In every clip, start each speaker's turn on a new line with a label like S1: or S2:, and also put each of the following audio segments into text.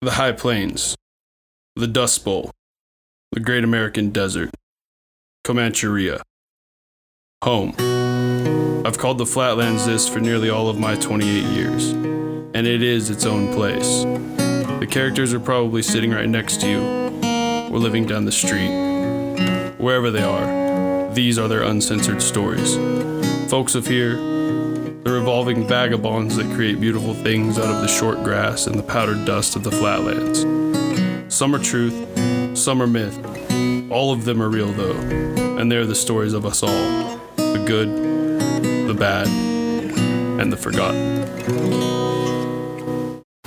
S1: the High Plains, the Dust Bowl, the Great American Desert, Comancheria, home. I've called the Flatlands this for nearly all of my 28 years, and it is its own place. The characters are probably sitting right next to you, or living down the street. Wherever they are, these are their uncensored stories. Folks of here, the revolving vagabonds that create beautiful things out of the short grass and the powdered dust of the flatlands. Some are truth, some are myth. All of them are real, though, and they're the stories of us all the good, the bad, and the forgotten.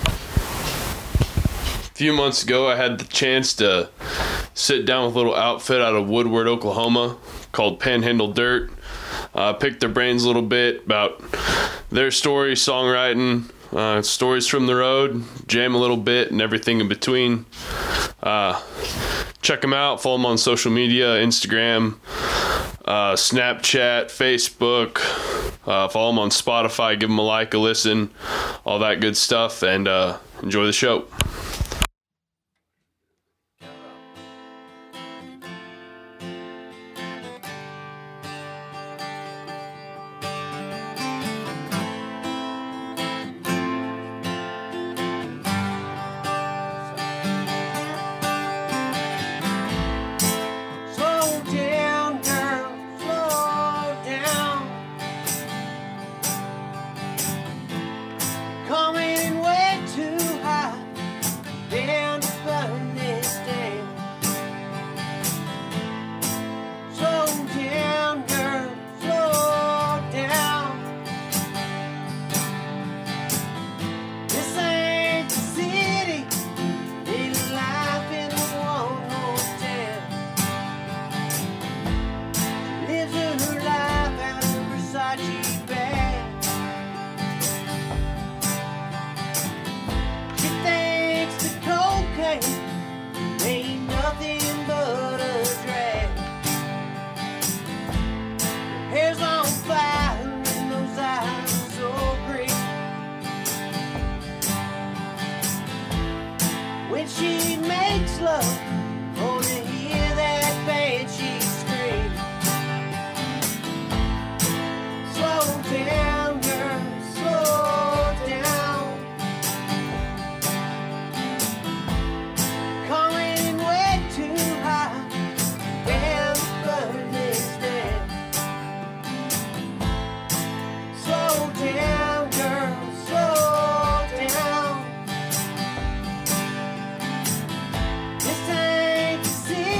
S2: A few months ago, I had the chance to sit down with a little outfit out of Woodward, Oklahoma, called Panhandle Dirt. Uh, picked their brains a little bit about their story, songwriting, uh, stories from the road, jam a little bit, and everything in between. Uh, check them out. Follow them on social media Instagram, uh, Snapchat, Facebook. Uh, follow them on Spotify. Give them a like, a listen, all that good stuff, and uh, enjoy the show.
S3: Slow down, girl, slow down. Coming in way too high, down to burn this down. Slow down, girl, slow down. This ain't the city, it's life in one hotel. Lives her life out of Versace bag. She thinks the cocaine ain't nothing but a drag. Hair's on fire and those eyes so green. When she makes love, only hear that banshee scream. Slow down, girl, slow down. Calling way too high. Down the burn is dead. Slow down, girl, slow down. This time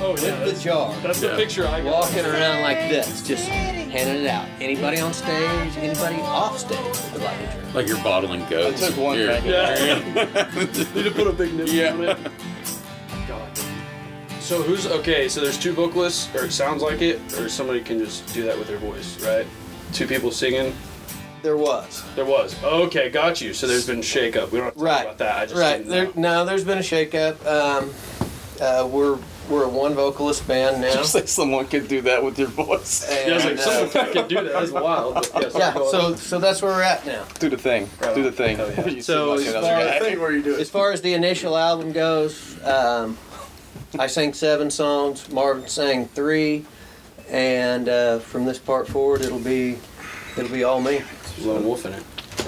S2: Oh, yeah.
S4: with the
S2: That's,
S4: jar,
S2: that's the
S5: Yeah.
S2: picture I got.
S4: walking around like this, just handing it out. Anybody on stage, anybody off stage would like a drink.
S6: Like you're bottling
S4: I
S6: goats.
S4: took one.
S6: Here.
S4: back in.
S2: Yeah. Need to put a big nipple
S6: Yeah.
S2: on it. God. So who's okay? So there's two vocalists, or it sounds like it, or somebody can just do that with their voice, right? Two people singing.
S4: There was.
S2: There was. Okay, got you. So there's been shake up. We don't have to
S4: Right.
S2: talk about that. I just
S4: right.
S2: didn't
S4: There,
S2: know.
S4: no, there's been a shakeup. Um, uh, we're we're a one vocalist band now.
S7: Just like someone could do that with your voice.
S4: And,
S2: Yeah, I was like,
S4: uh,
S2: someone can do that. That's wild. but yes,
S4: yeah,
S2: go on.
S4: so so that's where we're at now.
S7: Do the thing. Do the thing.
S2: Oh, yeah.
S7: You
S4: So
S7: seem like
S4: as
S7: another
S4: far
S7: guy.
S4: as-
S7: where you do
S4: As far as the initial album goes, um, I sang seven songs. Marvin sang three, and uh, from this part forward, it'll be it'll be all me.
S2: lone wolf in it.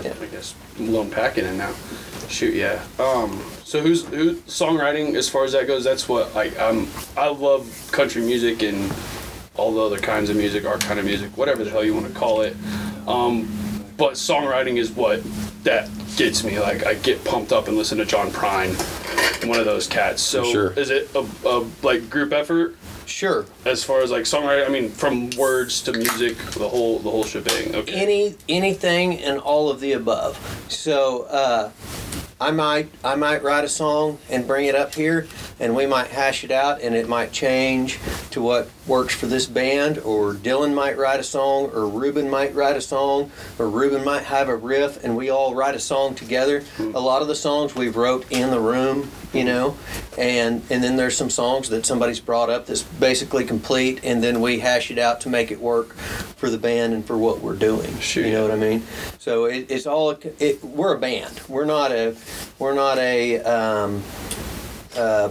S4: Yeah.
S2: I guess lone pack in it now. Shoot, yeah. Um, so who's who? Songwriting, as far as that goes, that's what I um I love country music and all the other kinds of music, our kind of music, whatever the hell you want to call it. Um, but songwriting is what that gets me. Like I get pumped up and listen to John Prine, one of those cats. So
S6: sure.
S2: is it a, a like group effort?
S4: Sure.
S2: As far as like songwriting, I mean, from words to music, the whole the whole shebang. Okay.
S4: any anything and all of the above. So uh, I might I might write a song and bring it up here, and we might hash it out, and it might change to what works for this band. Or Dylan might write a song, or Ruben might write a song, or Ruben might have a riff, and we all write a song together. A lot of the songs we've wrote in the room, you know, and and then there's some songs that somebody's brought up that's basically complete, and then we hash it out to make it work for the band and for what we're doing.
S2: Sure.
S4: You know what I mean? So it, it's all it, we're a band. We're not a we're not a um, uh,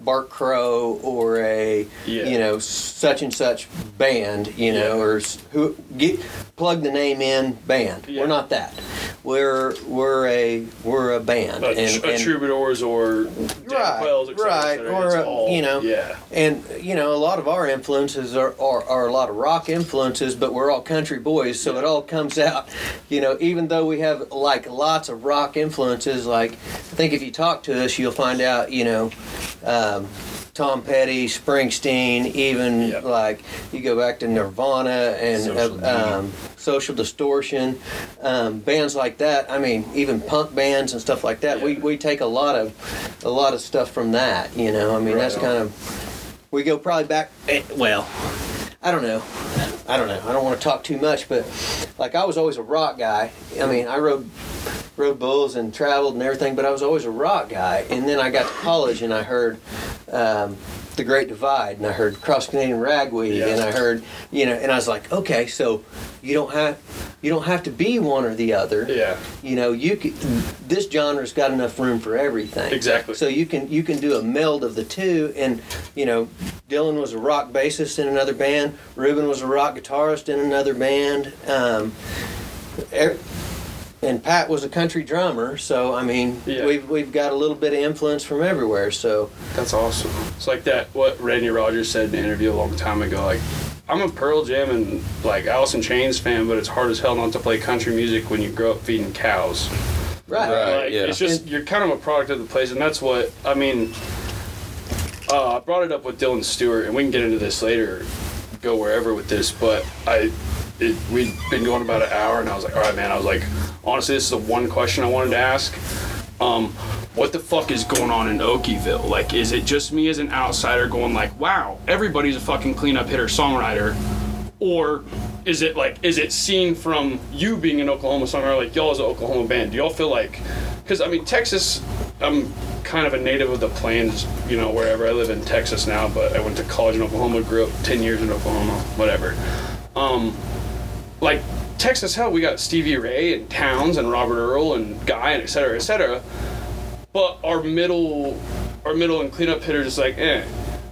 S4: Bark Crow or a
S2: Yeah.
S4: you know such and such band. You know or s- who get plug the name in band.
S2: Yeah.
S4: We're not that. We're we're a we're a band.
S2: a, tr- a troubadours or
S4: Right,
S2: right, Quails, et cetera, et
S4: right,
S2: cetera.
S4: or
S2: It's
S4: a-
S2: all,
S4: you know.
S2: yeah,
S4: And you know, a lot of our influences are, are, are a lot of rock influences, but we're all country boys, so it all comes out. You know, even though we have like lots of rock influences, like I think if you talk to us, you'll find out. You know, um, Tom Petty, Springsteen, even
S2: Yeah.
S4: like you go back to Nirvana and
S6: Social
S4: uh, um, Social Distortion, um, bands like that. I mean, even punk bands and stuff like that. We, we take a lot of a lot of stuff from that. You know, I mean, that's
S2: on.
S4: kind of we go probably back. eh, Well, I don't know. I don't know. I don't want to talk too much, but like I was always a rock guy. I mean, I rode rode bulls and traveled and everything, but I was always a rock guy. And then I got to college and I heard um, the Great Divide and I heard Cross Canadian Ragweed and I heard you know, and I was like, okay, so you don't have you don't have to be one or the other
S2: yeah,
S4: you know you could this genre's got enough room for everything
S2: Exactly.
S4: so you can you can do a meld of the two and you know dylan was a rock bassist in another band ruben was a rock guitarist in another band um, er- and pat was a country drummer so i mean
S2: Yeah.
S4: we've, we've got a little bit of influence from everywhere so
S2: that's awesome. It's like that what Randy Rogers said in an interview a long time ago. Like, I'm a Pearl Jam and like Alice in Chains fan, but it's hard as hell not to play country music when you grow up feeding cows.
S4: right,
S6: Right.
S2: Like,
S6: yeah.
S2: It's just you're kind of a product of the place, and that's what I mean. Uh, I brought it up with Dylan Stewart, and we can get into this later, go wherever with this. But I, it, we'd been going about an hour, and I was like, all right, man. I was like, honestly, this is the one question I wanted to ask. Um, what the fuck is going on in Okieville? Like, is it just me as an outsider going like, wow, everybody's a fucking cleanup hitter songwriter? or is it like is it seen from you being an Oklahoma songwriter like y'all as an Oklahoma band? Do y'all feel like because I mean Texas, I'm kind of a native of the plains, you know, wherever I live in Texas now, but I went to college in Oklahoma, grew up ten years in Oklahoma, whatever. Um, like Texas, hell, we got Stevie Ray and Towns and Robert Earl and Guy and et cetera, et cetera. But our middle, our middle and cleanup hitters is like, eh.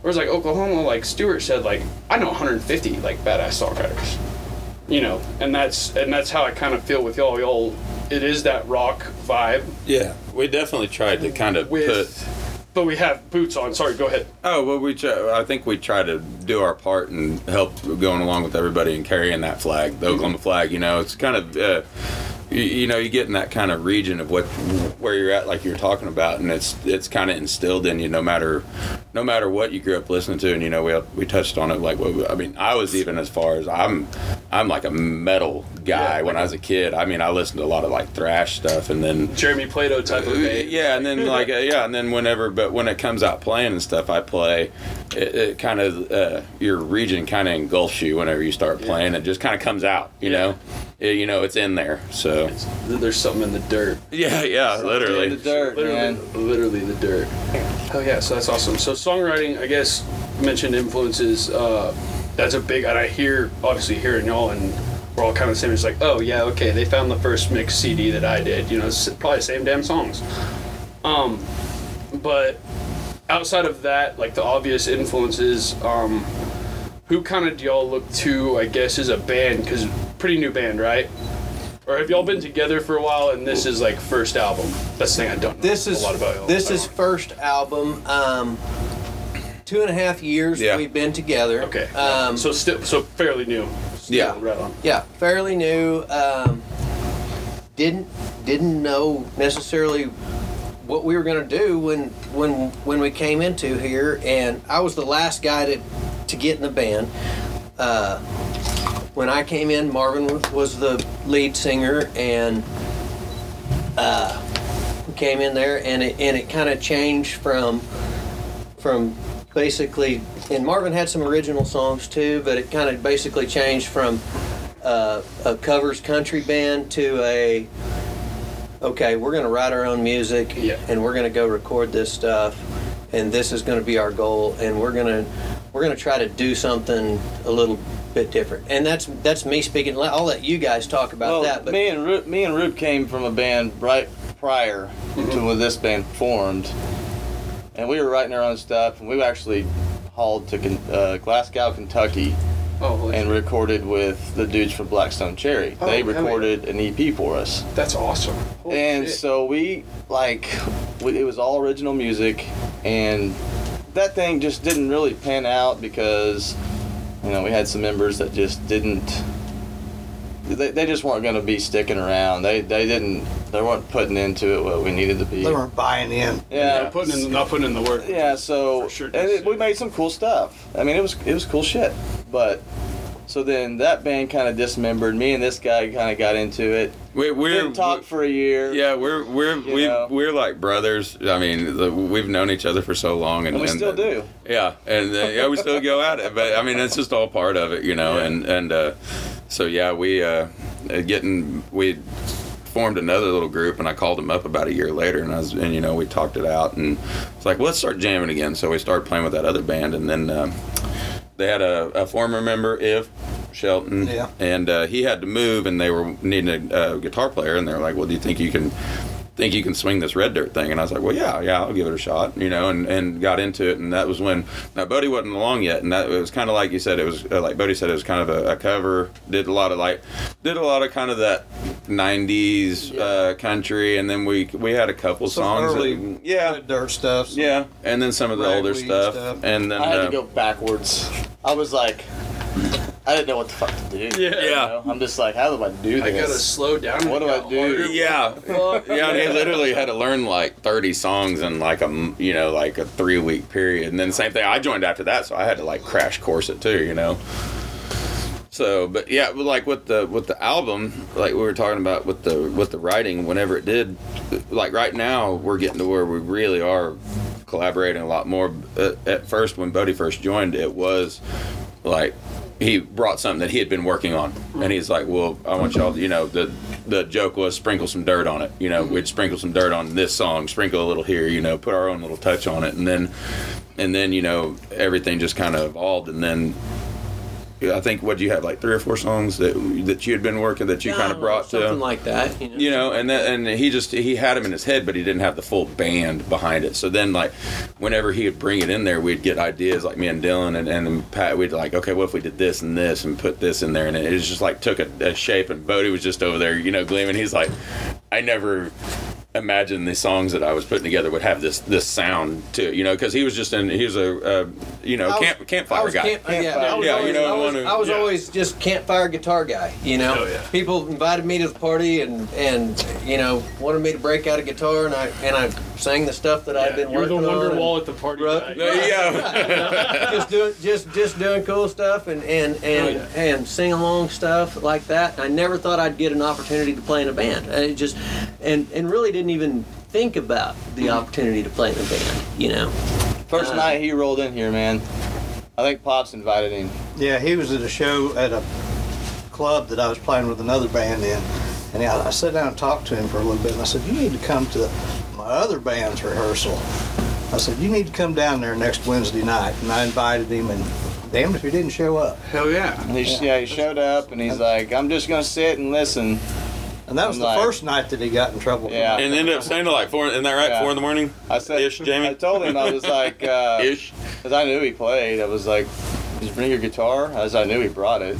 S2: Whereas like Oklahoma, like Stewart said, like I know 150 like badass songwriters, you know, and that's and that's how I kind of feel with y'all. Y'all, it is that rock vibe,
S6: Yeah, we definitely tried to kind of
S2: With-
S6: put.
S2: but we have boots on. Sorry, go ahead.
S6: Oh well, we try, I think we try to do our part and help going along with everybody and carrying that flag, the Oklahoma flag. You know, it's kind of. Uh, you, you know you get in that kind of region of what where you're at like you're talking about and it's it's kind of instilled in you no matter no matter what you grew up listening to and you know we we touched on it like what we- I mean I was even as far as I'm I'm like a metal guy when I was a kid I mean I listened to a lot of like thrash stuff and then
S8: Jeremy Plato type of thing.
S6: yeah, and then like uh, yeah, and then whenever, but when it comes out playing and stuff, I play. It, it kind of uh, your region kind of engulfs you whenever you start playing. It just kind of comes out, you
S8: Yeah.
S6: know. It- you know, it's in there. So
S8: There's something in the dirt.
S6: yeah, yeah,
S9: The
S6: literally.
S9: dirt,
S8: Literally,
S9: man.
S8: literally the dirt. Hell yeah, so that's awesome. So songwriting, I guess, mentioned influences. Uh, that's a big, and I hear obviously hearing y'all, and we're all kind of the same. It's like, oh yeah, okay, they found the first mixed CD that I did. You know, it's probably the same damn songs. Um, but outside of that, like the obvious influences, um, who kind of do y'all look to? I guess as a band, because pretty new band, right? Or have y'all been together for a while and this is like first album? That's the thing I don't know
S4: This is
S8: a lot about. y'all.
S4: this
S8: I
S4: is
S8: don't-
S4: first album. Um, two and a half years
S6: Yeah.
S4: we've been together.
S8: okay.
S4: Um,
S8: so still, so fairly new. Still,
S6: Yeah.
S8: Right on.
S4: yeah, fairly new. Um, didn't didn't know necessarily what we were gonna do when when when we came into here, and I was the last guy to to get in the band. Uh, when I came in, Marvin wa- was the lead singer, and uh, we came in there, and it and it kind of changed from from basically and marvin had some original songs too but it kind of basically changed from uh, a covers country band to a okay we're going to write our own music
S8: Yeah.
S4: and we're going to go record this stuff and this is going to be our goal and we're going to we're going to try to do something a little bit different and that's that's me speaking i'll let you guys talk about
S9: Well,
S4: that but
S9: me and Root, me and Root came from a band right prior to when this band formed, and we were writing our own stuff. And we actually hauled to Ken- uh, Glasgow, Kentucky,
S8: Oh, holy
S9: and recorded with the dudes from Blackstone Cherry.
S8: Oh,
S9: they
S8: hell yeah.
S9: recorded an EP for us.
S8: shit, that's awesome. Holy
S9: and
S8: shit.
S9: so we like we, it was all original music and that thing just didn't really pan out because you know we had some members that just didn't they, they just weren't going to be sticking around they they didn't they weren't putting into it what we needed to be
S10: They weren't buying in.
S9: yeah
S8: Not putting in, not putting in the work.
S9: yeah so
S8: For sure.
S9: and it, we made some cool stuff i mean it was it was cool shit but so then that band kind of dismembered me and this guy kind of got into it
S6: We,
S9: we
S6: we're
S9: didn't talk for a year
S6: yeah, we're we're we
S9: know.
S6: we're like brothers. I mean, the, we've known each other for so long, and,
S9: and we still do
S6: Yeah, and uh, yeah, we still go at it, but I mean, it's just all part of it, you know. And and uh, so yeah, we uh, uh, getting we formed another little group, and I called them up about a year later, and I was and you know we talked it out, and it's like well, let's start jamming again. So we started playing with that other band, and then um they had a, a former member, if Shelton,
S10: Yeah.
S6: and uh, he had to move, and they were needing a, uh guitar player, and they were like, well, do you think you can? think you can swing this red dirt thing and i was like well yeah yeah i'll give it a shot you know and, and got into it and that was when now bodie wasn't along yet and that it was kind of like you said it was uh, like bodie said it was kind of a, a cover did a lot of like did a lot of kind of that 90s uh, country and then we we had a couple
S10: Some
S6: songs that-
S10: early-
S6: yeah
S10: Dirt stuff. so-
S6: yeah and then some of the older
S10: Ragweed
S6: stuff,
S10: stuff.
S6: and then
S9: I had
S6: uh,
S9: to go backwards. I was like, I didn't know what the fuck to do.
S8: Yeah.
S9: you know? I'm just like, how do I do
S8: I gotta
S9: this?
S8: slow down.
S9: What do I do?
S6: yeah yeah, and he literally had to learn like 30 songs in like a m- you know like a three week period, and then same thing. I joined after that, so I had to like crash course it too, you know. So, but yeah, but like with the with the album, like we were talking about with the with the writing, whenever it did, like right now we're getting to where we really are collaborating a lot more. Uh, at first, when Bodie first joined, it was like he brought something that he had been working on and he's like well i want y'all to, you know the the joke was sprinkle some dirt on it you know we'd sprinkle some dirt on this song sprinkle a little here you know put our own little touch on it and then and then you know everything just kind of evolved and then i think what you have like three or four songs that that you had been working that you kind of brought to
S4: something like that you know,
S6: you know and that and he just he had him in his head but he didn't have the full band behind it so then like whenever he would bring it in there we'd get ideas like me and dylan and, and pat we'd like okay what if we did this and this and put this in there and it just like took a, a shape and bodie was just over there you know gleaming he's like i never imagine the songs that I was putting together would have this this sound to it, you know, because he was just in he was a uh, you
S4: I
S6: know
S4: was-
S6: camp
S4: I
S6: campfire
S4: was
S6: guy.
S4: camp, uh, yeah,
S9: Campfire.
S4: I was
S6: Yeah, you
S4: always,
S6: know,
S4: I
S6: the
S4: was,
S6: one who-
S4: I was
S6: yeah.
S4: always just campfire guitar guy. You know,
S2: Oh, yeah.
S4: people invited me to the party and and you know wanted me to break out a guitar and I and I sang the stuff that I'd been
S8: you were the
S4: working on.
S8: wonder
S4: and-
S8: wall at the party.
S4: Right.
S8: tonight.
S6: There you go.
S4: just doing just just doing cool stuff and and
S6: Oh,
S4: and and sing along stuff like that. I never thought I'd get an opportunity to play in a band. And it just and and really didn't even think about the opportunity to play in a band. You know,
S9: First
S4: Uh,
S9: night he rolled in here, man. I think Pops invited him.
S10: Yeah, he was at a show at a club that I was playing with another band in, and I, I sat down and talked to him for a little bit, and I said, "You need to come to my other band's rehearsal." I said, "You need to come down there next Wednesday night," and I invited him, and damned if he didn't show up.
S8: Hell yeah.
S9: And he, yeah. he showed up and he's like, I'm just gonna sit and listen.
S10: And that was
S9: I'm
S10: the
S9: like-
S10: first night that he got in trouble.
S9: Yeah.
S6: and ended up staying till like four. Isn't that right?
S9: Yeah.
S6: Four in the morning.
S9: I said,
S6: Ish, Jamie?
S9: I told him I was like, uh,
S6: Ish.
S9: Because I knew he played. I was like, "Did you bring your guitar?" As I knew he brought it.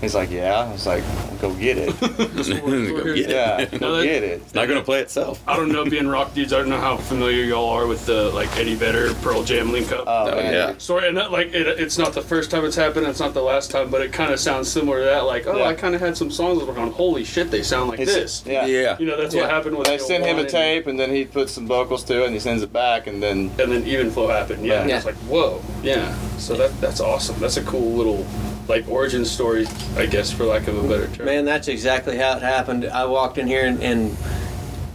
S9: He's like, "Yeah." I was like, well, "Go get it."
S6: Go get it.
S9: yeah,
S8: No,
S9: go
S8: that-
S9: get it.
S6: It's not gonna play itself.
S8: I don't know, being rock dudes, I don't know how familiar y'all are with the like Eddie Vedder Pearl Jam link up.
S9: Oh,
S6: Oh,
S9: man.
S6: yeah.
S8: Sorry, and that, like it, it's not the first time it's happened. It's not the last time, but it kind of sounds similar to that. Like, oh,
S9: Yeah.
S8: I kind of had some songs that were going, holy shit, they sound like
S9: It's-
S8: this.
S9: Yeah.
S6: Yeah.
S8: You know, that's
S9: Yeah.
S8: what happened with.
S9: They
S8: you know,
S9: send him a
S8: Wanted
S9: tape, and then he puts some vocals to it, and he sends it back, and then
S8: and then even flow happened. Yeah,
S4: Yeah.
S8: it's like whoa, yeah. So that that's awesome. That's a cool little like origin story, I guess, for lack of a better term.
S4: man, that's exactly how it happened. I walked in here and. and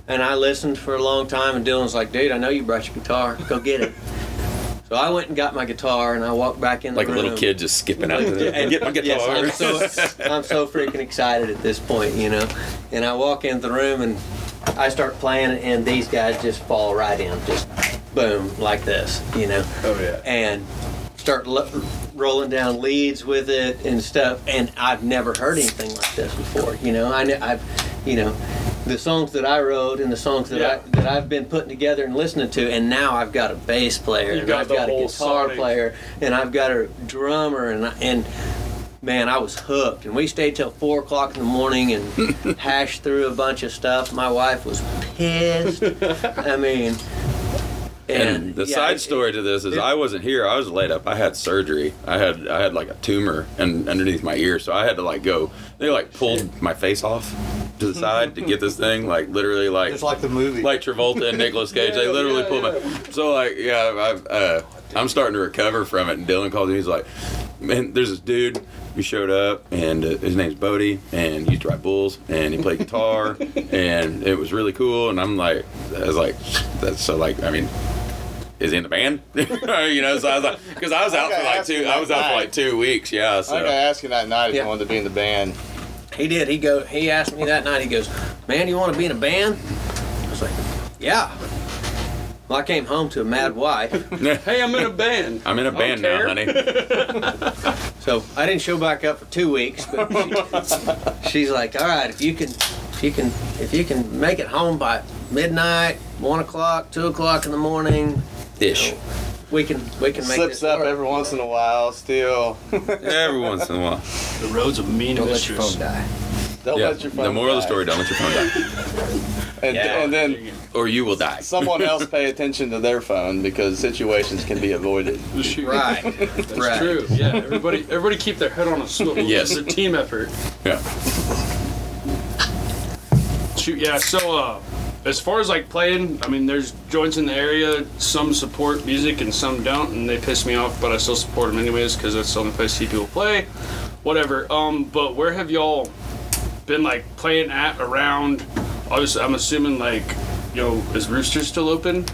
S4: and I listened for a long time, and Dylan's like, "Dude, I know you brought your guitar. Go get it." so I went and got my guitar, and I walked back in.
S6: Like
S4: the
S6: a little
S4: room.
S6: kid just skipping out to the and get my guitar.
S4: Yes, I'm so, I'm so freaking excited at this point, you know. And I walk into the room and I start playing, and these guys just fall right in, just boom, like this, you know.
S8: Oh yeah.
S4: And start lo- rolling down leads with it and stuff. And I've never heard anything like this before, you know. I, kn- I've, you know, the songs that I wrote and the songs that I that I've been putting together and listening to, and now I've got a bass player,
S8: You
S4: and
S8: got
S4: I've
S8: the
S4: got a
S8: whole
S4: guitar
S8: sonic.
S4: player, and I've got a drummer, and I- and man, I was hooked. And we stayed till four o'clock in the morning and hashed through a bunch of stuff. My wife was pissed. I mean,
S6: And the
S4: yeah,
S6: side
S4: it-
S6: story to this is I wasn't here. I was laid up. I had surgery. I had I had like a tumor and underneath my ear, so I had to like go. They like pulled my face off to the side to get this thing. Like literally, like
S10: Just like the movie.
S6: like Travolta and Nicolas Cage. they literally pulled my. So like yeah, I've, uh, I'm starting to recover from it. And Dylan calls me. He's like, man, there's this dude. who showed up, and uh, his name's Bodie, and he used to ride bulls, and he played guitar, and it was really cool. And I'm like, I was like, that's so like, I mean, is he in the band? you know, so I was like, because I was out for like two, I was out for like two weeks, yeah.
S9: I
S6: So
S9: think I asked him that night if
S4: Yeah.
S9: he wanted to be in the band.
S4: He did. He go. He asked me that night. He goes, "Man, you want to be in a band?" I was like, "Yeah." Well, I came home to a mad wife,
S8: Hey, I'm in a band.
S6: I'm in a band now,
S8: care.
S6: honey.
S4: so I didn't show back up for two weeks. But she, she's like, "All right, if you can, if you can, if you can make it home by midnight, one o'clock, two o'clock in the morning,
S6: Ish.
S4: we can we can make
S9: Slips
S4: this
S9: up
S4: work."
S9: every once in a while, still.
S6: Every once in a while.
S8: The roads of mean
S4: Don't let your
S8: mistress.
S4: phone die.
S9: Don't
S6: Yeah.
S9: let your phone.
S6: The moral of the
S9: die.
S6: story: Don't let your phone die,
S9: And, and then
S6: or you will die.
S9: someone else pay attention to their phone because situations can be avoided.
S8: Shoot.
S4: Right. right.
S8: True. Yeah. Everybody, everybody, keep their head on a swivel.
S6: Yes.
S8: It's a team effort.
S6: Yeah.
S8: Shoot, yeah. So, uh, as far as like playing, I mean, there's joints in the area. Some support music and some don't, and they piss me off, but I still support them anyways because that's the only place I see people play. Whatever. Um, but where have y'all been like playing at around? Obviously, I'm assuming like, you know, is Rooster still open?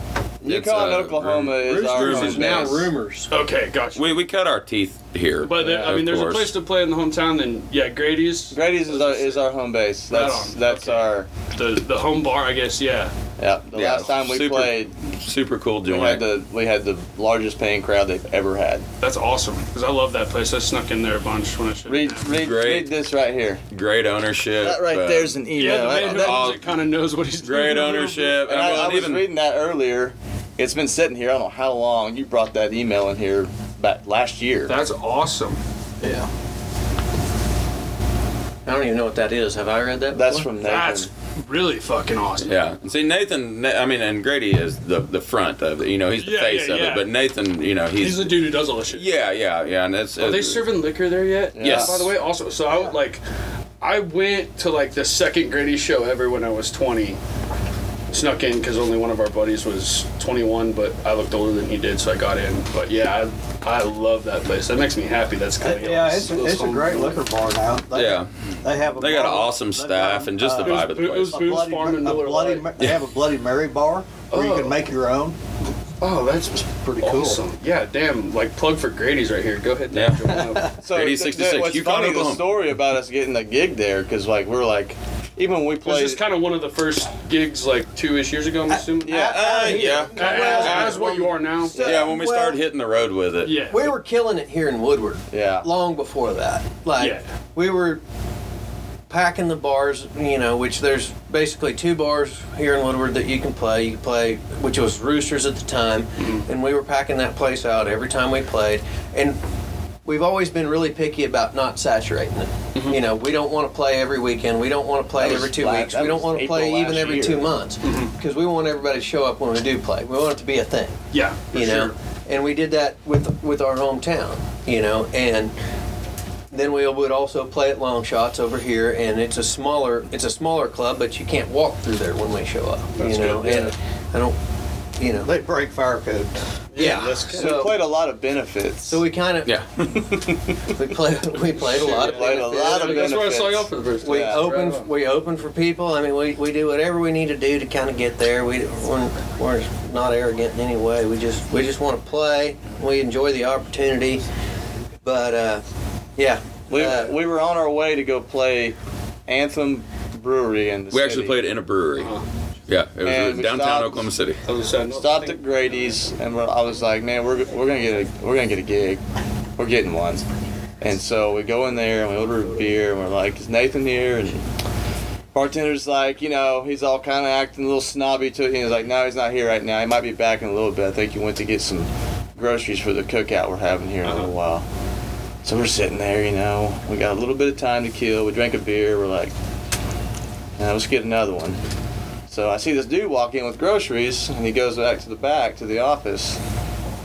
S6: It's,
S9: Yukon,
S6: uh,
S9: Oklahoma is
S4: Roosters
S9: our
S6: Roosters
S4: is
S9: home
S4: now
S9: base.
S4: rumors.
S8: Okay, gotcha.
S6: We we cut our teeth here.
S8: but there, I
S6: of
S8: mean, there's
S6: course.
S8: a place to play in the hometown. Then yeah, Grady's
S9: Grady's is our, is our home base.
S8: Right
S9: That's
S8: on.
S9: that's
S8: Okay.
S9: our
S8: the the home bar, I guess. Yeah.
S9: yeah. The
S6: Yeah,
S9: last time we
S6: super-
S9: played,
S6: super cool
S9: we had
S6: joint.
S9: the we had the largest paying crowd they've ever had.
S8: That's awesome because I love that place. I snuck in there a bunch when I should.
S9: Read read,
S6: Great.
S9: read this right here.
S6: great ownership.
S9: That right
S6: uh,
S9: there's an email.
S8: Yeah, the man who
S9: That-
S8: owns it kind of knows what he's doing.
S6: great ownership.
S9: and I,
S6: well,
S9: I was
S6: even-
S9: reading that earlier. It's been sitting here. I don't know how long. You brought that email in here back last year.
S8: That's awesome.
S4: I don't even know what that is. Have I read that?
S9: that's
S4: before?
S9: from Nathan.
S8: That's really fucking awesome.
S6: Yeah. And see, Nathan, Na- I mean, and Grady is the the front of it. You know, he's the
S8: Yeah,
S6: face
S8: yeah,
S6: of
S8: yeah.
S6: it. But Nathan, you know, he's,
S8: He's the dude who does all this shit.
S6: yeah, yeah, yeah. And it's
S8: Are they
S6: it's-
S8: serving liquor there yet?
S6: Yes.
S8: By the way, also, so I would like, I went to like the second Grady show ever when I was 20. Snuck in because only one of our buddies was 21, but I looked older than he did, so I got in. But yeah, I, I love that place. That makes me happy. That's kind of
S10: Uh, Yeah, it's, it's a great liquor bar now. They,
S6: Yeah.
S10: They have a
S6: They got an
S10: bottle-
S6: awesome
S10: they've got,
S6: staff and just the
S10: uh,
S6: vibe of the
S8: it was-
S6: place.
S10: a
S8: Boone's
S10: Bloody-
S8: Farm and
S10: a
S8: Miller
S10: Bloody
S8: Lite.
S10: Ma- They have a Bloody Mary bar where you
S8: Oh.
S10: can make your own.
S8: Oh, that's
S10: Pretty cool.
S8: awesome. Yeah, damn. Like plug for Grady's right here. Go hit
S6: Yeah.
S8: that. Yeah.
S9: So
S6: Grady
S9: th- th-
S6: 66,
S9: what's
S6: you call
S9: funny
S6: it
S9: the
S6: Oklahoma.
S9: story about us getting the gig there because like we're like, even when we
S8: Was
S9: played.
S8: this kind of one of the first gigs like two-ish years ago? I'm assuming.
S9: yeah,
S6: Uh, yeah.
S8: As, as what you are now.
S6: Yeah, when we
S4: Well-
S6: started hitting the road with it.
S8: Yeah.
S4: We were killing it here in Woodward.
S9: Yeah.
S4: Long before that. Like
S8: Yeah.
S4: we were packing the bars, you know, which there's basically two bars here in Woodward that you can play. You can play which was Roosters at the time.
S8: Mm-hmm.
S4: And we were packing that place out every time we played. And we've always been really picky about not saturating it.
S8: Mm-hmm.
S4: You know, we don't want to play every weekend. We don't want to play
S9: That was
S4: every two
S9: la-
S4: weeks.
S9: that
S4: We don't
S9: was
S4: want to
S9: April
S4: play even
S9: last
S4: every
S9: year.
S4: two months
S8: Mm-hmm.
S4: because we want everybody to show up when we do play. We want it to be a thing
S8: Yeah. for
S4: you know
S8: sure.
S4: and we did that with with our hometown you know and then we would also play at long shots over here and it's a smaller it's a smaller club but you can't walk through there when we show up
S8: That's
S4: you know
S8: good, yeah.
S4: and i don't you know
S10: They break fire code.
S4: yeah,
S9: we
S4: so,
S9: played a lot of benefits.
S4: so we kind of
S6: Yeah.
S4: we played we played a lot of
S9: Played a lot of
S8: That's where I saw
S9: benefits.
S8: y'all for the first time.
S4: we
S9: Yeah.
S4: open we open for people i mean we, we do whatever we need to do to kind of get there we we're, we're not arrogant in any way we just we just want to play we enjoy the opportunity but uh yeah
S9: We,
S4: uh,
S9: we were on our way to go play Anthem Brewery in the
S6: We actually
S9: city.
S6: played in a brewery.
S8: Uh-huh.
S6: Yeah, it was
S9: And
S6: in
S9: we
S6: downtown
S9: stopped-
S6: Oklahoma City.
S8: I was saying,
S9: Stopped at Grady's and we're, I was like, man, we're, we're gonna get a we're gonna get a gig, we're getting one, and so we go in there and we order a beer and we're like, is Nathan here? And bartender's like, you know, he's all kind of acting a little snobby to it. And he's like, no, he's not here right now. He might be back in a little bit. I think he went to get some groceries for the cookout we're having here in a little while. So we're sitting there, you know, we got a little bit of time to kill. We drank a beer. We're like, "Now let's get another one. So I see this dude walk in with groceries, and he goes back to the back to the office.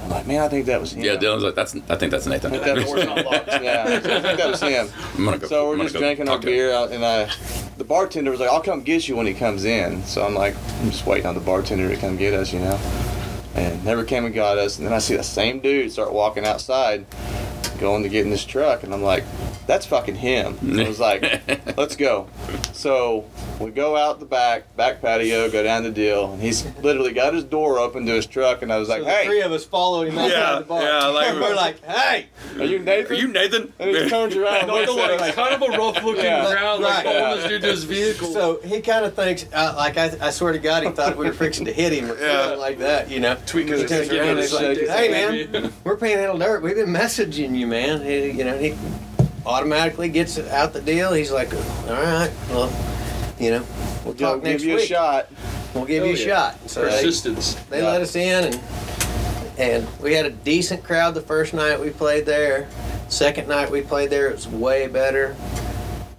S9: I'm like, man, I think that was him.
S6: Yeah, Dylan's like, that's. I think that's Nathan.
S9: I think that was, yeah, I think that was him.
S6: I'm gonna go.
S9: So
S6: I'm
S9: we're
S6: gonna
S9: just
S6: go
S9: drinking our
S6: talk to him.
S9: beer, out, and I, the bartender was like, "I'll come get you when he comes in." So I'm like, I'm just waiting on the bartender to come get us, you know. And never came and got us. And then I see the same dude start walking outside, going to get in this truck, and I'm like, "That's fucking him." And I was like, "Let's go." So we go out the back back patio, go down the deal, and he's literally got his door open to his truck, and I was like,
S4: the three
S9: "Hey,
S4: of us follow him outside
S6: Yeah,
S4: the bar.
S6: yeah, like-
S4: we're like, hey,
S9: are you Nathan?"
S6: Are you Nathan?
S9: and he turns around. and
S8: Like a,
S9: looks at us.
S8: like, kind of a rough looking
S9: Yeah.
S8: crowd, like
S4: Right.
S8: holding this dude to his vehicle.
S4: so he kind of thinks, uh, like I, I swear to God, he thought we were fixing to hit him or something like that, you know.
S8: Tweaking
S4: He
S8: his
S4: turns
S8: finger
S4: around
S8: on
S4: and
S8: his
S4: he's like,
S8: shit.
S4: hey man, we're Panhandle Dirt. We've been messaging you, man. He, you know, he automatically gets it out the deal. He's like, all right, well, you know, we'll
S9: Yo,
S4: talk
S9: give
S4: next
S9: you a
S4: week.
S9: shot.
S4: We'll give
S8: Oh,
S4: you a
S8: yeah.
S4: shot. So they,
S8: Persistence.
S4: they let us in, and and we had a decent crowd the first night we played there. Second night we played there, it was way better.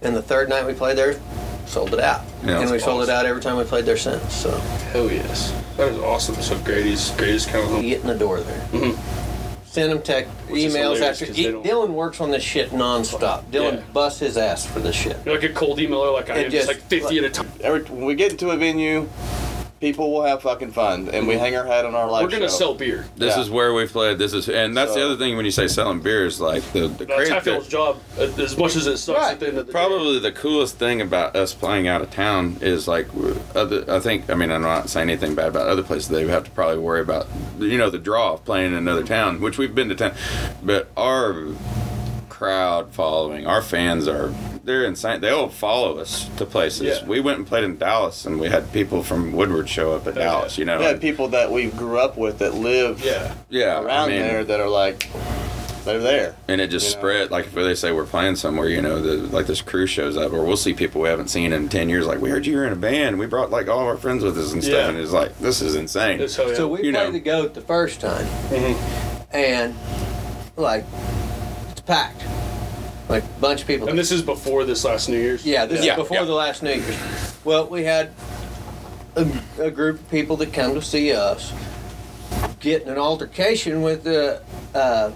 S4: And the third night we played there, sold it out.
S6: Yeah,
S4: and
S6: that's
S4: we sold it out every time we played there since. So
S8: Hell yes. That was awesome. So Grady's, Grady's kind of
S4: you get in the door there.
S8: Mhm.
S4: Send him tech
S8: Which is
S4: emails
S8: hilarious
S4: after.
S8: 'cause they don't-
S4: Dylan works on this shit nonstop. Dylan
S8: Yeah.
S4: busts his ass for this shit.
S8: You're like a cold emailer like I
S4: It
S8: am,
S4: just-
S8: just like 50 at a time.
S9: every when we get into a venue, people will have fucking fun, and we hang our hat on our life.
S8: We're going to
S9: show.
S8: sell beer.
S6: This
S9: Yeah.
S6: is where we played. This is, and that's the
S9: So-
S6: other thing when you say selling beer is like the the
S8: That's
S6: crazy-
S8: Hatfield's job, uh, as much as it sucks
S4: Right.
S8: at the end of the day.
S6: Probably the coolest thing about us playing out of town is like w- other. I think I mean I'm not saying anything bad about other places. They have to probably worry about you know the draw of playing in another town, which we've been to town, but our crowd following, our fans are they're insane. They'll follow us to places.
S8: Yeah.
S6: We went and played in Dallas, and we had people from Woodward show up at
S8: yeah.
S6: Dallas. You know,
S9: We have people that we grew up with that live
S8: Yeah.
S6: yeah, I
S9: around
S6: mean,
S9: there that are like, they're there.
S6: and it just
S9: You know?
S6: spread like if they say we're playing somewhere you know the, like this crew shows up or we'll see people we haven't seen in 10 years like we heard you were in a band we brought like all of our friends with us and stuff
S8: Yeah.
S6: and it's like this is insane
S8: It's hell yeah.
S4: So we
S6: You
S4: played
S6: know.
S4: the goat the first
S8: Mm-hmm.
S4: time, and like it's packed. like a bunch of people.
S8: And this is before this last New Year's.
S4: Yeah, this
S6: Yeah,
S4: is before
S6: yeah.
S4: the last New Year's. Well, we had a, a group of people that come to see us get in an altercation with the uh,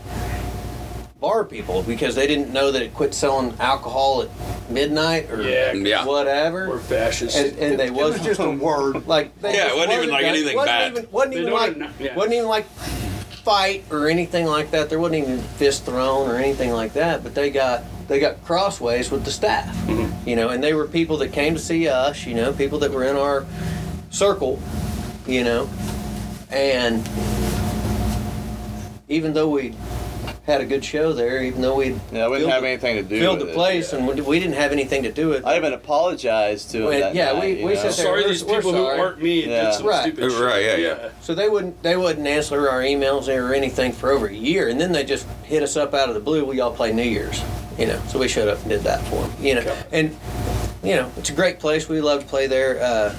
S4: bar people because they didn't know that it quit selling alcohol at midnight or
S8: Yeah.
S6: Yeah.
S4: whatever.
S8: We're fascists.
S4: and, and they
S10: It was just a word.
S4: like they
S6: Yeah, it
S4: just
S6: wasn't even, like,
S4: done-
S6: anything
S4: wasn't
S6: bad.
S4: Even, wasn't
S8: They
S4: even
S8: don't
S4: like
S8: even- yeah.
S4: wasn't even like fight or anything like that. There wasn't even fist thrown or anything like that. But they got they got crossways with the staff,
S9: Mm-hmm.
S4: you know, and they were people that came to see us, you know, people that were in our circle, you know, and even though we had a good show there, even though we
S9: Yeah, I wouldn't
S4: Filled
S9: have
S4: the-
S9: anything to do
S4: filled
S9: with
S4: the
S9: it.
S4: place and we- we didn't have anything to do with it.
S9: I even apologized to him.
S4: Well,
S9: that
S4: yeah,
S9: night,
S4: we-
S9: you
S4: we
S9: know?
S4: said that-
S8: sorry,
S4: We're-
S8: these
S4: we're
S8: people who
S4: sorry.
S8: aren't me.
S9: Yeah.
S8: Did some
S4: Right.
S8: stupid shit.
S6: Right, yeah, yeah.
S4: So they wouldn't they wouldn't answer our emails or anything for over a year, and then they just hit us up out of the blue. We all play New Year's, you know. So we showed up and did that for them, you know. And you know, it's a great place. We love to play there. Uh,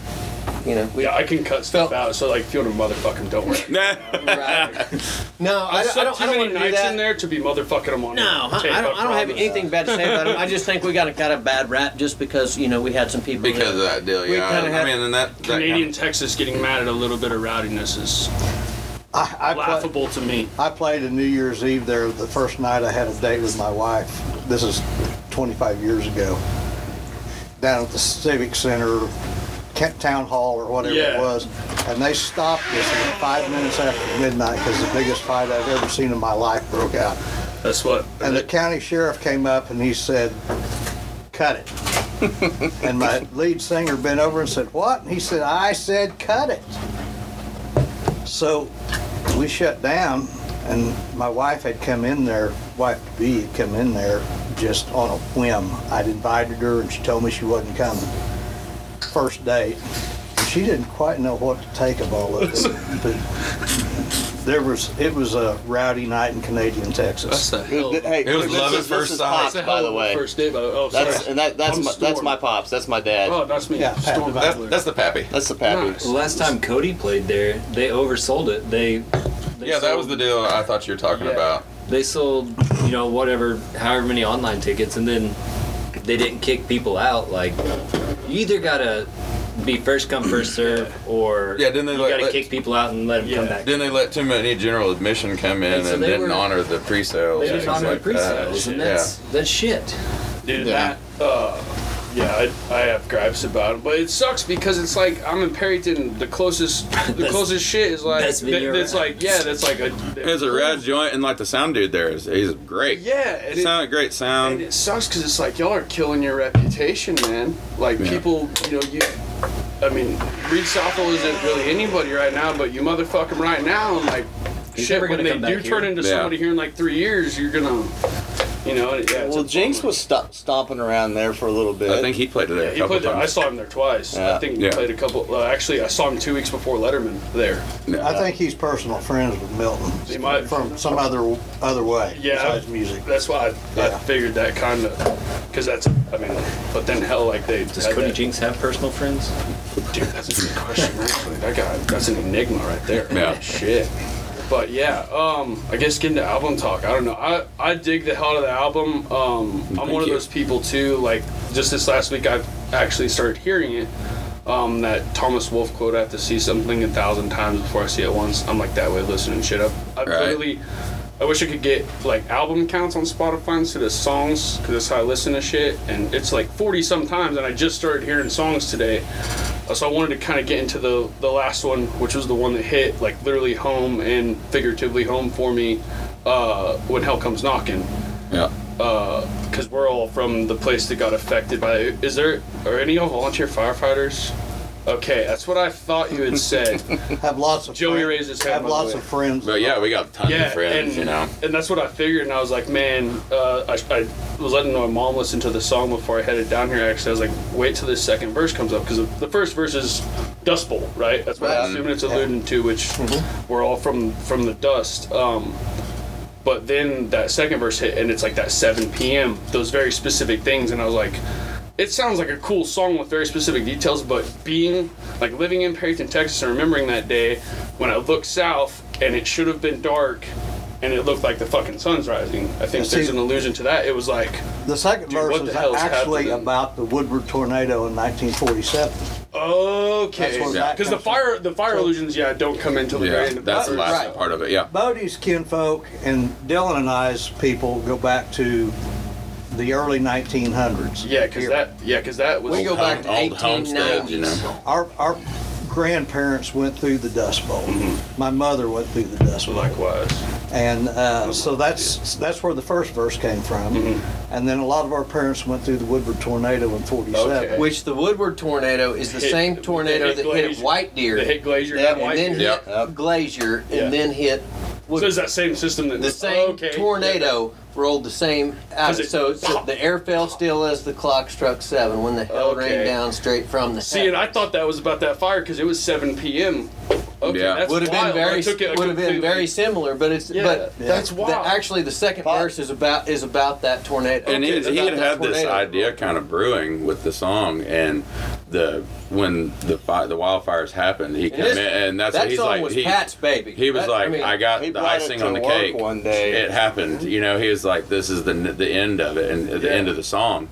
S4: you know, we.
S8: Yeah, I can cut stuff out. So like, if you want to motherfuck them, don't worry.
S4: Right. No, I,
S8: I,
S4: don't. I
S8: sucked
S4: don't,
S8: too
S4: I don't
S8: many
S4: want to do
S8: nights
S4: that.
S8: in there to be motherfucking them on.
S4: No, I,
S8: tape,
S4: I don't. I don't have
S8: promise.
S4: anything bad to say about them. I just think we got a kind of bad rap just because you know we had some people that-
S6: because of that deal,
S4: We
S6: yeah.
S4: kinda
S6: I
S4: had-
S6: mean, and that, that
S8: Canadian Texas getting mad at a little bit of rowdiness is
S10: I, I, pla-
S8: laughable to me.
S10: I played a New Year's Eve there the first night I had a date with my wife. This is 25 years ago. Down at the Civic Center, Kent Town Hall, or whatever
S8: Yeah.
S10: it was. And they stopped us at five minutes after midnight because the biggest fight I've ever seen in my life broke out.
S8: That's what.
S10: And the county sheriff came up and he said, cut it. and my lead singer bent over and said, what? And he said, I said, cut it. So we shut down and my wife had come in there, wife to be had come in there just on a whim. I'd invited her and she told me she wasn't coming. First date. She didn't quite know what to take of all of it, but there was it was a rowdy night in Canadian Texas.
S9: Th- Hey,
S6: It was
S9: this
S6: love
S9: is-
S6: at
S9: this
S6: first
S9: is
S6: sight.
S9: Pops, by the way.
S8: first day. By the, oh,
S9: That's
S8: sorry.
S9: and that that's
S8: I'm
S9: my, that's
S8: Storm.
S9: my pops. That's my dad.
S8: Oh, that's me.
S10: Yeah, Pat
S8: Storm
S10: Butler.
S8: Butler.
S6: That's, that's the pappy.
S9: That's the pappy.
S8: Nice.
S11: The last time Cody played there, they oversold it. They, they
S6: Yeah, that
S11: sold-
S6: was the deal I thought you were talking
S8: Yeah.
S6: about.
S11: They sold, you know, whatever, however many online tickets, and then they didn't kick people out. Like, you either gotta be first come first serve, or
S6: Yeah, didn't they
S11: you
S6: let-
S11: gotta
S6: let-
S11: kick people out and let them come
S8: Yeah.
S11: back.
S6: Then they let too many general admission come in
S11: And
S6: and,
S11: so they
S6: didn't
S11: were-
S6: honor the pre-sales.
S11: They
S6: and
S11: just
S6: things
S11: honor
S6: like uh,
S11: pre-sales,
S6: that.
S11: and that's that's shit.
S8: Dude,
S9: Yeah.
S8: that, uh, yeah, I, I have gripes about it, but it sucks because it's like I'm in Perryton. The closest, the
S11: That's-
S8: closest shit is like
S11: that's
S8: that's,
S11: been your
S8: that's
S11: rap.
S8: like yeah, that's like a
S6: Yeah. It's a rad joint, and like the sound dude there is he's great.
S8: yeah. And it,
S6: sound great
S8: and
S6: sound.
S8: it sucks because it's like y'all are killing your reputation, man. Like
S6: Yeah.
S8: people, you know, you. I mean, Reed Sothel isn't really anybody right now, but you motherfuck him right now, and like,
S11: He's
S8: shit,
S11: never
S8: when
S11: gonna
S8: they
S11: come
S8: do
S11: back here.
S8: turn into
S6: Yeah.
S8: somebody here in like three years, you're gonna, you know, and it- yeah. it's
S9: Well,
S8: a
S9: Jinx
S8: bummer.
S9: was stomp, stomping around there for a little bit.
S6: I think he played it there
S8: Yeah,
S6: a
S8: he
S6: couple
S8: played there. I
S6: times.
S8: saw him there twice.
S9: Yeah.
S8: I think
S6: Yeah.
S8: we played a couple. Uh, actually, I saw him two weeks before Letterman there.
S10: I think he's personal friends with Milton
S8: He might-
S10: from some other other way
S8: Yeah.
S10: besides music.
S8: That's why I, I
S10: Yeah.
S8: figured that kind of because that's. I mean, but then hell, like they.
S11: Does
S8: had
S11: Cody
S8: that-
S11: Jinks have personal friends?
S8: Dude, that's a good question. Actually, that guy. That's an enigma right there.
S6: Yeah.
S8: Shit. But yeah, um, I guess getting to album talk. I don't know. I, I dig the hell out of the album. Um, I'm
S6: Thank
S8: one of
S6: you.
S8: those people too. Like just this last week, I actually started hearing it. Um, that Thomas Wolfe quote: "I have to see something a thousand times before I see it once." I'm like that way, listening shit up. I
S6: Right.
S8: literally, I wish I could get like album counts on Spotify instead of songs, because that's how I listen to shit. And it's like 40 sometimes, and I just started hearing songs today. Uh, so I wanted to kind of get into the the last one, which was the one that hit like literally home and figuratively home for me uh, when hell comes knocking,
S6: Yeah.
S8: because we're all from the place that got affected by. it. Is there are any of y'all volunteer firefighters? Okay, that's what I thought you had said.
S10: Have lots of
S8: Joey
S10: friends,
S8: raised his hand,
S10: Have
S8: by the
S10: lots
S8: way.
S10: of friends.
S6: But yeah, we got tons of friends,
S8: and,
S6: you know.
S8: And that's what I figured. And I was like, man, uh, I, I was letting my mom listen to the song before I headed down here. Actually, I was like, wait till this second verse comes up because the first verse is Dust Bowl, right? That's what I'm assuming it's
S6: Mm-hmm.
S8: alluding to, which we're all from from the dust. Um, but then that second verse hit, and it's like that 7 p.m. Those very specific things, and I was like, it sounds like a cool song with very specific details. But being like living in Perryton, Texas, and remembering that day when I looked south and it should have been dark, and it looked like the fucking sun's rising. I think
S10: Yeah,
S8: there's
S10: see-
S8: an allusion to that. It was like,
S10: The second
S8: Dude,
S10: verse
S8: what
S10: is
S8: the hell is
S10: actually
S8: happening?
S10: about the Woodward tornado in 1947.
S8: okay,
S10: That's where that
S8: because the
S10: comes from.
S8: fire, the fire illusions, yeah, don't come until the very
S6: Yeah,
S8: end of
S6: that's
S8: that.
S6: the last
S10: Right.
S6: part of it. Yeah.
S10: Bodie's kinfolk and Dylan and I's people go back to the early 1900s.
S8: Yeah, because
S10: Here.
S8: that, yeah, because that was
S4: We go back to
S6: Old homesteads, you
S4: 1890s.
S6: know.
S10: Our, our grandparents went through the Dust Bowl.
S8: Mm-hmm.
S10: My mother went through the Dust Bowl.
S8: likewise.
S10: And uh, so that's that's where the first verse came from.
S6: Mm-hmm.
S10: And then a lot of our parents went through the Woodward tornado in 47.
S8: Okay.
S4: Which the Woodward tornado is the
S8: Hit-
S4: same
S8: they
S4: tornado
S8: hit
S4: that hit
S8: Glacier.
S4: White Deer.
S8: They hit Glacier
S4: that-
S8: and White
S4: then
S8: Deer.
S4: hit Glacier
S8: Yeah.
S4: and then hit
S8: So
S4: Woodward.
S8: it's that same system that
S4: the same
S8: okay,
S4: tornado rolled the same out.
S8: 'Cause it-
S4: so, so the air fell still as the clock struck seven when the hell
S8: Okay.
S4: rained down straight from the
S8: See, and I thought that was about that fire because it was 7 p.m. Okay,
S6: Yeah.
S8: that's
S4: would have been
S8: wild. I
S4: very
S8: took it
S4: would have been
S8: completely-
S4: very similar, but it's
S8: Yeah,
S4: but
S8: yeah. that's
S4: the-
S8: wild.
S4: actually, the second verse is about is about that tornado.
S6: And
S4: It's
S6: he, he
S4: about
S6: had
S4: that
S6: had this
S4: tornado.
S6: idea kind of brewing with the song, and the when the fi- the wildfires happened, he came
S4: this-
S6: in, and that's
S4: that
S6: what he's
S4: song
S6: like.
S4: was
S6: he,
S4: Pat's baby.
S6: he was
S4: That-
S6: like, I,
S4: I mean,
S6: got
S9: he
S6: the
S9: brought it
S6: icing
S9: to
S6: on the
S9: work
S6: cake.
S9: one day.
S6: it happened. You know, he was like, this is the the end of it, and the end of the song,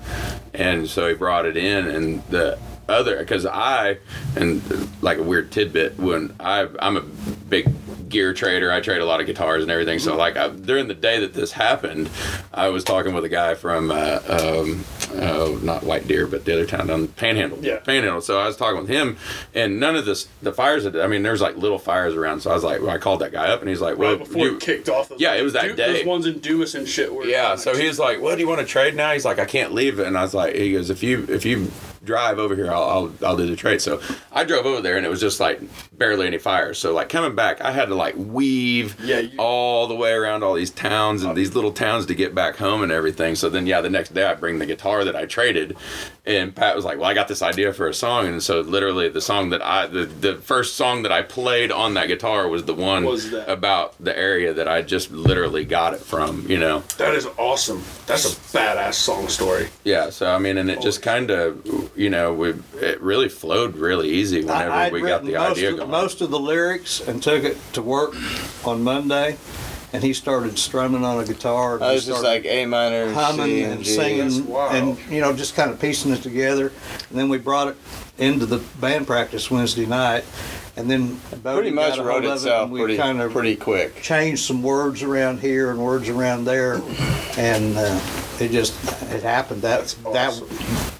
S6: and so he brought it in, and the other because I and like a weird tidbit when I I'm a big gear trader I trade a lot of guitars and everything
S8: Mm-hmm.
S6: so like I, during the day that this happened I was talking with a guy from uh, um, oh, not White Deer but the other town down Panhandle
S8: Yeah.
S6: Panhandle so I was talking with him and none of this the fires had, I mean there was like little fires around so I was like well, I called that guy up and he's like well
S8: Right before
S6: you-
S8: it kicked off.
S6: Yeah, it was that
S8: Dude,
S6: day.
S8: Those ones in Dumas and shit were.
S6: yeah, so he's like, "What do you want to trade now?" He's like, "I can't leave," and I was like, "He goes, if you if you drive over here, I'll I'll, I'll do the trade." So I drove over there, and it was just like barely any fire. So like coming back, I had to like weave
S8: Yeah, you-
S6: all the way around all these towns and these little towns to get back home and everything. So then yeah, the next day I bring the guitar that I traded, and Pat was like, "Well, I got this idea for a song," and so literally the song that I the the first song that I played on that guitar was the one
S8: Was that.
S6: about the area that I just literally got it from, you know.
S8: That is awesome. That's a badass song story.
S6: Yeah, so I mean, and it just kind of, you know, we it really flowed really easy whenever
S10: I'd
S6: we got
S10: written
S6: the
S10: most
S6: idea
S10: of,
S6: going.
S10: Most of the lyrics and took it to work on Monday, and he started strumming on a guitar. and
S9: I
S10: he
S9: was just
S10: started
S9: like A minor,
S10: humming
S9: C,
S10: and,
S9: G.
S10: singing,
S8: wild.
S10: and you know, just kind of piecing it together. And then we brought it into the band practice Wednesday night, and then
S9: Pretty
S10: Bodie
S9: much
S10: got a
S9: wrote
S10: hold of it,
S9: itself
S10: and we
S9: pretty
S10: kind of
S9: pretty quick.
S10: changed some words around here and words around there, and uh, it just it happened that that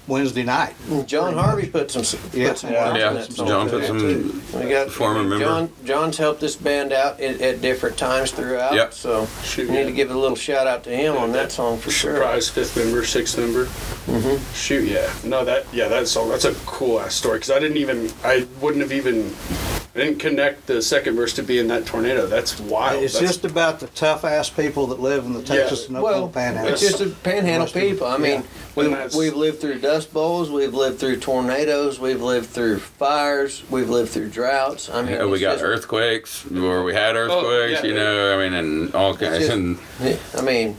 S10: Wednesday night.
S4: John Harvey put some put
S10: Yeah.
S4: some
S9: Yeah.
S4: words in
S6: yeah,
S4: that song.
S6: John put some.
S4: We got
S6: Former member.
S4: John. John's helped this band out at, at different times throughout.
S6: Yep.
S4: So
S8: Shoot,
S4: we need
S8: yeah.
S4: to give a little shout out to him on that song for sure.
S8: Surprise, fifth member, sixth member. Mm-hmm. Shoot, yeah. No, that, yeah, that song. That's a cool ass story because I didn't even, I wouldn't have even, I didn't connect the second verse to be in that tornado. That's wild.
S10: It's
S8: That's-
S10: just about the tough ass people that live in the
S8: Yeah.
S10: Texas and Oklahoma
S4: Well,
S10: Panhandle.
S4: it's just a panhandle
S10: Western-
S4: people. I mean,
S8: And
S4: we've,
S8: that's-
S4: we've lived through dust bowls, we've lived through tornadoes, we've lived through fires, we've lived through droughts. I mean,
S6: Yeah, uh, we
S4: it's
S6: got
S4: just-
S6: earthquakes, or we had earthquakes,
S8: Oh, yeah.
S6: you know. I mean, and all kinds.
S4: just-
S6: and
S4: I mean,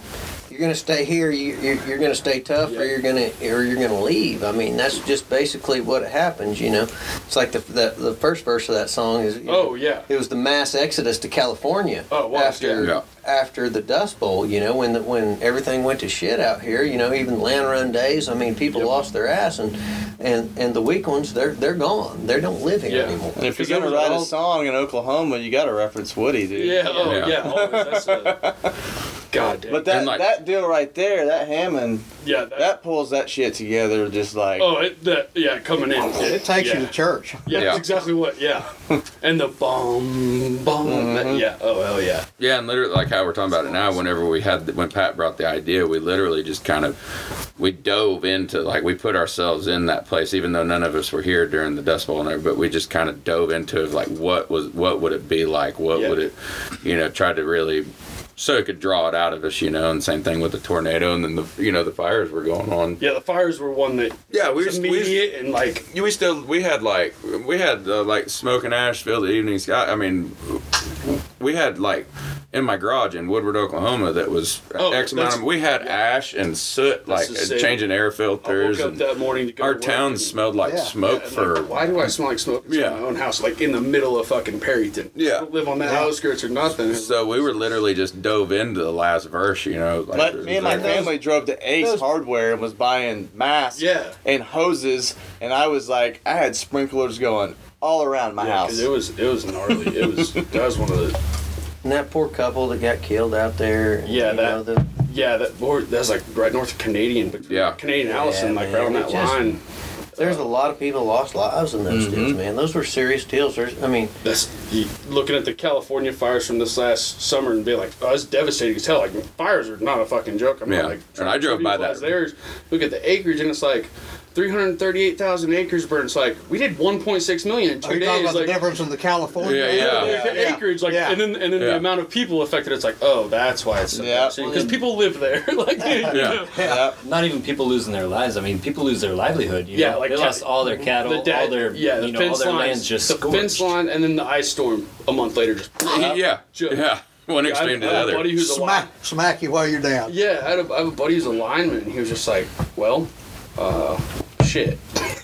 S4: you're gonna stay here. You, you, you're gonna stay tough,
S8: Yeah.
S4: or you're gonna or you're gonna leave. I mean, that's just basically what happens. You know, it's like the the, the first verse of that song is. you
S8: Oh,
S4: know,
S8: yeah.
S4: It was the mass exodus to California.
S8: Oh, it was,
S4: after
S6: yeah. Yeah.
S4: after the Dust Bowl, you know, when the, when everything went to shit out here, you know, even land run days. I mean, people lost their ass, and and and the weak ones, they're they're gone. They don't live here
S8: Yeah.
S4: anymore.
S9: And if you're
S8: Because there
S9: gonna
S8: was
S9: write a
S8: all-
S9: song in Oklahoma, you gotta reference Woody, dude.
S8: Yeah, oh,
S6: Yeah.
S8: yeah. always. That's a, God damn.
S9: But that
S6: And, like-
S9: that deal right there, that Hammond,
S8: yeah, that,
S9: that pulls that shit together just like
S8: oh, it, that, yeah, coming in.
S10: it takes
S8: yeah.
S10: you to church.
S8: Yeah,
S6: Yeah.
S8: that's exactly what. Yeah, and the bomb, bomb. that- yeah. Oh hell yeah.
S6: yeah, and literally, like how we're talking about it now. Whenever we had, the, when Pat brought the idea, we literally just kind of, we dove into like we put ourselves in that place, even though none of us were here during the Dust Bowl and everything. But we just kind of dove into like what was, what would it be like? What
S8: Yeah.
S6: would it, you know, tried to really so it could draw it out of us, you know. And same thing with the tornado, and then the you know the fires were going on.
S8: Yeah, the fires were one that
S6: Yeah, we
S8: was
S6: just- we just-
S8: immediate and like
S6: Yeah, we still we had like we had uh, like smoke and ash filled the evening sky. I mean, we had like in my garage in Woodward, Oklahoma, that was
S8: Oh,
S6: X amount.
S8: that's-
S6: Of, we had ash and soot, like uh,
S8: the same.
S6: changing air
S8: I woke
S6: filters.
S8: up
S6: And
S8: that morning to go
S6: our
S8: to work
S6: town
S8: and-
S6: smelled like
S10: Yeah.
S6: smoke
S8: And,
S6: for.
S8: like, why do I smell like smoke? It's
S6: Yeah.
S8: my own house, like in the middle of fucking Perryton.
S6: Yeah.
S8: I don't live on the outskirts or nothing.
S6: so we were literally just dove into the last verse, you know. Like,
S9: But me and my family drove to Ace
S10: those-
S9: Hardware and was buying masks
S8: Yeah.
S9: and hoses, and I was like, I had sprinklers going all around my
S8: yeah, 'cause
S9: house.
S8: it was it was gnarly. It was that was one of the
S4: And that poor couple that got killed out there.
S8: Yeah,
S4: you
S8: that-
S4: know, the-
S8: yeah that or that's like right north of Canadian, but
S6: Yeah.
S8: Canadian Allison,
S4: Yeah,
S8: like
S4: man,
S8: right on
S4: it
S8: that
S4: just-
S8: line.
S4: there's a lot of people lost lives in those deals, man. Those were serious deals. There's, I mean,
S8: That's you, looking at the California fires from this last summer and be like, oh, it's devastating as hell. Like fires are not a fucking joke. I'm
S6: Yeah.
S8: not like,
S6: And I drove by that.
S8: trivialize Theirs. Look at the acreage and it's like. 338,000 acres burned. It's like, we did 1.6 million in two
S10: Are you
S8: days.
S10: talking about
S8: like,
S10: the difference in the California?
S6: Yeah, yeah.
S8: Like, the
S9: Yeah.
S8: acreage, like,
S10: Yeah.
S8: and then and then
S6: Yeah.
S8: the amount of people affected. It's like, oh, that's why it's so
S9: Yeah.
S8: because people live there. like,
S6: Yeah.
S9: Yeah.
S11: Not even people losing their lives. I mean, people lose their livelihood. You
S8: Yeah,
S11: know?
S8: like
S11: they
S8: cat-
S11: lost all their cattle,
S8: the dad,
S11: all their
S8: yeah, the
S11: you know, all
S8: fence
S11: their
S8: lines,
S11: lands just
S8: the
S11: scorched.
S8: fence line, and then the ice storm a month later. Just
S6: Yeah, yeah,
S8: Joe.
S6: One
S8: I have-
S6: extreme to
S8: I
S6: the
S8: have a
S6: other.
S8: buddy who's a li-
S10: Smack, smack you while you're down.
S8: Yeah, I had a, I have a buddy who's a lineman. and He was just like, well, uh, shit.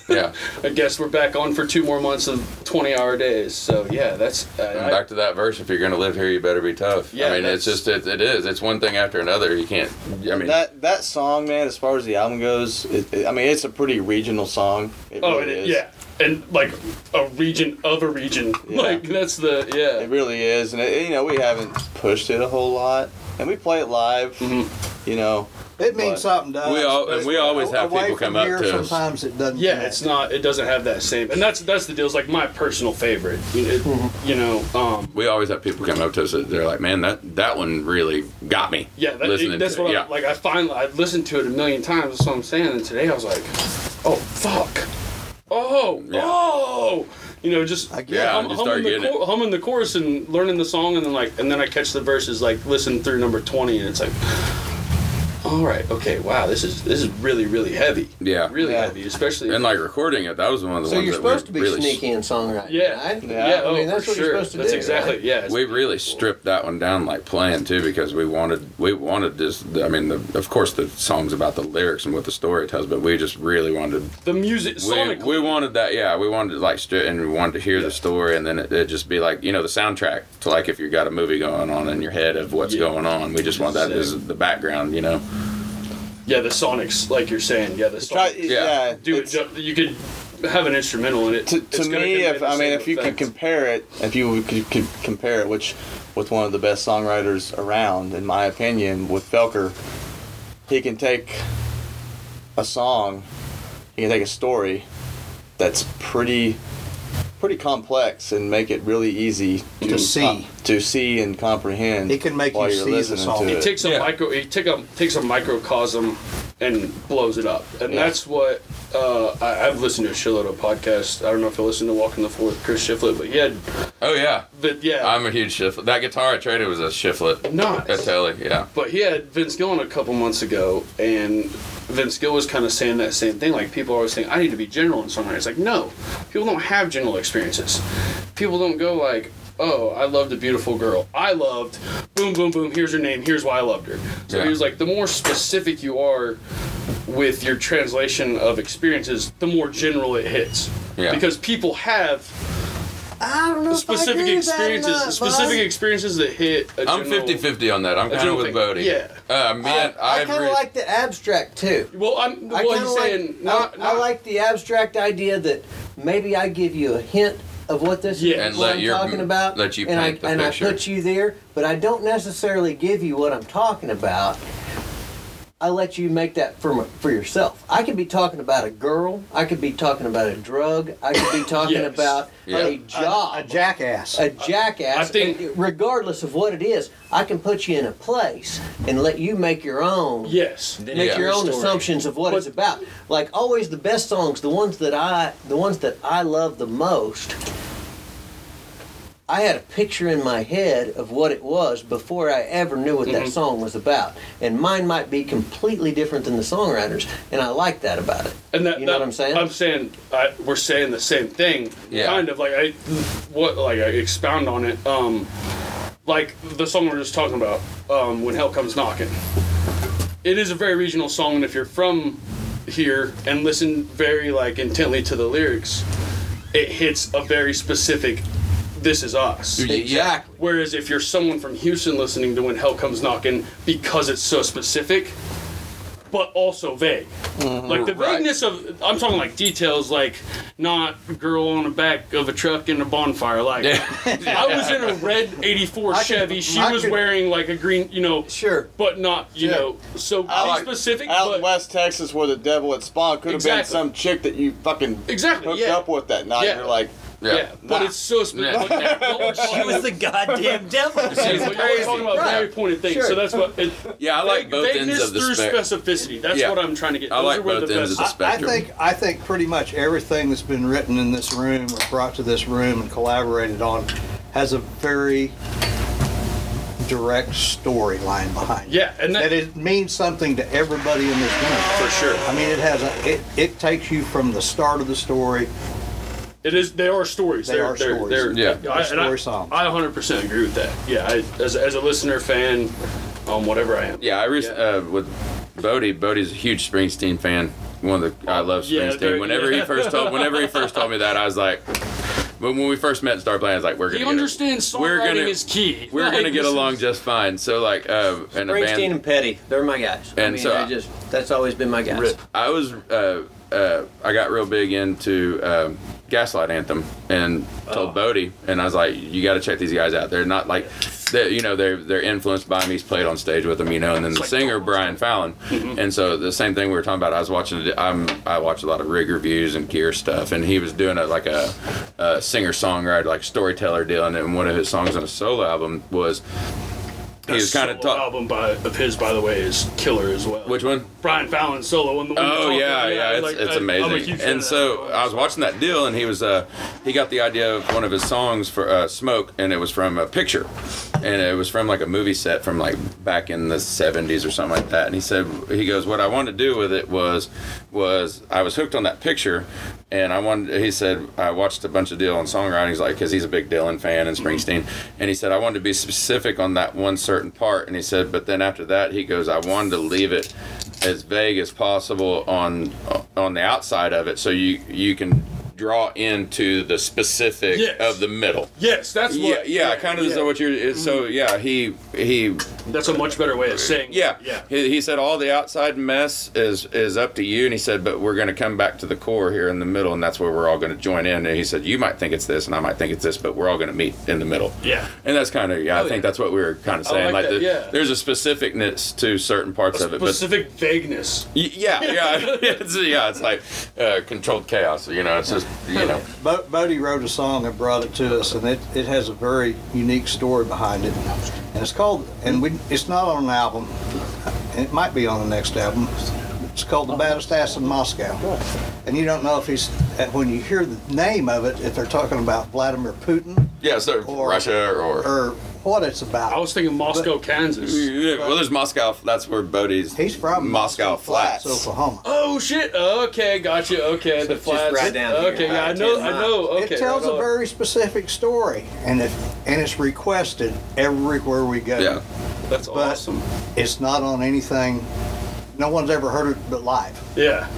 S6: yeah,
S8: I guess we're back on for two more months of twenty-hour days. So yeah, that's
S6: And
S8: uh,
S6: back to that verse. If you're gonna live here, you better be tough. I
S8: Yeah,
S6: mean, it's
S8: that's-
S6: just it, it is. It's one thing after another. You can't. I mean,
S9: that that song, man, as far as the album goes, it, it- I mean, it's a pretty regional song. It
S8: oh,
S9: really
S8: and,
S9: is.
S8: yeah, and like a region of a region.
S9: Yeah.
S8: Like that's the yeah.
S9: It really is, and it, you know we haven't pushed it a whole lot, and we play it live.
S8: Mm-hmm.
S9: You know,
S10: It means
S9: But-
S10: something to us.
S6: we all and we always have
S10: Away
S6: people
S10: from
S6: come up
S10: here,
S6: to us.
S10: Sometimes it doesn't.
S8: Yeah,
S10: connect.
S8: it's not. It doesn't have that same. And that's that's the deal. It's like my personal favorite. You it- you know, um,
S6: We always have people come up to us. that They're like, "Man, that that one really got me."
S8: yeah, that,
S6: listening
S8: that's
S6: to
S8: what
S6: it.
S8: I, like. I find I listened to it a million times. That's what I'm saying. And today I was like, oh fuck, oh
S6: Yeah.
S8: oh, you know, just
S10: I get
S6: Yeah,
S8: hum-
S6: you start
S8: humming, the
S6: getting
S8: chor- humming the chorus and learning the song, and then like, and then I catch the verses like listen through number twenty, and it's like. All right. Okay. Wow. This is this is really really heavy.
S6: Yeah.
S8: Really
S9: Yeah.
S8: heavy, especially.
S6: And like recording it, that was one of the
S4: so
S6: ones
S4: you're
S6: that we're
S4: supposed to be
S6: really
S4: sneaky in songwriting.
S8: yeah.
S4: right?
S8: Yeah.
S4: I
S8: oh,
S4: mean, that's
S8: for
S4: what
S8: sure.
S4: you're supposed to
S8: that's
S4: do.
S8: exactly.
S4: right?
S8: Yeah. it's-
S6: We really stripped that one down, like playing too, because we wanted we wanted this. I mean, the, of course, the songs about the lyrics and what the story tells, but we just really wanted
S8: the music.
S6: we,
S8: Sonically.
S6: we wanted that. Yeah, we wanted to like strip and we wanted to hear the story, and then it, it just be like you know the soundtrack to like if you got a movie going on in your head of what's
S8: Yeah.
S6: going on. We just want that as the background, you know.
S8: Yeah, the Sonics, like you're saying. Yeah, the
S9: try,
S8: Sonics.
S9: yeah,
S8: Do it.
S9: it's-
S8: ju- You could have an instrumental in it.
S9: to, to
S8: It's gonna
S9: me,
S8: convey
S9: if
S8: the
S9: I mean,
S8: same
S9: if you
S8: effect.
S9: could compare it, if you could, could compare it, which with one of the best songwriters around, in my opinion, with Felker, he can take a song, he can take a story that's pretty, pretty complex and make it really easy to,
S10: To see.
S9: uh, to see and comprehend.
S10: He can make
S9: while
S10: you
S9: you're
S10: see the
S9: listening
S10: song.
S9: to
S10: He
S9: it.
S8: takes a micro, he take a, takes a microcosm and blows it up, and
S9: Yeah.
S8: that's what uh, I, I've listened to a shitload of podcasts. I don't know if you listened to Walking the Floor with Chris Shiflett, but yeah,
S6: Oh yeah,
S8: but yeah,
S6: I'm a huge shiflet. That guitar I traded was a shiflet.
S8: Nice.
S6: That's telly. Yeah.
S8: But he had Vince Gill on a couple months ago, and Vince Gill was kind of saying that same thing. Like people are always saying, "I need to be general in songwriting." It's like, no, people don't have general experiences. People don't go like, "Oh, I loved a beautiful girl. I loved, boom, boom, boom. Here's her name. Here's why I loved her." So
S6: Yeah.
S8: he was like, the more specific you are with your translation of experiences, the more general it hits.
S6: Yeah.
S8: Because people have
S10: I don't know. if I
S8: specific
S10: agree with that
S8: experiences,
S10: much, bud.
S8: specific experiences that hit. A
S6: I'm
S8: general-
S6: 50 50 on that. I'm kind
S8: general
S6: of with
S8: thing.
S6: Bodie.
S8: Yeah.
S6: Uh, me
S4: I,
S6: and I,
S4: kind
S6: re-
S4: of like the abstract too.
S8: Well, I'm.
S4: I
S8: Well,
S4: kind of
S8: he's saying
S4: like,
S8: not,
S4: I,
S8: not-
S4: I like the abstract idea that maybe I give you a hint of what this
S8: Yeah.
S4: is
S8: And
S4: what
S6: let
S4: I'm
S6: your-
S4: talking about,
S6: let you
S4: and I
S6: paint the
S4: and
S6: picture.
S4: I put you there, but I don't necessarily give you what I'm talking about. I let you make that for my, for yourself. I could be talking about a girl. I could be talking about a drug. I could be talking
S8: Yes.
S4: about
S6: Yeah.
S4: a job
S10: A jackass.
S4: a jackass.
S8: I think-
S4: and regardless of what it is, I can put you in a place and let you make your own.
S8: Yes.
S11: They
S4: Make
S11: have
S4: your
S11: a
S4: own
S11: story.
S4: assumptions of what
S8: But-
S4: it's about. Like always, the best songs, the ones that I, the ones that I love the most. I had a picture in my head of what it was before I ever knew what that song was about, and mine might be completely different than the songwriters, and I like that about it.
S8: And that,
S4: you know
S8: that-
S4: what I'm saying?
S8: I'm saying I, we're saying the same thing,
S6: Yeah.
S8: kind of like I, what like I expound on it. Um, like the song we we're just talking about, um, when hell comes knocking. It is a very regional song, and if you're from here and listen very like intently to the lyrics, it hits a very specific. This is us.
S9: Exactly.
S8: Whereas if you're someone from Houston listening to When Hell Comes Knocking, because it's so specific, but also vague. Like the
S9: Right.
S8: vagueness of, I'm talking like details, like not girl on the back of a truck in a bonfire. Like I was in a red '84
S10: could-
S8: Chevy. she
S10: I
S8: was
S10: could-
S8: wearing like a green, you know,
S4: Sure.
S8: but not, you
S9: Yeah.
S8: know. So
S9: I
S8: be
S9: like-
S8: specific,
S9: Out
S8: but
S9: in West Texas, where the devil had spawned, could have been
S8: Exactly.
S9: some chick that you fucking
S8: Exactly,
S9: hooked
S8: yeah.
S9: up with that night.
S8: Yeah.
S9: You're like,
S8: yeah. But
S9: Nah.
S8: it's so specific.
S11: She was the goddamn devil.
S8: She's like, you're always talking about very pointed things, so that's what. It,
S6: Yeah, I like both
S8: vagueness
S6: ends of the
S8: through
S6: spectrum.
S8: specificity. That's
S6: Yeah.
S8: what I'm trying to get.
S6: I
S8: Those
S6: like
S8: are where
S6: both
S8: the
S6: ends of the
S8: best-
S10: I
S6: spectrum.
S10: think I think pretty much everything that's been written in this room or brought to this room and collaborated on has a very direct storyline behind it.
S8: Yeah, and
S10: That
S8: that,
S10: it means something to everybody in this room.
S8: for sure.
S10: I mean, it has a, it, it takes you from the start of the story.
S8: It is. They are stories.
S10: They
S8: They're,
S10: are
S8: they're,
S10: stories.
S8: They're,
S6: Yeah.
S8: I, and
S10: Story
S8: I,
S10: songs.
S8: I 100% agree with that. Yeah. I, as, as a listener, fan, um, whatever I am.
S6: Yeah, I rec-
S8: Yeah.
S6: Uh, with Bodie. Bodie's a huge Springsteen fan. One of the I love
S8: Yeah,
S6: Springsteen.
S8: very-
S6: whenever he first told, whenever he first told me that, I was like, when, when we first met, and started playing, I was like, we're gonna.
S8: You
S6: get a-
S8: understand songwriting
S6: we're gonna-
S8: is key.
S6: We're
S8: Like,
S6: gonna get
S8: this
S6: along
S8: is-
S6: just fine. So like, uh, and a
S4: Springsteen
S6: band.
S4: and Petty, they're my guys. I
S6: And
S4: mean,
S6: so
S4: they're
S6: I-
S4: just that's always been my guys.
S6: I was uh, uh, I got real big into um, Gaslight Anthem and
S8: Oh.
S6: told Bodie, and I was like, you got to check these guys out. They're not like, they you know, they're they're influenced by me. He's played on stage with them, you know, and then the singer Brian Fallon,
S8: Mm-hmm.
S6: and so the same thing we were talking about. I was watching, I'm I watch a lot of rig reviews and gear stuff, and he was doing a like a, a singer songwriter like storyteller deal, and then one of his songs on a solo album was. He was kind of
S8: solo
S6: talking.
S8: album by of his, by the way, is killer as well.
S6: Which one?
S8: Brian Fallon solo and the one. you're
S6: Oh
S8: talking
S6: yeah,
S8: about,
S6: yeah, it's,
S8: like,
S6: it's
S8: I- I'm a huge
S6: amazing.
S8: fan
S6: And
S8: of
S6: so
S8: that.
S6: I was watching that deal, and he was uh, he got the idea of one of his songs for uh, "Smoke," and it was from a picture, and it was from like a movie set from like back in the '70s or something like that. And he said, he goes, "What I wanted to do with it was, was I was hooked on that picture, and I wanted." He said, "I watched a bunch of Dylan songwriting. He's like, because he's a big Dylan fan
S8: Mm-hmm.
S6: and Springsteen, and he said I wanted to be specific on that one certain part. And he said, but then after that, he goes, I wanted to leave it." as vague as possible on on the outside of it so you you can draw into the specific
S8: Yes.
S6: of the middle
S8: Yes, that's
S6: yeah
S8: what. Mm-hmm.
S6: yeah kind of is what you're it's so yeah he he
S8: That's a much better way of saying.
S6: yeah
S8: Yeah.
S6: he, he said all the outside mess is is up to you and he said but we're going to come back to the core here in the middle and that's where we're all going to join in and he said you might think it's this and i might think it's this but we're all going to meet in the middle
S8: Yeah. Oh,
S6: and that's kind of yeah i think that's what we were kind of saying
S8: like that,
S6: the,
S8: yeah.
S6: there's a specificness to certain parts of it but
S8: Specific vagueness.
S6: Y- Yeah, yeah, it's, yeah. It's like uh, controlled chaos. You know, it's just you know.
S10: Bo- Bodie wrote a song and brought it to us, and it, it has a very unique story behind it. And it's called, and we it's not on an album, and it might be on the next album. It's called The Baddest Ass in Moscow. And you don't know if he's, and when you hear the name of it, if they're talking about Vladimir Putin
S6: Yeah, so
S10: Or-
S6: Russia or,
S10: or what it's about.
S8: I was thinking Moscow, Kansas.
S6: Yeah, well, there's Moscow. That's where Bodie's.
S10: he's from
S6: Moscow Flats.
S10: Oklahoma.
S8: Oh shit! Okay, gotcha. Okay, the
S4: just
S8: flats.
S4: right down here.
S8: okay, yeah, I
S4: Right,
S8: know,
S4: ten
S8: I know.
S4: miles.
S8: Okay, uh,
S10: it tells
S8: right
S10: a
S8: on.
S10: very specific story, and it and it's requested everywhere we go.
S6: Yeah,
S8: That's
S10: but
S8: awesome.
S10: it's not on anything. No one's ever heard it but live.
S8: Yeah,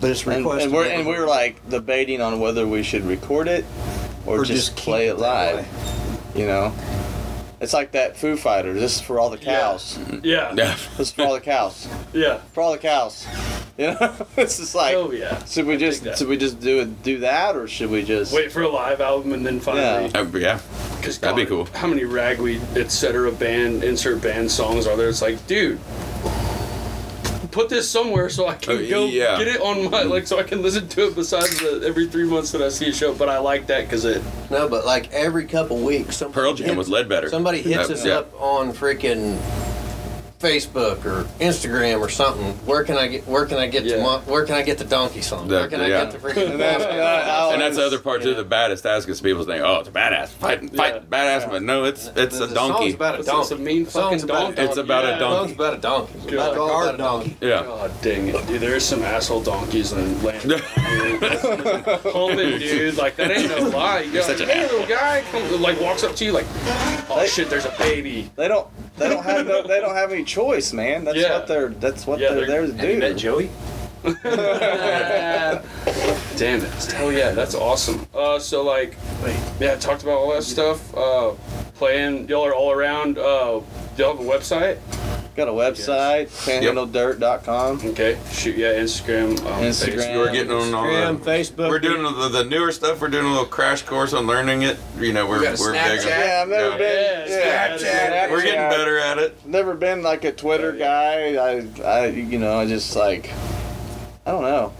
S10: But it's
S9: and,
S10: requested.
S9: and we're and we were like debating on whether we should record it or,
S10: Or
S9: just,
S10: just keep
S9: play
S10: it
S9: it
S10: that
S9: live. You know, it's like that Foo Fighter. This is for all the cows.
S8: yeah, yeah.
S6: yeah.
S9: This is for all the cows. For all the cows. You know, it's just like.
S8: Oh yeah.
S9: Should we just
S8: that.
S9: should we just do it do that or should we just
S8: Wait for a live album and then finally.
S6: Uh, yeah.
S8: 'cause
S6: That'd be
S8: God,
S6: cool.
S8: How many ragweed, etc. band insert band songs are there? It's like, dude, put this somewhere so I can
S6: Uh,
S8: go
S6: yeah.
S8: get it on my like so I can listen to it besides the every three months that I see a show. But I like that because it.
S4: No, but like every couple weeks, some
S6: Pearl Jam was Ledbetter.
S4: Somebody hits
S6: Uh,
S4: us
S6: yeah.
S4: up on freaking Facebook or Instagram or something. Where can I get? Where can I get? The
S8: Yeah.
S4: mon- where can I get the donkey song? where
S6: That-
S4: can
S6: yeah.
S4: I get the freaking?
S9: oh,
S6: and that's the other part too. The baddest ass because people think, oh, it's a badass fighting, fighting badass, but no, it's it's a
S4: the
S6: donkey.
S4: Song's about a
S8: It's- it's
S4: donkey.
S8: a mean
S4: The song's
S8: fucking
S4: about
S8: donkey.
S6: it's about
S2: Yeah.
S6: a
S4: The song's
S6: donkey.
S4: about a donkey. It's about a
S8: Good
S4: guard
S10: guard
S4: donkey.
S6: Yeah.
S8: God Oh, dang it, dude. There's some asshole donkeys in land. Pumping, dude. Like, that ain't no lie. You got
S6: such an
S8: like, hey, little guy. Come, like, walks up to you, like, oh shit, there's a baby.
S9: They don't. They don't have. No, they don't have any choice, man. That's
S8: Yeah.
S9: what they're. That's what
S8: Yeah,
S9: they're,
S8: they're-
S11: Have you
S9: there to
S11: met
S9: do.
S11: Joey?
S8: Damn it. Hell yeah, that's awesome. Uh, so, like, yeah, I talked about all that stuff. Uh, playing, y'all are all around. Uh, y'all have a website?
S9: Got a website, panhandledirt.com.
S8: Okay. Shoot, yeah, Instagram. Um,
S9: Instagram.
S6: We're getting on all
S4: Instagram,
S6: the.
S4: Facebook.
S6: We're doing the, the newer stuff. We're doing a little crash course on learning it. You know, we're
S4: We got a
S6: we're big.
S4: Snapchat.
S6: On,
S9: Yeah, I've never
S6: Yeah.
S9: been. Yeah,
S6: Snapchat. We're getting better at it.
S9: Never been like a Twitter guy. I, I, you know, I just like, I don't know.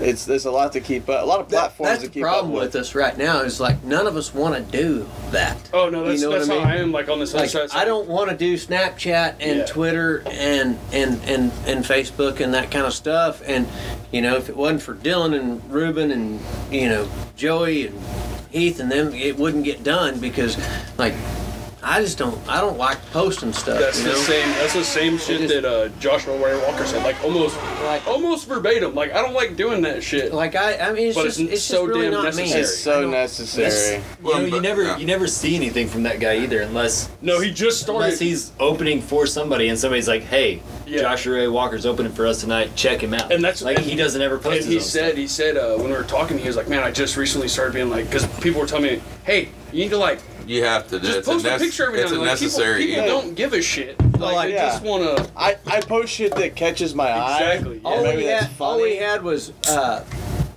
S9: It's there's a lot to keep up. A lot of
S4: That-
S9: platforms
S4: that's
S9: to
S4: the
S9: keep
S4: problem
S9: up with.
S4: with us right now. Is like none of us want to do that.
S8: Oh, no, that's,
S4: You know what
S8: that's
S4: I
S8: how
S4: mean?
S8: I am, like, on this other
S4: Like,
S8: side.
S4: I don't want to do Snapchat and
S8: Yeah.
S4: Twitter and, and and and Facebook and that kind of stuff. And you know, if it wasn't for Dylan and Ruben and you know Joey and Heath and them, it wouldn't get done because like I just don't I don't like posting stuff.
S8: That's
S4: you
S8: the
S4: know?
S8: same. That's the same shit
S4: It is-
S8: that uh, Joshua Warren Walker said, like almost,
S4: Like-
S8: almost verbatim. Like I don't like doing that shit.
S4: Like I I mean, it's
S8: But
S4: just
S8: it's
S4: it's,
S8: so
S4: just really
S8: damn
S4: not
S8: necessary.
S4: me.
S9: It's so necessary.
S6: Well,
S11: you know, you
S6: but-
S11: never
S6: yeah.
S11: you never see anything from that guy either, unless
S8: no, he just
S11: unless
S8: started.
S11: he's opening for somebody and somebody's like, "Hey,
S8: Yeah.
S11: Joshua Ray Walker's opening for us tonight. Check him out."
S8: And that's-
S11: like
S8: and-
S11: he doesn't ever post.
S8: and
S11: his
S8: he
S11: own
S8: said, he said uh, when we were talking, he was like, "Man, I just recently started being like, because people were telling me, hey, you need to like
S6: You have to. do-
S8: just
S6: it's
S8: post a,
S6: nec-
S8: picture every
S6: It's
S8: now
S6: a
S8: and then." Like,
S6: necessary.
S8: People, people
S6: evil.
S8: don't give a shit. Like,
S9: Like,
S8: they
S9: yeah.
S8: just wanna.
S9: I, I post shit that catches my
S8: Exactly,
S9: eye.
S8: yeah.
S4: All
S9: Maybe
S4: we
S9: that's
S4: had all we
S9: funny.
S4: had was uh,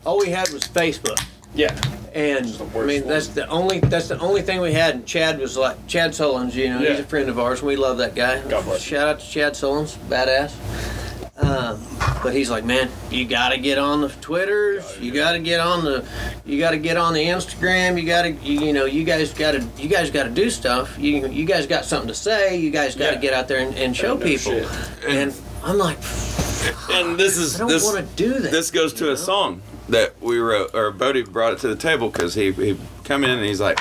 S4: all we had was Facebook.
S8: Yeah.
S4: And
S8: the
S4: I
S8: worst
S4: mean,
S8: one.
S4: that's the only that's the only thing we had. And Chad was like Chad Solons, you know, he's
S8: Yeah.
S4: a friend of ours. and We love that guy.
S8: God bless you.
S4: Shout out to Chad Solons, badass. Um, but he's like, man, you got to get on the Twitters. You got to get on the, you got to get on the Instagram. You got to, you, you know, you guys got to, you guys got to do stuff. You you guys got something to say. You guys got to
S8: Yeah.
S4: get out there and, and show
S8: no
S4: people.
S8: shit.
S4: And I'm like,
S6: and this is
S4: I don't
S6: this.
S4: want to do that.
S6: this goes to a song that we wrote, or Bodie brought it to the table because he he come in and he's like,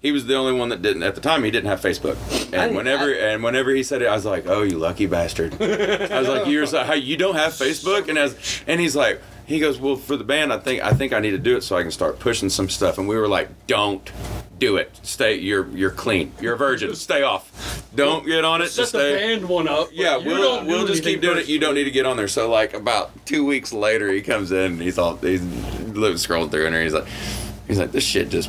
S6: he was the only one that didn't at the time. He didn't have Facebook,
S4: I-
S6: and whenever and whenever he said it, I was like, oh, you lucky bastard. I was like, you're so, how you don't have Facebook, and as and he's like. He goes, well, for the band, I think I think I need to do it so I can start pushing some stuff. And we were like, don't do it. Stay, you're you're clean. You're a virgin. Stay off. Don't get on it.
S8: Set
S6: Just
S8: the
S6: stay.
S8: band one up. but
S6: Yeah,
S8: you
S6: we'll
S8: don't
S6: we'll
S8: do
S6: just keep
S8: anything
S6: doing
S8: first.
S6: it. You don't need to get on there. So like about two weeks later, he comes in and he's all he's li- scrolling through and he's like, he's like, this shit just.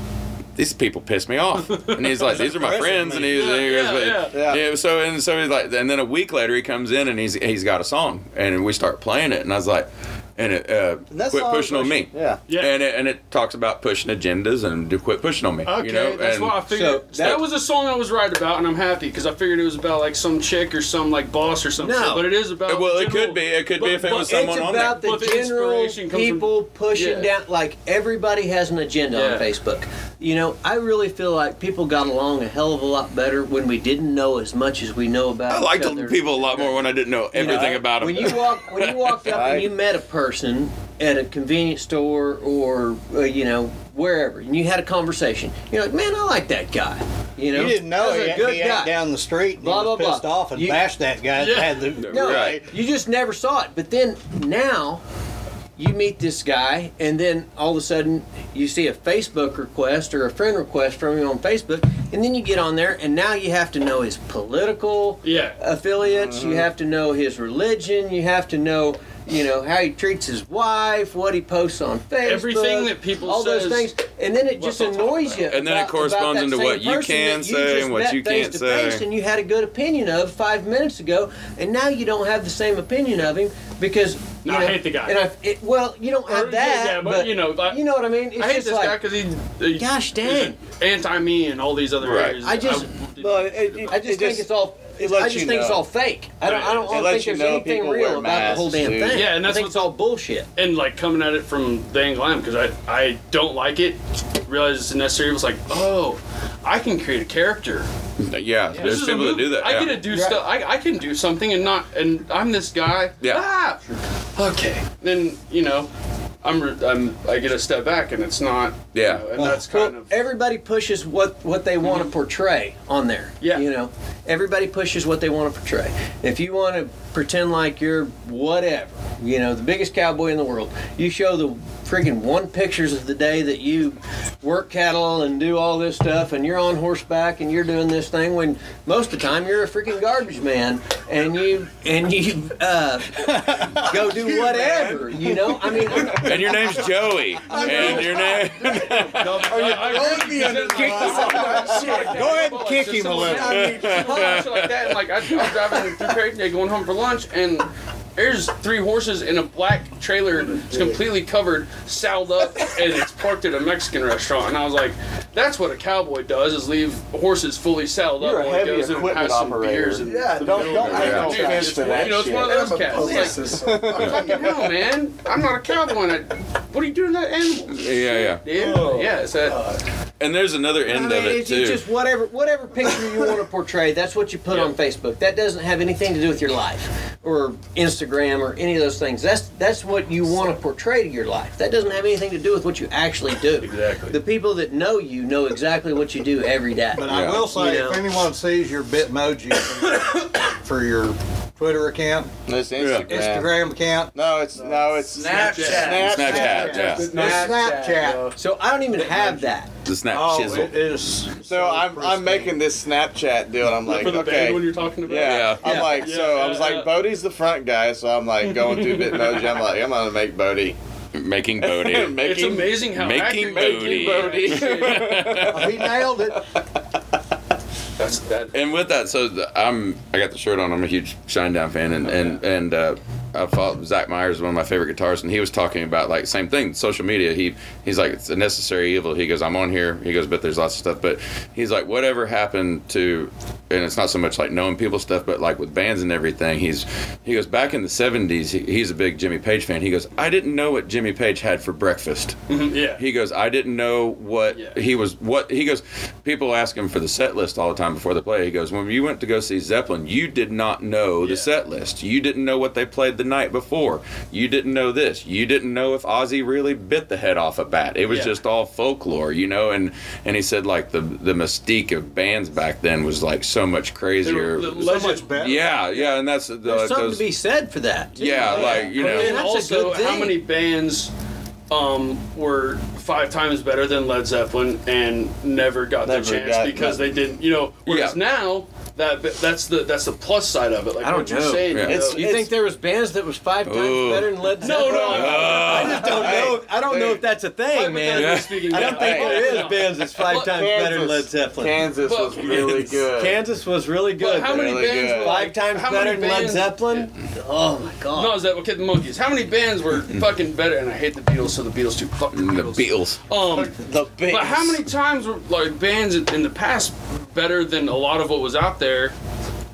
S6: These people piss me off, and he's like, "These are my friends," and he's, and he goes,
S8: yeah,
S9: yeah.
S6: yeah. So and so he's like, and then a week later he comes in and he's he's got a song, and we start playing it, and I was like, and it uh,
S9: And that's
S6: quit
S9: all
S6: pushing on me,
S9: pushing- yeah.
S8: Yeah.
S6: and it, and it talks about pushing agendas and to quit pushing on me,
S8: Okay,
S6: you know,
S8: that's
S6: and
S8: why I
S4: so
S8: figured that,
S4: that-
S8: was a song I was right about, and I'm happy because I figured it was about like some chick or some like boss or something.
S4: No.
S8: but it is about.
S6: well, it
S8: general-
S6: could be, it could be
S8: but-
S6: if it
S8: but
S6: was someone
S4: it's
S6: on
S4: about
S6: there.
S8: But
S4: the
S8: the
S4: general
S8: inspiration comes from-
S4: people pushing
S8: Yeah.
S4: down. Like everybody has an agenda
S8: Yeah.
S4: on Facebook. You know, I really feel like people got along a hell of a lot better when we didn't know as much as we know about.
S6: I liked
S4: each other.
S6: people a lot more when I didn't know everything about them.
S4: When you walk, when you walked up
S9: Right.
S4: and you met a person at a convenience store or uh, you know wherever, and you had a conversation, you're like, "Man, I like that guy." You know,
S10: You didn't know
S4: That's
S10: he,
S4: a good
S10: he
S4: guy.
S10: ate down the street and
S4: Blah,
S10: he was
S4: blah, blah.
S10: pissed off and
S4: You-
S10: bashed that guy.
S8: Yeah.
S10: that had the,
S4: No,
S6: Right.
S4: you just never saw it. But then now you meet this guy, and then all of a sudden you see a Facebook request or a friend request from him on Facebook, and then you get on there, and now you have to know his political
S8: Yeah.
S4: affiliates,
S8: Uh-huh.
S4: you have to know his religion, you have to know. You know how he treats his wife, what he posts on Facebook,
S8: Everything that people
S4: all those
S8: says-
S4: things, and then it just
S8: they'll talk
S4: annoys
S8: about.
S4: you.
S6: And then it
S4: about- about
S6: corresponds
S4: that
S6: into
S4: same
S6: what you
S4: person
S6: can
S4: that
S6: say
S4: just
S6: and what
S4: met
S6: you can't
S4: face to face,
S6: say.
S4: and you had a good opinion of five minutes ago, and now you don't have the same opinion of him because. You
S8: No, I
S4: know,
S8: hate the guy.
S4: And I, it, well, you don't have
S8: yeah,
S4: that.
S8: yeah, but, you know, I-
S4: you know what I mean. It's
S8: I hate
S4: just
S8: this guy
S4: like,
S8: 'cause guy because he, he-
S4: Gosh
S8: he's
S4: dang.
S8: anti me and all these other
S6: Right.
S8: areas.
S4: I just-
S8: I-
S9: No, it, it,
S4: I just
S9: it
S4: think it's all
S9: It lets
S4: I just
S9: you
S4: think it's
S9: know.
S4: all fake. I don't. I don't,
S9: It
S4: I don't
S9: lets
S4: think
S9: you
S4: there's
S9: know
S4: anything
S9: people wear
S4: real about the whole
S9: masks,
S4: damn
S9: dude.
S4: thing.
S8: Yeah, and that's
S4: I think it's
S8: what-
S4: all bullshit.
S8: and like coming at it from the angle I am because I I don't like it. Realize it's a necessary. It was like, oh, I can create a character.
S6: Yeah,
S8: This
S6: there's
S8: is a
S6: people that
S8: movie.
S6: do that.
S8: I
S6: yeah.
S8: get to do stuff. I, I can do something and not and I'm this guy.
S6: Yeah.
S8: Ah, okay. Then you know, I'm re- I'm I get a step back and it's not.
S6: Yeah.
S8: you know, and that's kind
S4: Well,
S8: of Mm-hmm.
S4: everybody pushes what what they want to portray on there.
S8: Yeah.
S4: you know, everybody pushes what they want to portray. If you want to pretend like you're whatever, you know, the biggest cowboy in the world, you show the freaking one pictures of the day that you work cattle and do all this stuff, and you're on horseback and you're doing this thing. When most of the time you're a freaking garbage man, and you and you uh, go do whatever. You know, I mean, I'm-
S6: And your name's Joey. and your name.
S12: Go ahead and kick him a little.
S8: shit like that. And like I, I was driving through Creighton Day going home for lunch and. There's three horses in a black trailer. It's completely covered, saddled up, and it's parked at a Mexican restaurant. And I was like, "That's what a cowboy does: is leave horses fully saddled
S9: You're
S8: up
S9: a
S8: when he
S9: heavy
S8: goes in and
S9: equipment
S8: has some
S9: operator.
S8: beers." And,
S12: Yeah, don't don't take
S6: Yeah.
S12: no offense to that
S8: you know, it's
S12: shit.
S8: one of those cats. It's like, Fucking hell, man. I'm not a cowboy. And I, what are you doing to that animal?
S6: Yeah, yeah.
S8: Yeah,
S12: Oh.
S8: yeah. It's that,
S12: Uh,
S6: And there's another end
S4: I
S6: of
S4: mean,
S6: it
S4: it's,
S6: too.
S4: it's just whatever whatever picture you want to portray. That's what you put on Facebook. That doesn't have anything to do with your life or Instagram or any of those things. That's that's what you want to portray to your life. That doesn't have anything to do with what you actually do.
S8: Exactly.
S4: The people that know you know exactly what you do every day.
S10: But
S6: Yeah.
S10: I will say,
S4: You know.
S10: if anyone sees your Bitmoji for your Twitter account,
S9: It's Instagram.
S10: Instagram account,
S9: No, it's no, it's
S12: Snapchat.
S9: Snapchat.
S6: Snapchat, yeah.
S10: or Snapchat.
S4: so I don't even have that.
S6: The snap
S10: Oh,
S6: chisel.
S10: it is.
S9: So I'm I'm making this Snapchat deal, and I'm like,
S8: for the
S9: okay.
S8: band when you're talking about.
S9: Yeah.
S6: Yeah.
S9: I'm like, so I was like, Bodie's the front guy, so I'm like going through Bitmoji. I'm like, I'm gonna make Bodie.
S6: Making Bodie.
S9: Making-
S8: It's amazing how
S6: Making
S8: accurate-
S6: Bodie.
S10: He nailed it.
S8: That's that.
S6: and with that, so the, I'm I got the shirt on. I'm a huge Shinedown fan, and and and uh, I follow Zach Myers, is one of my favorite guitarists, and he was talking about like same thing, social media. He he's like it's a necessary evil. He goes, I'm on here. He goes, but there's lots of stuff. But he's like, whatever happened to, and it's not so much like knowing people stuff, but like with bands and everything. He's he goes back in the '70s. He, he's a big Jimmy Page fan. He goes, I didn't know what Jimmy Page had for breakfast.
S8: Yeah.
S6: He goes, I didn't know what
S8: Yeah.
S6: he was. What he goes, people ask him for the set list all the time before the play. He goes, when you went to go see Zeppelin, you did not know
S8: Yeah.
S6: the set list. You didn't know what they played the night before. You didn't know this. You didn't know if Ozzy really bit the head off a bat. It was
S8: Yeah.
S6: just all folklore, you know. And and he said like the the mystique of bands back then was like so much
S8: They were
S6: crazier.
S8: the
S10: So
S8: legend-
S10: much better.
S6: yeah, yeah, and that's the,
S4: There's something
S6: those,
S4: to be said for that. too.
S6: yeah, like you know.
S8: And
S4: That's a
S8: also,
S4: good
S8: how
S4: thing.
S8: many bands um, were five times better than Led Zeppelin and never got the
S9: Never
S8: chance
S9: got-
S8: because they didn't, you know. Whereas
S6: Yeah.
S8: now that that's the that's the plus side of it. Like
S4: I don't
S8: what you're
S4: know.
S8: saying.
S6: Yeah.
S8: you
S9: It's-
S8: know.
S4: You think there was bands that was five times
S6: Ooh.
S4: better than Led
S8: no,
S4: Zeppelin?
S8: no,
S6: uh,
S4: I just don't know. I don't know if that's a thing, man.
S8: Hypothetically speaking,
S4: I don't
S8: yeah,
S4: think
S8: I-
S4: there
S8: I-
S4: is bands that's five times better than Led Zeppelin.
S9: Kansas was
S8: But-
S9: really good.
S4: Kansas was really
S8: But
S4: good.
S8: how many
S9: Really
S8: bands
S9: good.
S8: were
S4: Five times
S8: how
S4: better
S8: many
S4: than Led
S8: bands-
S4: Zeppelin? Oh my god.
S8: No, is that okay? The monkeys. How many bands were fucking better? And I hate the Beatles, so the Beatles too. Fuck the
S6: Mm-hmm. The
S8: Beatles.
S6: Beatles.
S8: Um,
S9: The big.
S8: but how many times were like bands in in the past better than a lot of what was out there,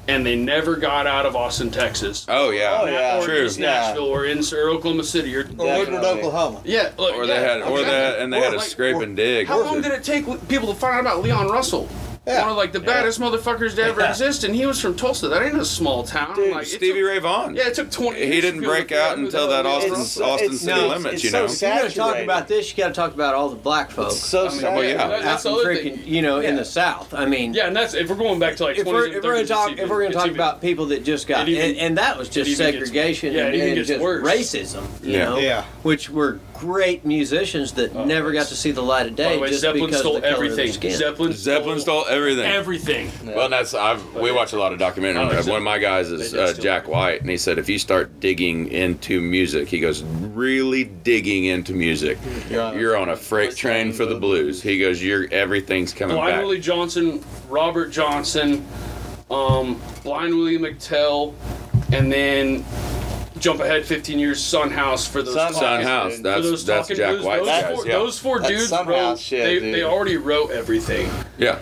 S8: and they never got out of Austin, Texas,
S6: Oh yeah.
S9: Oh, yeah.
S8: or
S6: True.
S8: East
S9: Yeah.
S8: Nashville, or in or Oklahoma City, or
S10: Or Woodward,
S9: Definitely.
S10: Oklahoma.
S8: yeah, like,
S6: Or
S8: yeah,
S6: they had, or
S8: exactly.
S6: that, and they
S8: Or,
S6: had a
S8: like,
S6: scrape
S8: or-
S6: and dig.
S8: How long did it take people to find out about Leon Russell?
S9: Yeah.
S8: One of like the baddest motherfuckers to ever exist, and he was from Tulsa. That ain't a small town.
S9: Dude,
S8: like, it
S6: Stevie
S8: took-
S6: Ray Vaughan.
S8: Yeah, it took twenty. years
S6: he
S8: for
S6: didn't
S8: people to
S6: break
S8: figure
S6: out
S8: who
S6: until
S8: the hell
S6: that
S8: Leon
S6: Austin
S8: Russell was.
S6: Austin
S9: it's-
S6: city
S4: no, it's-
S6: limits.
S9: it's
S6: You
S9: so
S6: know,
S4: If you're gonna talk
S9: Saturated.
S4: about this, you gotta talk about all the black folk
S9: So
S8: I mean,
S9: sad.
S6: well, yeah.
S8: that-
S4: out
S8: That's the
S4: in
S8: other
S4: freaking,
S8: thing.
S4: you know, in the South. I mean
S8: Yeah, and that's if we're going back to like
S4: if
S8: 20s
S4: we're,
S8: and
S4: if we're
S8: 30s,
S4: gonna
S8: it's
S4: talk
S8: even-
S4: if we're gonna
S8: it's
S4: talk
S8: even-
S4: about people that just got
S8: It even-
S4: and, and that was just
S8: even gets-
S4: segregation
S8: yeah, it
S4: and,
S8: even
S4: and
S8: gets
S4: just
S8: worse.
S4: racism, you
S6: Yeah.
S4: know,
S10: Yeah.
S4: which were great musicians that never got to see the light of
S8: Oh, By
S4: day
S8: the way,
S4: just
S8: Zeppelin
S4: because
S8: stole
S4: of the color
S8: everything.
S4: of their skin.
S8: Zeppelin,
S6: Zeppelin stole everything.
S8: everything.
S6: Well, and that's I've we watch a lot of documentaries.
S8: Oh, exactly.
S6: One of my guys is
S8: They did
S6: uh,
S8: steal
S6: Jack White, and he said if you start digging into music, he goes really digging into music,
S8: Mm-hmm.
S6: you're on, a freight train for the blues. He goes, you're everything's coming
S8: Blind
S6: back.
S8: Willie Johnson, Robert Johnson, um, Blind Willie McTell, and then jump ahead 15 years, Sunhouse for those
S9: Sunhouse.
S6: Son
S9: House,
S6: House,
S9: dude.
S8: for
S6: that's
S8: those
S6: that's
S8: talking
S6: Jack
S8: blues.
S6: White's
S8: those,
S6: guys.
S8: four,
S6: yeah.
S8: those four
S9: That's
S8: dudes
S9: Sunhouse
S8: wrote.
S9: shit,
S8: they,
S9: dude.
S8: they already wrote everything.
S6: yeah,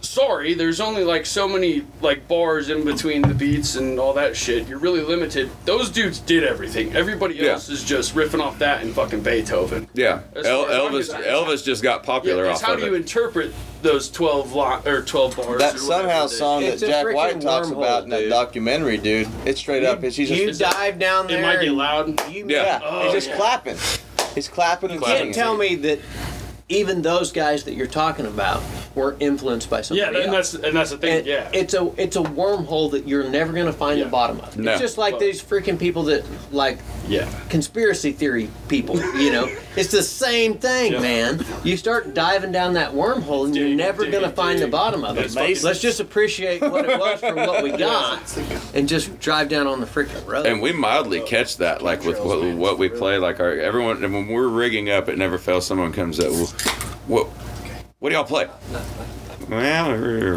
S8: sorry, there's only like so many like bars in between the beats and all that shit. You're really limited. Those dudes did everything. Everybody
S6: Yeah.
S8: else is just riffing off that and fucking Beethoven.
S6: Yeah,
S8: As
S6: El-
S8: far as I'm
S6: Elvis.
S8: concerned-
S6: Elvis just got
S8: Yeah,
S6: popular
S8: because
S6: off
S8: how
S6: of
S8: do you
S6: it.
S8: interpret those twelve lo- or twelve bars?
S9: That
S8: or
S9: somehow
S8: whatever it is?
S9: song
S4: It's
S9: that
S4: a
S9: Jack
S4: freaking
S9: White talks
S4: wormhole,
S9: about in that
S4: dude.
S9: documentary, dude. It's straight up. It's he's just
S4: You dive down there.
S8: It might get
S4: and
S8: loud.
S4: You,
S6: Yeah.
S9: yeah.
S8: Oh,
S9: he's just
S8: yeah.
S9: clapping. He's clapping and
S4: You
S9: clapping.
S4: can't tell me that even those guys that you're talking about were influenced by something.
S8: Yeah, and that's and that's the thing.
S4: And
S8: yeah,
S4: It's a it's a wormhole that you're never gonna find
S8: Yeah.
S4: the bottom of.
S6: No.
S4: It's just like these freaking people that like
S8: yeah.
S4: conspiracy theory people, you know. it's the same thing,
S8: Yeah.
S4: man. You start diving down that wormhole and you're
S8: Dig,
S4: never
S8: dig,
S4: gonna find
S8: dig.
S4: the bottom of it.
S8: It's fucking-
S4: Let's just appreciate what it was for what we got and just drive down on the freaking road.
S6: And we mildly catch that, like with what, what we play. Like our everyone, and when we're rigging up, it never fails. Someone comes up. Well, what? What do y'all play? Well, we're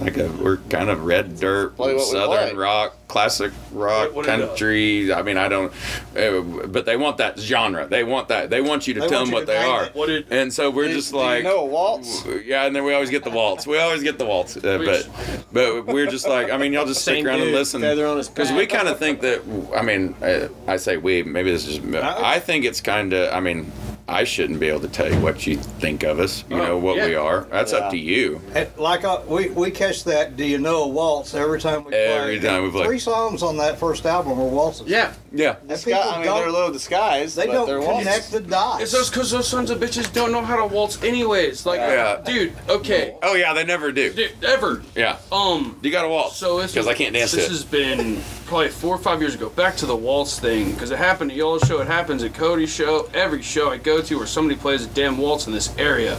S6: like a, we're kind of red dirt,
S9: Play what we play.
S6: southern rock, classic rock,
S8: What- what it is.
S6: country. I mean, I don't, uh, but they want that genre. They want that. They want you to
S10: They
S6: tell
S10: want
S6: them what
S10: you to
S6: they
S10: name
S6: are.
S10: it.
S8: What did
S6: And so we're
S9: Do-
S6: just
S9: do
S6: like,
S9: you know a waltz.
S6: yeah, and then we always get the waltz. We always get the waltz, uh, but but we're just like, I mean, y'all just stick
S4: Same
S6: around and
S4: dude,
S6: listen
S4: feather on his
S6: because
S4: back.
S6: we kind of think that. I mean, I, I say we. Maybe this is. Just, I think it's kind of. I mean, I shouldn't be able to tell you what you think of us. You know what we
S8: yeah.
S6: are. That's up to you.
S10: And like I, we, we catch that do you know a waltz every time we
S6: Every
S10: play.
S6: time we play.
S10: Three songs on that first album were waltzes.
S8: yeah?
S6: Yeah.
S10: And
S9: Disgu-
S10: people
S9: I mean,
S10: don't-
S9: they're a little disguised.
S10: they
S9: but
S10: don't
S9: they're
S10: connect
S9: waltzes.
S10: the dots.
S8: It's just because those sons of bitches don't know how to waltz anyways. Like,
S6: Yeah.
S8: dude, okay,
S6: Oh yeah, they never do.
S8: dude, ever.
S6: Yeah.
S8: Um,
S6: You got to waltz.
S8: so this
S6: because I can't dance
S8: This
S6: to it.
S8: has been probably four or five years ago. Back to the waltz thing because it happened at y'all's show. It happens at Cody's show. Every show I go to where somebody plays a damn waltz in this area.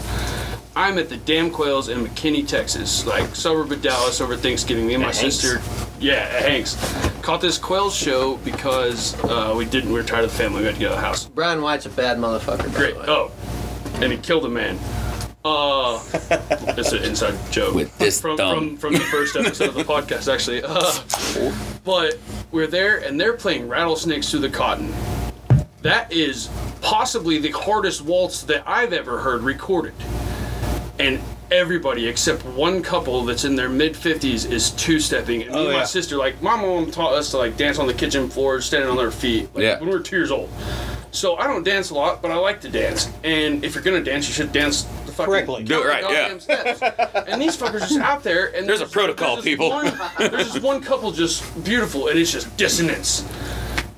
S8: I'm at the Damn Quails in McKinney, Texas, like suburb of Dallas over Thanksgiving. Me and my sister, yeah, at Hanks, caught this Quails show because uh, we didn't. We were tired of the family. We had to get out of the house.
S4: Brian White's a bad motherfucker. by the
S8: Great.
S4: way.
S8: Oh, and he killed a man. Uh, it's an inside joke
S6: With this
S8: from,
S6: thumb.
S8: from from the first episode of the podcast, actually. Uh, but we're there, and they're playing rattlesnakes through the cotton. That is possibly the hardest waltz that I've ever heard recorded, and. Everybody except one couple that's in their mid fifties is two stepping, and me and my
S10: yeah.
S8: sister like my mom taught us to like dance on the kitchen floor, standing on our feet, like,
S6: Yeah.
S8: when we were two years old. So I don't dance a lot, but I like to dance. And if you're gonna dance, you should dance the fucking
S10: Correctly.
S6: Do it right,
S8: goddamn
S6: yeah.
S8: Steps. And these fuckers just out there, and
S6: There's a protocol,
S8: this
S6: people.
S8: One, there's this one couple just beautiful, and it's just dissonance.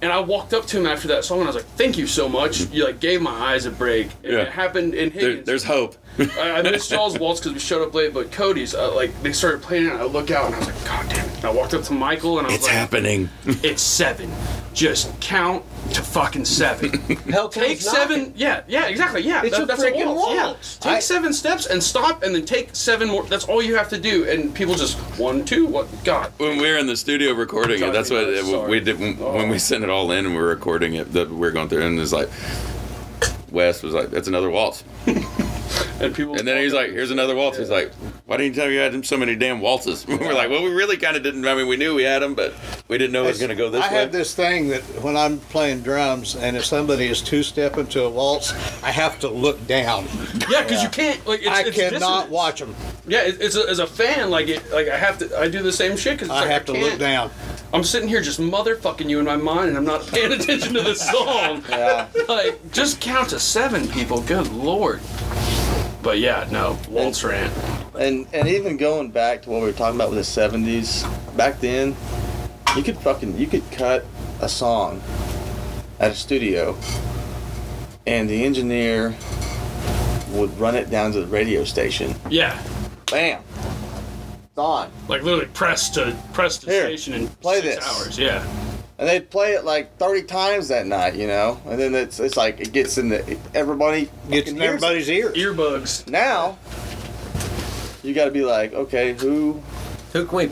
S8: And I walked up to him after that song, and I was like, "Thank you so much." You like gave my eyes a break. And
S6: Yeah.
S8: It happened in Higgins.
S6: There, there's hope.
S8: I, I missed y'all's waltz because we showed up late, but Cody's uh, like they started playing it. And I look out, and I was like, "God damn it!" And I walked up to Michael, and I was
S6: It's
S8: like,
S6: happening.
S8: "It's seven. Just count to fucking seven.
S4: Hell,
S8: Take
S4: Ken's
S8: seven. Yeah, yeah, exactly. Yeah,
S4: It's a freaking
S8: yeah.
S4: waltz.
S8: Take seven steps and stop, and then take seven more. That's all you have to do. And people just one, two, what? God,
S6: when we were in the studio recording it, that's what
S8: Sorry, sorry.
S6: we did when, when we sent it all in and we were recording it. That we were going through and it's like. Wes was like, "That's another waltz,"
S8: and people.
S6: and then he's like, "Here's another waltz." He's like, "Why didn't you tell me you had so many damn waltzes?" We were like, "Well, we really kind of didn't. I mean, we knew we had them, but we didn't know it was going to go this
S10: I
S6: way."
S10: have this thing that when I'm playing drums and if somebody is two stepping to a waltz, I have to look down.
S8: yeah, because you can't. Like, it's,
S10: I
S8: it's
S10: cannot
S8: dissonance.
S10: watch them.
S8: Yeah, it, it's a, as a fan, like, it, like I have to. I do the same shit because
S10: I
S8: like,
S10: have to look
S8: can't.
S10: down.
S8: I'm sitting here just motherfucking you in my mind, and I'm not paying attention to the song. yeah. Like, just count to seven, people. Good lord. But yeah, no, waltz rant.
S9: And and even going back to what we were talking about with the seventies, back then, you could fucking you could cut a song at a studio, and the engineer would run it down to the radio station.
S8: Yeah,
S9: Bam, it's on.
S8: like literally press to press to
S9: Here,
S8: station in
S9: play
S8: six
S9: this.
S8: hours. Yeah.
S9: And they'd play it like thirty times that night, you know. And then it's it's like it gets in the everybody
S10: Gets
S9: fucking hears
S10: in
S9: it.
S10: everybody's ears.
S8: earbugs.
S9: Now you got to be like, okay, who
S4: Who can we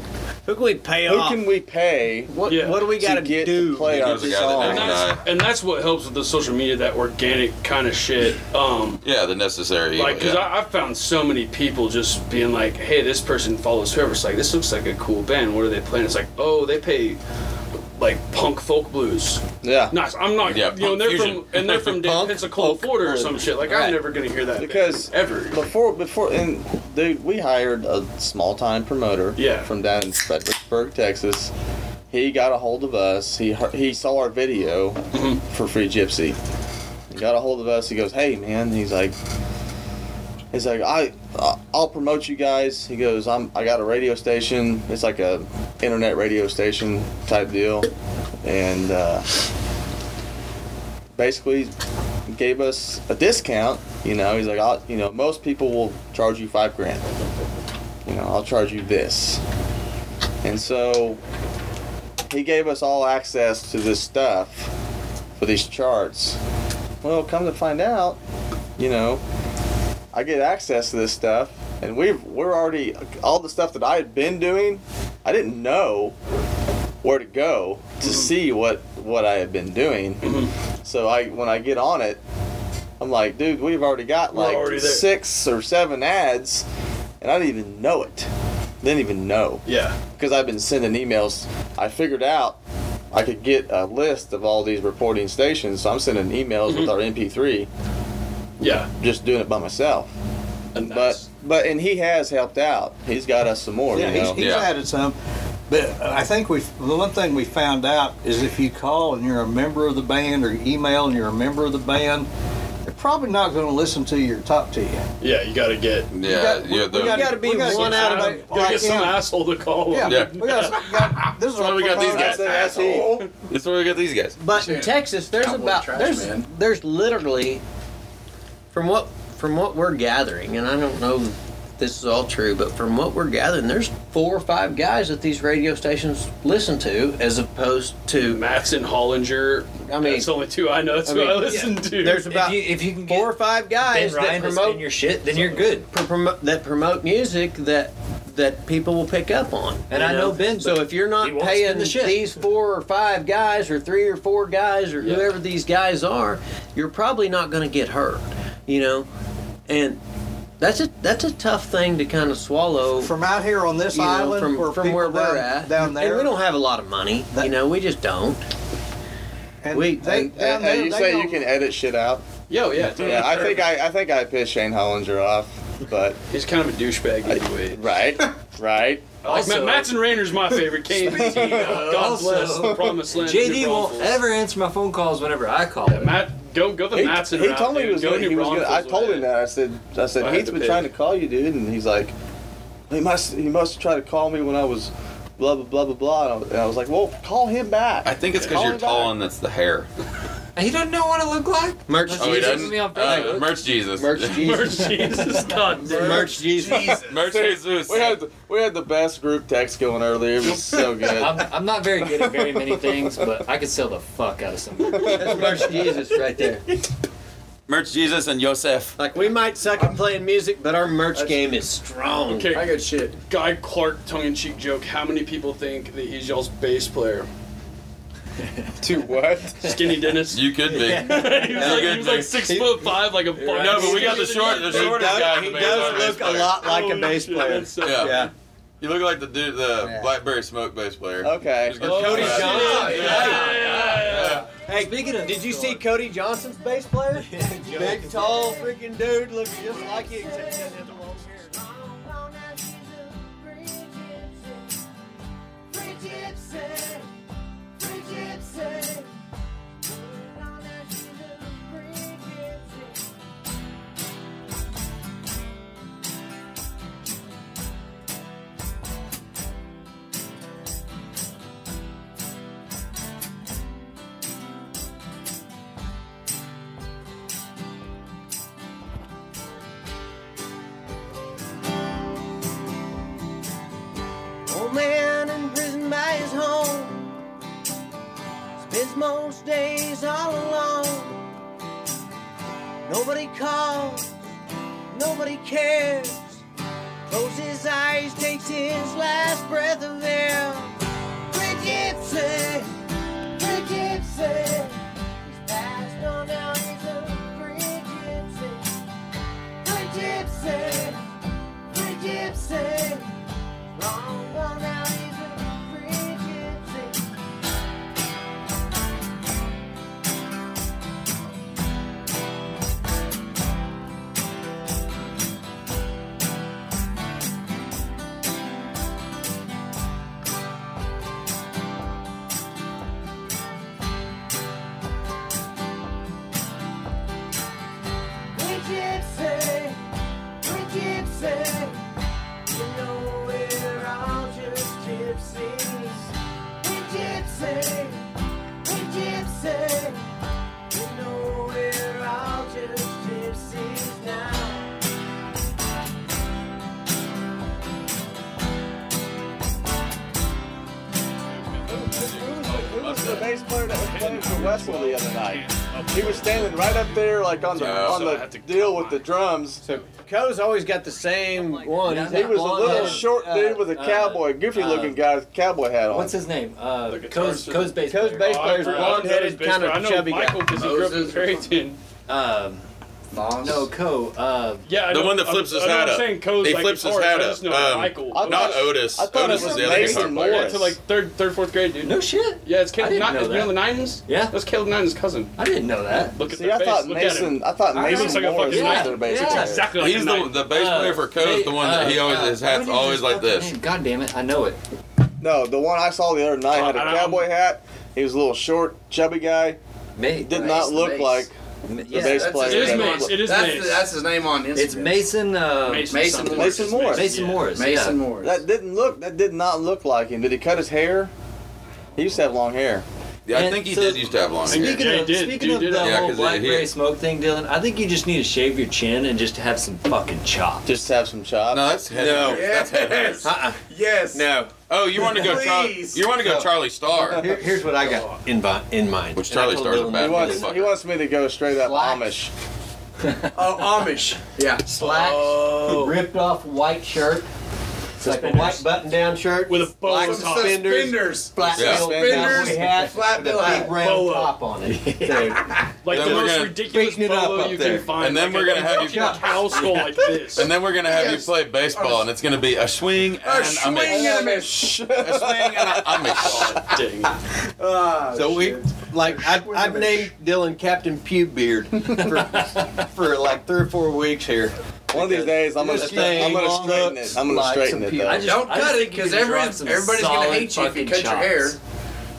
S4: who can we pay
S9: who
S4: off?
S9: can we pay
S4: what,
S8: Yeah.
S4: what do we
S9: to
S4: gotta
S9: get
S4: do?
S9: to play our
S6: There's a guy that uh,
S9: song?
S8: And that's, and that's what helps with the social media, that organic kind of shit. Um,
S6: yeah, the necessary.
S8: like, because
S6: yeah.
S8: I I've found so many people just being like, hey, this person follows whoever. It's like, this looks like a cool band. What are they playing? It's like, oh, they pay like punk folk blues.
S9: Yeah.
S8: Nice. I'm not.
S6: Yeah,
S8: you know, and they're
S6: punk fusion.
S8: from and they're from damn Pensacola, Florida, or some shit. Like
S9: Right.
S8: I'm never gonna hear that band,
S9: Because-
S8: ever.
S9: Before, before, and dude, we hired a small time promoter.
S8: Yeah.
S9: From down in Fredericksburg, Texas. He got a hold of us. He heard- he saw our video
S8: Mm-hmm.
S9: for Free Gypsy. He got a hold of us. He goes, "Hey, man." He's like, he's like, I, I'll promote you guys. He goes, I'm, I got a radio station. It's like a internet radio station type deal, and uh, basically gave us a discount. You know, he's like, I'll, you know, most people will charge you five grand. You know, I'll charge you this, and so he gave us all access to this stuff for these charts. Well, come to find out, you know, I get access to this stuff, and we've we're already all the stuff that I had been doing. I didn't know where to go to see what what I had been doing.
S8: Mm-hmm.
S9: So I when I get on it, I'm like, dude, we've already got like
S8: already there.
S9: six or seven ads, and I didn't even know it. Didn't even know
S8: Yeah.
S9: because I've been sending emails, I figured out I could get a list of all these reporting stations. So I'm sending emails
S8: Mm-hmm.
S9: with our MP3,
S8: Yeah.
S9: just doing it by myself.
S8: And
S9: But
S8: that's-
S9: but and he has helped out. He's got us some more.
S10: Yeah,
S9: you
S10: he's,
S9: know?
S10: he's
S6: Yeah.
S10: added some. But I think we the one thing we found out is if you call and you're a member of the band or you email and you're a member of the band, they're probably not going to listen to you or talk to you.
S8: yeah, you gotta get.
S6: Uh, Yeah, yeah, the,
S10: got to
S4: be one out of
S8: You gotta get some asshole to call.
S10: Yeah,
S8: them.
S6: Yeah.
S10: we gotta- we got- this is
S6: why
S10: our
S6: we got these
S10: promoter.
S6: guys.
S9: That's he.
S6: that's where we got these guys.
S4: But in Texas, there's
S12: Cowboy
S4: about
S12: trash
S4: there's
S12: man.
S4: there's literally from what from what we're gathering, and I don't know if this is all true, but from what we're gathering, there's four or five guys that these radio stations listen to, as opposed to
S8: Mattson Hollinger.
S4: I mean-
S8: that's the only two I know. That's
S4: I
S8: who I
S4: mean,
S8: listen to.
S4: there's
S11: If
S4: about
S11: you, if you can get
S4: four or five
S11: Ben
S4: guys that
S11: Ryan to spin
S4: promote
S11: your shit, then you're good.
S4: pr- promo- that promote music that that people will pick up on.
S11: And
S4: you
S11: I know Ben,
S4: So
S11: but
S4: if you're
S11: he
S4: not
S11: won't
S4: paying
S11: spin the shit.
S4: these four or five guys or three or four guys or whoever these guys are, you're probably not going to get hurt. You know, and that's a that's a tough thing to kind of swallow.
S10: From out here on this
S4: you know,
S10: island,
S4: from
S10: where
S4: from
S10: people
S4: where
S10: down,
S4: we're at,
S10: down there,
S4: and we don't have a lot of money.
S10: That-
S4: you know, we just don't.
S10: and
S4: we-
S10: they,
S4: and-
S10: down
S9: And,
S10: there,
S9: and you
S10: they
S9: say
S10: don't-
S9: you can edit shit out.
S8: Yo, yeah.
S9: Yeah, I think I I think I pissed Shane Hollinger off. But
S8: he's kind of a douchebag anyway.
S9: right, right.
S8: Like, Ma- Mattson Rayner's my favorite. KMT. uh, God
S11: also-
S8: bless the promised land.
S11: JD
S8: New
S11: won't
S8: Braunfels.
S11: ever answer my phone calls whenever I call him.
S8: Matt, go go the
S9: He,
S8: Mattson
S9: he
S8: route,
S9: told me
S8: dude.
S9: he was
S8: Go
S9: good.
S8: New
S9: He was good.
S8: Braunfels
S9: I
S8: with
S9: told
S8: it.
S9: him that. I said, I
S8: I
S9: said
S8: had
S9: Heath's
S8: to
S9: been
S8: pick.
S9: trying to call you, dude, and he's like, he must, he must try to call me when I was, blah blah blah blah blah. And I was, and I was like, well, call him back.
S6: I think it's because
S9: Call
S6: you're
S9: him
S6: tall
S9: back.
S6: and that's the hair.
S11: He doesn't know what I look like.
S4: Merch,
S11: Let's
S6: Oh, he
S11: Jesus.
S6: doesn't.
S11: Me on
S6: Uh,
S11: Facebook.
S6: merch Jesus.
S4: merch, Jesus,
S8: Merch, Jesus, God damn.
S4: merch, Jesus.
S6: Merch Jesus.
S9: We had the, we had the best group text going earlier. It was so good.
S11: I'm, I'm not very good at very many things, but I could sell the fuck out of something.
S4: That's merch, Jesus, right there.
S6: merch Jesus and Yosef.
S4: Like we might suck at playing music, but our merch game is strong.
S8: Okay,
S12: I got shit.
S8: Guy Clark tongue-in-cheek joke. How many people think that he's y'all's bass player?
S9: To what?
S8: Skinny Dennis.
S6: You could be.
S8: he was, like, he was like six foot five, like a fucking.
S6: No, but we got the short, the shortest guy. in the band, sorry, bass player.
S4: like
S6: Yeah.
S4: Yeah.
S6: You look like the dude, the Blackberry Smoke bass player.
S9: Okay.
S6: He's got the
S4: Cody
S6: fat-
S4: Johnson.
S6: Yeah.
S4: Hey,
S11: Speaking of,
S4: did you see Cody Johnson's bass player? Big, tall, freaking dude, looks just like you, except he doesn't have the long hair.
S3: Old man in prison by his home spends most days all alone. Nobody calls, nobody cares. Closes his eyes, takes his last breath of air. Rick Gibson, Rick Gibson. He's passed on now, he's a Rick Gibson. Rick Gibson, Rick Gibson. Long gone now, he's a free gypsy. We gypsy, we gypsy. You know we're all just gypsies now.
S9: Who was the bass player that was playing for Westwood the other night? He was standing right up there, like on the on the deal with the drums.
S4: So Co's always got the same one. He's
S9: He
S4: got
S9: was a
S4: blonde
S9: little
S4: hair.
S9: short dude with a
S11: uh,
S9: cowboy, goofy looking guy with a cowboy hat on.
S11: What's his name? Uh, Co's,
S8: guitarist-
S11: Co's bass
S4: Co's
S11: player.
S4: bass
S8: Oh, I
S4: player's
S8: forgot.
S4: blonde headed,
S8: Bass
S4: kind
S8: player. I
S4: of
S8: know
S4: chubby guy.
S8: Michael because he grew up in Farrington.
S11: Um, no, Co. Uh,
S8: Yeah, I
S6: The
S8: know-
S6: one that flips
S8: I,
S6: his
S8: I know
S6: hat
S8: I'm
S6: up.
S8: saying Co's
S6: He
S8: like
S6: flips his
S8: guitarist,
S6: hat
S8: I just
S6: up.
S8: know
S6: Um,
S8: Michael.
S9: I
S6: Not
S9: thought-
S6: Otis.
S9: I thought it
S6: Otis
S9: was
S6: is the other guitar
S9: Mason
S6: player.
S9: Morris.
S8: to like third, third, fourth grade, dude.
S11: no shit.
S8: Yeah, it's
S11: I
S8: Caleb
S11: didn't
S8: Nine.
S11: know
S8: You know
S11: that.
S8: the Niners?
S11: Yeah.
S8: that's Caleb Nine's cousin.
S11: I didn't know that.
S8: Look at
S9: See,
S8: their
S9: I
S8: face.
S9: thought
S8: Look at him.
S9: Mason. I thought
S11: I
S9: Mason
S11: looks
S8: like a
S9: Morris
S8: fucking
S9: was
S11: knight.
S9: their bass
S11: Yeah.
S9: player.
S8: Exactly like
S6: He's the,
S8: a Knight.
S6: the bass
S11: Uh,
S6: player for Co is the one
S12: uh,
S6: that he always his hat's always like this.
S11: God damn it! I know it.
S9: No, the one I saw the other night had
S8: I
S9: a
S8: don't-
S9: cowboy hat. He was a little short, chubby guy.
S11: Mace.
S9: Did not look like the bass
S12: that's
S9: player.
S8: It is
S9: that-
S8: Mace. It is
S12: that's,
S8: Mace.
S12: that's his name on Instagram.
S11: It's Mason. Uh,
S8: Mason
S12: Mason
S8: something.
S12: Morris.
S9: Mason Morris.
S11: Mason
S8: Yeah.
S11: Morris.
S12: Mason
S11: yeah.
S12: Morris.
S9: That didn't look. That did not look like him. Did he cut his hair? He used to have long hair.
S6: Yeah, I
S11: And
S6: think he
S11: so-
S6: did used to have long hair.
S11: Speaking
S8: Yeah, he
S11: of,
S8: did.
S11: speaking
S8: You
S11: of
S8: did
S11: the
S8: it.
S6: Yeah,
S11: whole
S6: 'cause it
S11: blackberry
S6: hit.
S11: smoke thing, Dylan, I think you just need to shave your chin and just have some fucking chops.
S9: Just have some chops.
S6: No, that's head no. That's head
S12: Yes.
S11: Uh-uh.
S12: Yes.
S6: No. Oh, you want to go? Char-
S12: Please.
S6: you want to go Charlie Star?
S4: Here- here's what I got in, bi- in mind.
S6: Which
S4: And I
S6: Charlie
S4: told
S6: Star's a
S4: Dylan
S6: bad
S9: he wants.
S6: motherfucker.
S9: He wants me to go straight up
S4: Flax.
S9: Amish.
S12: Oh, Amish. Yeah.
S11: Slacks,
S8: Oh.
S4: ripped off white shirt. It's like a
S11: Suspenders.
S4: white button-down shirt
S8: With a bow
S4: black
S8: on top.
S4: suspenders,
S12: Suspenders.
S4: black
S6: Yeah.
S4: little
S12: Suspenders,
S4: cowboy hat,
S12: flat
S4: with a
S12: bill
S4: big
S12: hat.
S4: round
S8: Bolo.
S4: top on it. So,
S8: Like
S6: Then
S8: the
S6: we're
S8: most
S6: gonna-
S8: ridiculous
S4: Beating it up
S8: polo
S4: up
S8: you
S4: there.
S8: can find.
S6: And then
S8: like
S6: we're
S8: a-
S6: gonna have
S8: like
S6: you-
S8: a cow skull like this.
S6: And then we're gonna have
S12: Yes.
S6: you play baseball, and it's gonna be a swing and
S12: A swing
S6: Amish.
S12: and a mish.
S6: A swing and a Amish.
S8: Oh, Dang.
S12: Ah,
S6: So we
S4: like I, I've named Dylan Captain Pube Beard for, for like three or four weeks here.
S9: One of these days, I'm gonna.
S4: This
S9: stra- I'm
S4: thing
S9: gonna
S4: long
S9: straighten
S4: looks
S9: it. I'm gonna
S4: like
S9: straighten
S4: some
S9: it
S4: peel.
S9: though.
S11: I just-
S12: don't
S11: just
S12: cut it
S11: think you
S12: because
S11: can
S12: every,
S11: drop some
S12: everybody's gonna
S11: solid
S12: hate you if you
S11: fucking
S12: cut your hair.
S11: chops.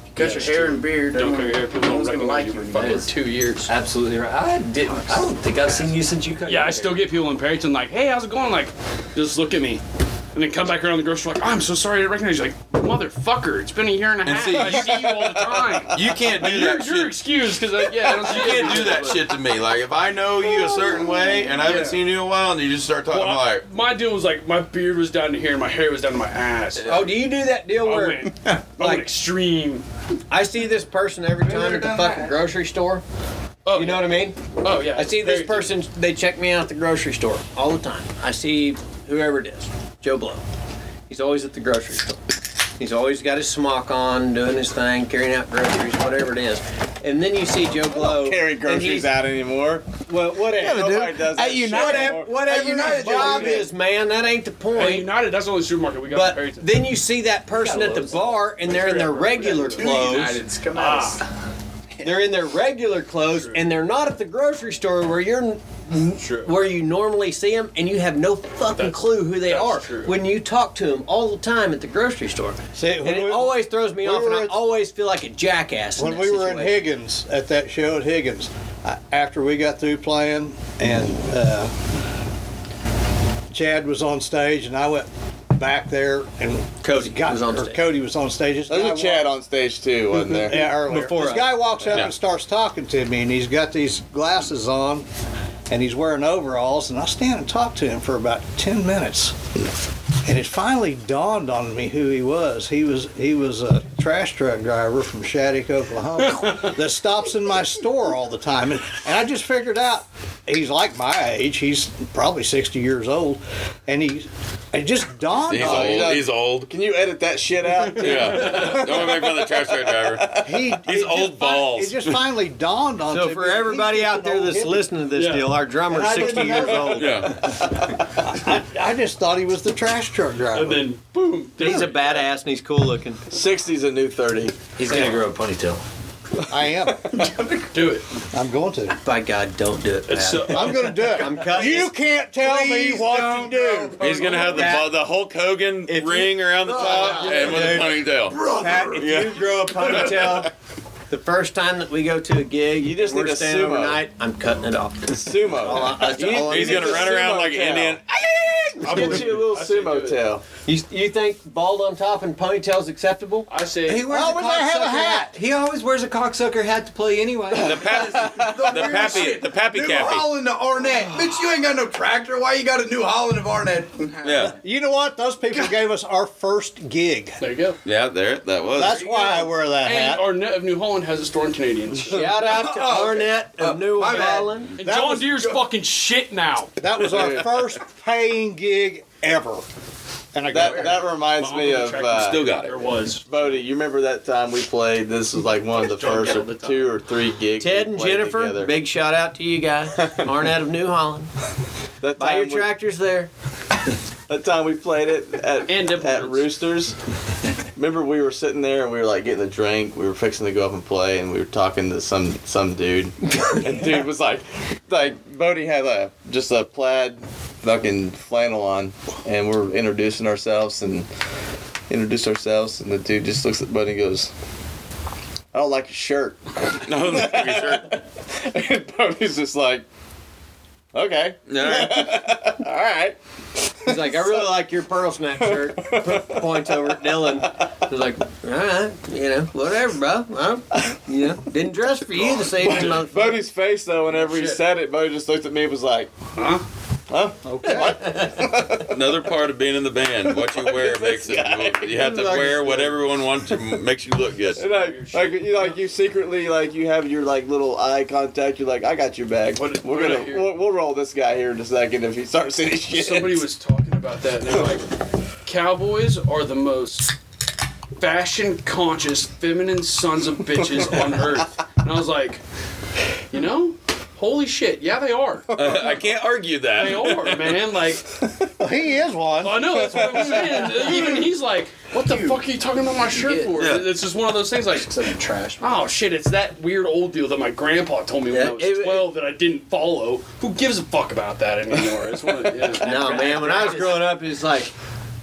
S12: You cut your hair and beard.
S8: Don't cut
S12: everyone-
S8: your hair. People don't
S12: everyone's gonna like
S8: recognize
S12: you.
S8: you.
S12: fucking
S11: That is-
S12: two years.
S11: Absolutely right. I didn't. I don't think I've seen you since you cut.
S8: Yeah,
S11: your
S8: I
S11: hair.
S8: still get people in Perryton like, hey, how's it going? Like, just look at me. And then come back around the grocery store like, "Oh, I'm so sorry I didn't recognize you. Like, motherfucker, it's been a year and a half.
S6: see,
S8: I
S6: you-
S8: see you all the time.
S6: you can't do
S8: You're,
S6: that
S8: you're
S6: shit.
S8: excused because, like, yeah, I don't see
S6: You can't do that shit to me. Like if I know you a certain way and I haven't seen you in a while, and you just start talking,
S8: Well,
S6: I'm
S8: I-
S6: like,
S8: my deal was like, my beard was down to here and my hair was down to my ass.
S4: Oh, do you do that deal
S8: I
S4: where
S8: went, I went extreme.
S4: I see this person every time
S12: never
S4: at the
S12: done
S4: fucking
S12: that.
S4: grocery store?
S8: Oh,
S4: You know what I mean?
S8: Oh, yeah.
S4: I see this
S8: Perryton.
S4: person, they check me out at the grocery store all the time. I see whoever it is, Joe Blow. He's always at the grocery store. He's always got his smock on, doing his thing, carrying out groceries, whatever it is. And then you see Joe Blow.
S9: Carry
S4: and he's-
S9: groceries out anymore.
S4: Well, whatever.
S9: Yeah, dude. Nobody does that At shit United- anymore.
S4: whatever, whatever his job is, man, that ain't the
S8: Hey,
S4: point.
S8: United, that's the only supermarket we got in
S4: But
S8: Perryton.
S4: then you see that person at the bar and they're in their regular
S12: Two
S4: clothes.
S12: Uniteds, come
S9: Ah.
S12: on.
S4: They're in their regular clothes and they're not at the grocery store where you're
S8: True.
S4: where you normally see them and you have no fucking clue who they
S8: that's
S4: are
S8: true.
S4: when you talk to them all the time at the grocery store.
S10: See,
S4: And
S10: when
S4: it
S10: we-
S4: always throws me
S10: we
S4: off and
S10: were
S4: I
S10: at-
S4: always feel like a jackass. in
S10: When
S4: that
S10: we were in
S4: situation.
S10: Higgins at that show at Higgins, I, after we got through playing, and uh, Chad was on stage, and I went back there, and
S4: Cody
S10: got,
S4: was on
S10: or
S4: stage.
S10: Cody was on stage. This guy
S9: There's a
S10: walked-
S9: Chad on stage too, wasn't there?
S10: Yeah, earlier.
S4: Before
S10: this
S4: us.
S10: guy walks up
S6: Yeah.
S10: and starts talking to me, and he's got these glasses on, and he's wearing overalls, and I stand and talk to him for about ten minutes, and it finally dawned on me who he was. He was he was a trash truck driver from Shattuck, Oklahoma, that stops in my store all the time, and, and I just figured out he's like my age. He's probably sixty years old, and he. It just dawned
S6: he's
S10: on me.
S9: you know-
S6: old. He's old.
S9: Can you edit that shit out?
S6: Yeah. Don't make fun of the trash truck driver.
S10: He,
S6: He's
S10: it just
S6: old
S10: fin-
S6: balls.
S10: It just finally dawned on
S4: So
S10: me,
S4: for
S10: he's
S4: everybody
S10: just
S4: out
S10: an
S4: there
S10: old
S4: that's
S10: hippie.
S4: listening to this
S8: Yeah.
S4: deal, our
S10: And
S4: drummer's
S10: I
S4: 60
S10: didn't
S4: years
S10: know.
S4: old.
S6: Yeah.
S10: I just thought he was the trash truck driver.
S8: And then, boom.
S4: He's a badass and he's cool looking.
S9: 60's a new 30.
S11: He's gonna grow a ponytail.
S10: I am.
S8: Do it.
S10: I'm going
S9: Uh,
S10: to.
S4: By God, don't do it. Pat.
S8: It's so,
S10: I'm going to do it.
S4: I'm cutting.
S10: you can't tell me
S12: Please
S10: what to
S12: don't
S10: do.
S6: He's gonna have the
S4: That-
S6: bu- the Hulk Hogan
S4: If you-
S6: ring around
S13: Oh,
S6: the top and with a ponytail.
S4: Pat, if you grow a ponytail, the first time that we go to a gig,
S9: You just
S4: we're
S9: need a
S4: staying
S9: sumo.
S4: overnight. I'm cutting it off.
S9: Sumo. uh,
S4: All I- that's all I
S6: He's
S4: need.
S6: gonna run around like an Indian.
S9: I'll get you a little sumo tail.
S4: You, you think bald on top and ponytail's acceptable?
S8: I say
S4: He wears
S10: would they have a hat?
S12: He always wears a cocksucker hat to play anyway.
S6: The pap, the
S12: weird
S6: pappy,
S12: shit.
S6: the pappy
S13: New
S6: cappy.
S13: Holland to Arnett. Bitch, you ain't got no tractor. Why you got a New Holland of Arnett?
S6: Yeah,
S13: You know what?
S10: Those people gave us our first gig.
S8: there you go.
S6: yeah, there that was.
S10: That's why I wear that
S8: And
S10: hat.
S8: Arnett of New Holland has a store in Canadians.
S4: Shout out to
S13: Oh, okay.
S4: Arnett of
S13: Oh,
S4: New
S13: my bad.
S4: Holland.
S1: And
S10: That
S1: John
S10: was
S1: Deere's fucking shit now.
S10: That was our first paying gig ever. And I got
S9: That that reminds me of uh,
S6: Still got it.
S8: There was.
S9: Bodie, you remember that time we played? This was like one of the first or two or three gigs.
S4: Ted
S9: we
S4: and
S9: played
S4: Jennifer,
S9: together.
S4: big shout out to you guys. Arnett of New Holland.
S9: That
S4: Buy
S9: time
S4: your
S9: we-
S4: tractors there.
S9: That time we played it at,
S8: And Dimple
S9: at
S8: Roots.
S9: Roosters. Remember, we were sitting there and we were like getting a drink. We were fixing to go up and play, and we were talking to some some dude. and dude was like, like Bodie had a just a plaid fucking flannel on, and we're introducing ourselves and introduce ourselves, and the dude just looks at Bodie and goes. I don't like your shirt.
S6: No, look at your shirt.
S9: And Bodie's just like, okay,
S6: Yeah.
S9: all right.
S4: He's like, I really like your pearl snap shirt. Points over at Dylan. He's like, all right, you know, whatever, bro. I, you know, didn't dress for you this evening, motherfucker.
S9: Bodie's face though, whenever he said it, Bodie just looked at me and was like,
S6: Another part of being in the band, what you wear makes it. You have to wear what everyone wants to makes you look good.
S9: And like, like you like you secretly like you have your like little eye contact. You're like, I got your back.
S8: What-
S9: We're
S8: what
S9: gonna
S8: I hear-
S9: we'll, we'll roll this guy here in a second if he starts any shit.
S8: Somebody was talking about that, and they're like, "Cowboys are the most fashion-conscious, feminine sons of bitches on earth." And I was like, "You know, holy shit, yeah, they are.
S6: Uh, I can't argue
S8: They
S6: that.
S8: are, man. Like,
S10: he is one.
S8: I know that's what I'm saying. Even he's like, what the fuck are you talking about my shirt for?
S6: Yeah.
S8: It's just one of those things. Like,
S12: trash.
S8: oh shit, it's that weird old deal that my grandpa told me when
S4: Yeah,
S8: I was
S4: it-
S8: 12 that I didn't follow. Who gives a fuck about that anymore? It's one of, yeah.
S4: No, man, when I was growing up, it was like,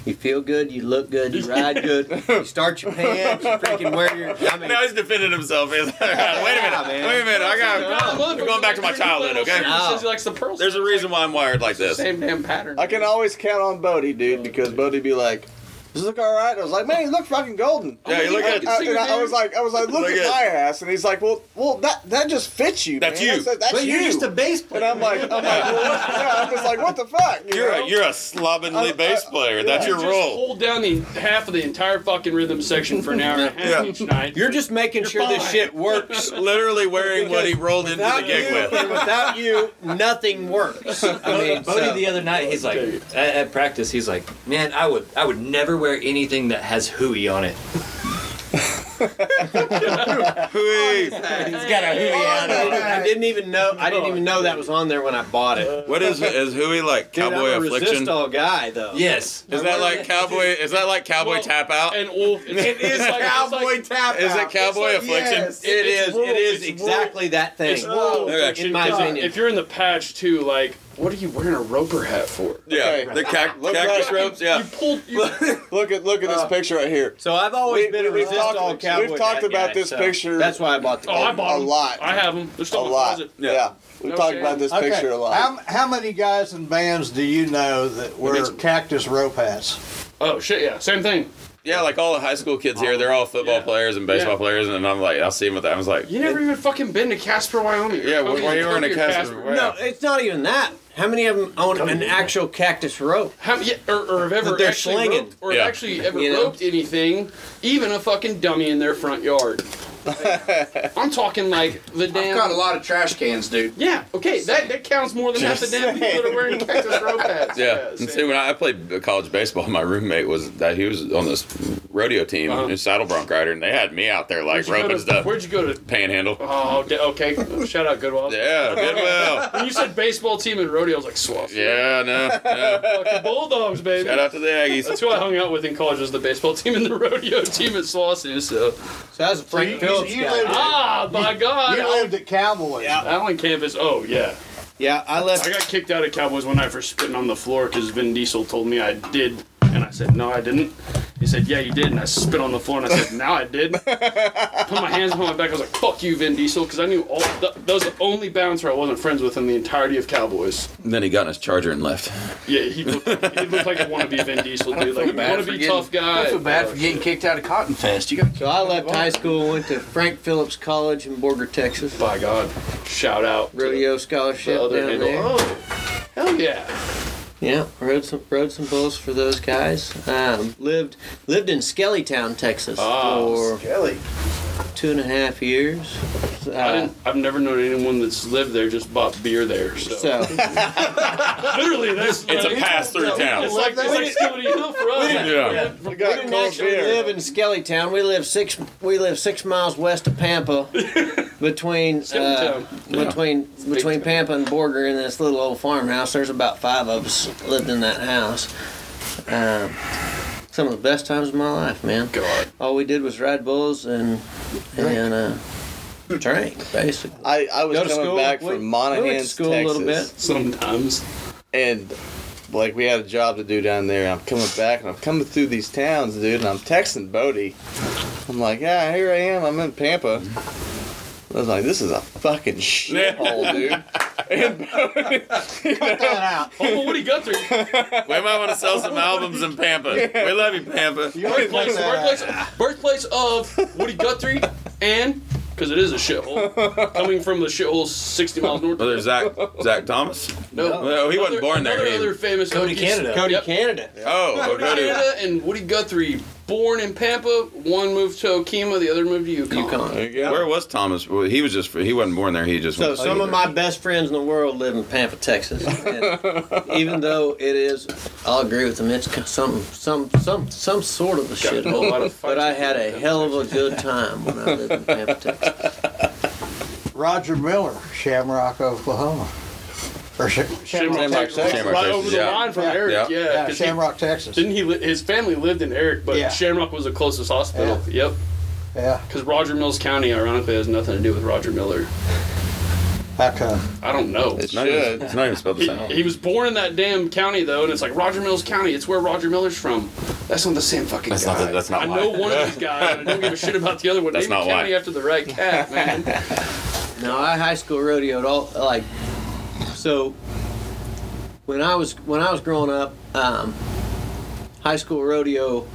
S4: you feel good, you look good, you ride good, you start your pants, you freaking wear your. I mean,
S6: Now he's defending himself. He's like, wait a
S4: Yeah,
S6: minute.
S4: man.
S6: Wait a minute. I got.
S8: Motherfucker,
S6: We're going back to my
S8: he's like,
S6: childhood,
S8: "Little
S6: okay?
S8: shit," he says he likes the pearl.
S6: There's a reason why I'm wired like this.
S8: Same damn pattern.
S9: I can always count on Bodie, dude, because Bodie be like, "Does this look all right?" I was like, "Man, you look fucking golden."
S6: Yeah, you look
S9: I,
S6: at
S9: I- and I, I was like, I was like, look,
S6: Look
S9: at,
S6: at-
S9: my ass, and he's like, well, well, that that just fits you.
S6: That's
S9: man.
S6: you.
S9: That's, that's
S12: But
S9: you.
S12: you're just a bass
S9: and
S12: player.
S9: I'm like, I'm like, well, what- yeah, I'm just like, what the fuck? you
S6: You're
S9: know?
S6: a you're a slovenly
S4: Uh,
S9: I-
S6: bass player. That's your
S8: just
S6: role.
S8: hold down the half of the entire fucking rhythm section for an hour and a half each night.
S4: you're just making sure this
S8: fine.
S4: shit works.
S6: Literally wearing what he rolled into the gig
S4: you,
S6: with.
S4: without you, nothing works. I mean,
S11: Bodie
S4: so-
S11: the other night, he's like at, at practice, he's like, man, I would I would never wear anything that has hooey on it.
S6: Hooey.
S4: I didn't even know. I didn't even know that was on there when I bought it.
S6: What is is hooey like?
S4: Dude,
S6: Cowboy
S4: I'm a
S6: affliction.
S4: resist all guy though.
S11: Yes.
S6: Is that like cowboy? Is that like cowboy
S8: Well,
S6: tap out?
S8: and wolf. It's, it is like,
S13: Cowboy
S8: It's like,
S13: tap.
S6: Is it
S13: out.
S6: cowboy affliction?
S13: yes.
S4: it
S8: it's
S4: is.
S8: rural-
S4: It is
S8: it's
S4: exactly that thing.
S8: It's rural
S6: Okay.
S8: fiction,
S4: In my
S8: 'cause
S4: opinion.
S8: If you're in the patch too, like, what are you wearing a roper hat for?
S6: Yeah,
S9: Okay.
S6: the cac-
S9: Look
S6: cactus
S9: back.
S6: ropes. Yeah,
S8: You pulled. You,
S9: Look at look at this picture right here.
S4: So I've always been a
S9: we've
S4: resist
S9: talked-
S4: all
S9: we've
S4: cowboy.
S9: talked
S4: guy,
S9: about this
S4: so
S9: picture
S4: That's why I bought the.
S8: oh, I bought
S9: a
S8: them.
S9: lot.
S8: I have them. They're
S9: a
S8: still in the
S9: lot.
S8: closet.
S9: Yeah. we
S8: No
S9: talked
S8: shame.
S9: about this
S10: Okay,
S9: picture a lot.
S10: How, how many guys in bands do you know that wear
S6: makes-
S10: cactus rope hats?
S8: Oh shit! Yeah, same thing.
S6: yeah. Like all the high school kids here, they're all football
S8: Yeah.
S6: players and baseball
S8: Yeah.
S6: players, and I'm like, I'll see him with that. I was like,
S8: You never even fucking been to Casper, Wyoming.
S6: yeah, why
S8: Cody's
S6: why you wearing a
S8: Cody's
S6: cactus?
S8: Casper.
S6: yeah.
S4: No, it's not even that. How many of them own an actual cactus rope?
S8: How, yeah, or, or have ever
S4: they're
S8: actually
S4: slinging.
S8: roped, or
S6: Yeah.
S8: have actually ever
S4: You know?
S8: roped anything, even a fucking dummy in their front yard. I'm talking like the damn.
S13: I've got a lot of trash cans, dude.
S8: Yeah, okay, that, that counts more than half the damn people that are wearing Texas rope hats.
S6: Yeah. and see, when I played college baseball, my roommate was that he was on this rodeo team,
S8: Uh-huh.
S6: a saddle bronc rider, and they had me out there like
S8: Where'd you go
S6: roping
S8: to-
S6: stuff,
S8: Where'd you go to?
S6: panhandle.
S8: Oh, d- okay. Shout out Goodwill.
S6: Yeah, Goodwill.
S8: When you said baseball team and rodeo, I was like, swap.
S6: yeah, no, no.
S8: Fucking Bulldogs, baby.
S6: Shout out to the
S8: That's
S6: Aggies.
S8: who I hung out with in college was the baseball team and the rodeo team at Swasu. So,
S4: So that was a Frank Phillips
S10: you
S4: guy.
S10: lived-
S8: ah, by God,
S10: You lived at Cowboys.
S8: Allen Campus. Oh yeah,
S4: yeah, I left.
S8: I got kicked out of Cowboys one night for spitting on the floor because Vin Diesel told me I did, and I said no, I didn't. He said, Yeah, you did. And I spit on the floor and I said, Now I did. Put my hands behind my back. I was like, Fuck you, Vin Diesel. Because I knew all, th- that was the only bouncer I wasn't friends with in the entirety of Cowboys.
S6: And then he got in his charger and left.
S8: Yeah, he looked, he looked like a wannabe Vin Diesel, dude. Like, wannabe tough guy.
S12: I feel bad for getting kicked out of Cotton Fest. You got
S4: So I left high school, went to Frank Phillips College in Borger, Texas.
S8: By God, shout out.
S4: Rodeo scholarship
S8: The other
S4: down there.
S8: handle. Oh, hell yeah.
S4: Yeah, rode some rode some bulls for those guys. Um, lived lived in Skellytown, Texas
S8: Oh,
S4: for two and a half years. Uh,
S8: I didn't, I've never known anyone that's lived there just bought beer there. So,
S4: so
S8: literally, that's
S6: It's a pass through town.
S8: It's like, it's like Skibidi Hill for us.
S6: Yeah.
S4: we didn't actually live in Skellytown. We live six we live six miles west of Pampa, between uh,
S8: Skellytown.
S4: between between Pampa and Borger in this little old farmhouse. There's about five of us lived in that house. Um, some of the best times of my life, man.
S8: God.
S4: All we did was ride bulls and and uh, drink, basically.
S9: I, I was
S4: Go to
S9: coming
S4: school.
S9: back
S4: We-
S9: from
S4: we went
S9: Monahan,
S4: to school a
S9: Texas,
S4: little bit.
S8: Sometimes.
S9: and like we had a job to do down there. I'm coming back, and I'm coming through these towns, dude, and I'm texting Bodie. I'm like, yeah, here I am. I'm in Pampa. I was like, this is a fucking shithole, dude.
S8: Oh, well, what he got through?
S6: We might want to sell some albums in Pampa. We love you, Pampa.
S8: birthplace, birthplace, birthplace of Woody Guthrie and because it is a shithole coming from the shithole 60 miles north.
S6: Brother Zach Zach Thomas.
S8: no,
S6: No, he wasn't
S8: Another-
S6: born there,
S8: Another,
S6: he-
S8: other famous
S11: Cody
S8: He's-
S11: Canada.
S4: Cody
S8: Yep.
S4: Canada.
S6: Oh,
S8: Cody
S6: go to
S8: Canada and Woody Guthrie, born in Pampa. One moved to Okima, the other moved to Yukon.
S4: Yukon.
S6: where was Thomas? Well, he was just he wasn't born there. He just
S4: So
S8: Oh,
S6: went to
S4: some of
S6: school
S4: my best friends in the world live in Pampa, Texas. And even though it is, I'll agree with them. It's kind of some some some some sort of a
S8: a lot
S4: shithole.
S8: of
S4: But I had a hell of a good time when I lived in Pampa, Texas.
S10: Roger Miller, Shamrock, Oklahoma. Or Sh- Shamrock,
S9: Shamrock,
S10: Texas.
S9: Texas.
S6: Shamrock,
S8: right
S6: Texas,
S8: over the
S6: yeah.
S8: line from
S10: Yeah.
S8: Eric.
S6: Yeah.
S8: Yeah,
S10: Yeah,
S8: 'cause he-
S10: Shamrock, Texas.
S8: didn't he? Li- his family lived in Eric, but
S10: Yeah.
S8: Shamrock was the closest hospital. Yep.
S10: Yeah.
S8: Because Roger Mills County, ironically, has nothing to do with Roger Miller.
S10: How come?
S8: I don't know.
S9: It
S6: Not even,
S9: should.
S6: it's not even spelled the
S8: He,
S6: same.
S8: he was born in that damn county though, and it's like Roger Mills County. It's where Roger Miller's from. That's not the same fucking
S6: That's
S8: guy.
S6: not the- that's not
S8: I
S6: why.
S8: know one of these guys. and I don't give a shit about the other one.
S6: That's
S8: Name a
S6: not why.
S8: county after the right cat, man.
S4: No, I high school rodeoed all like so. When I was when I was growing up, um, high school rodeo,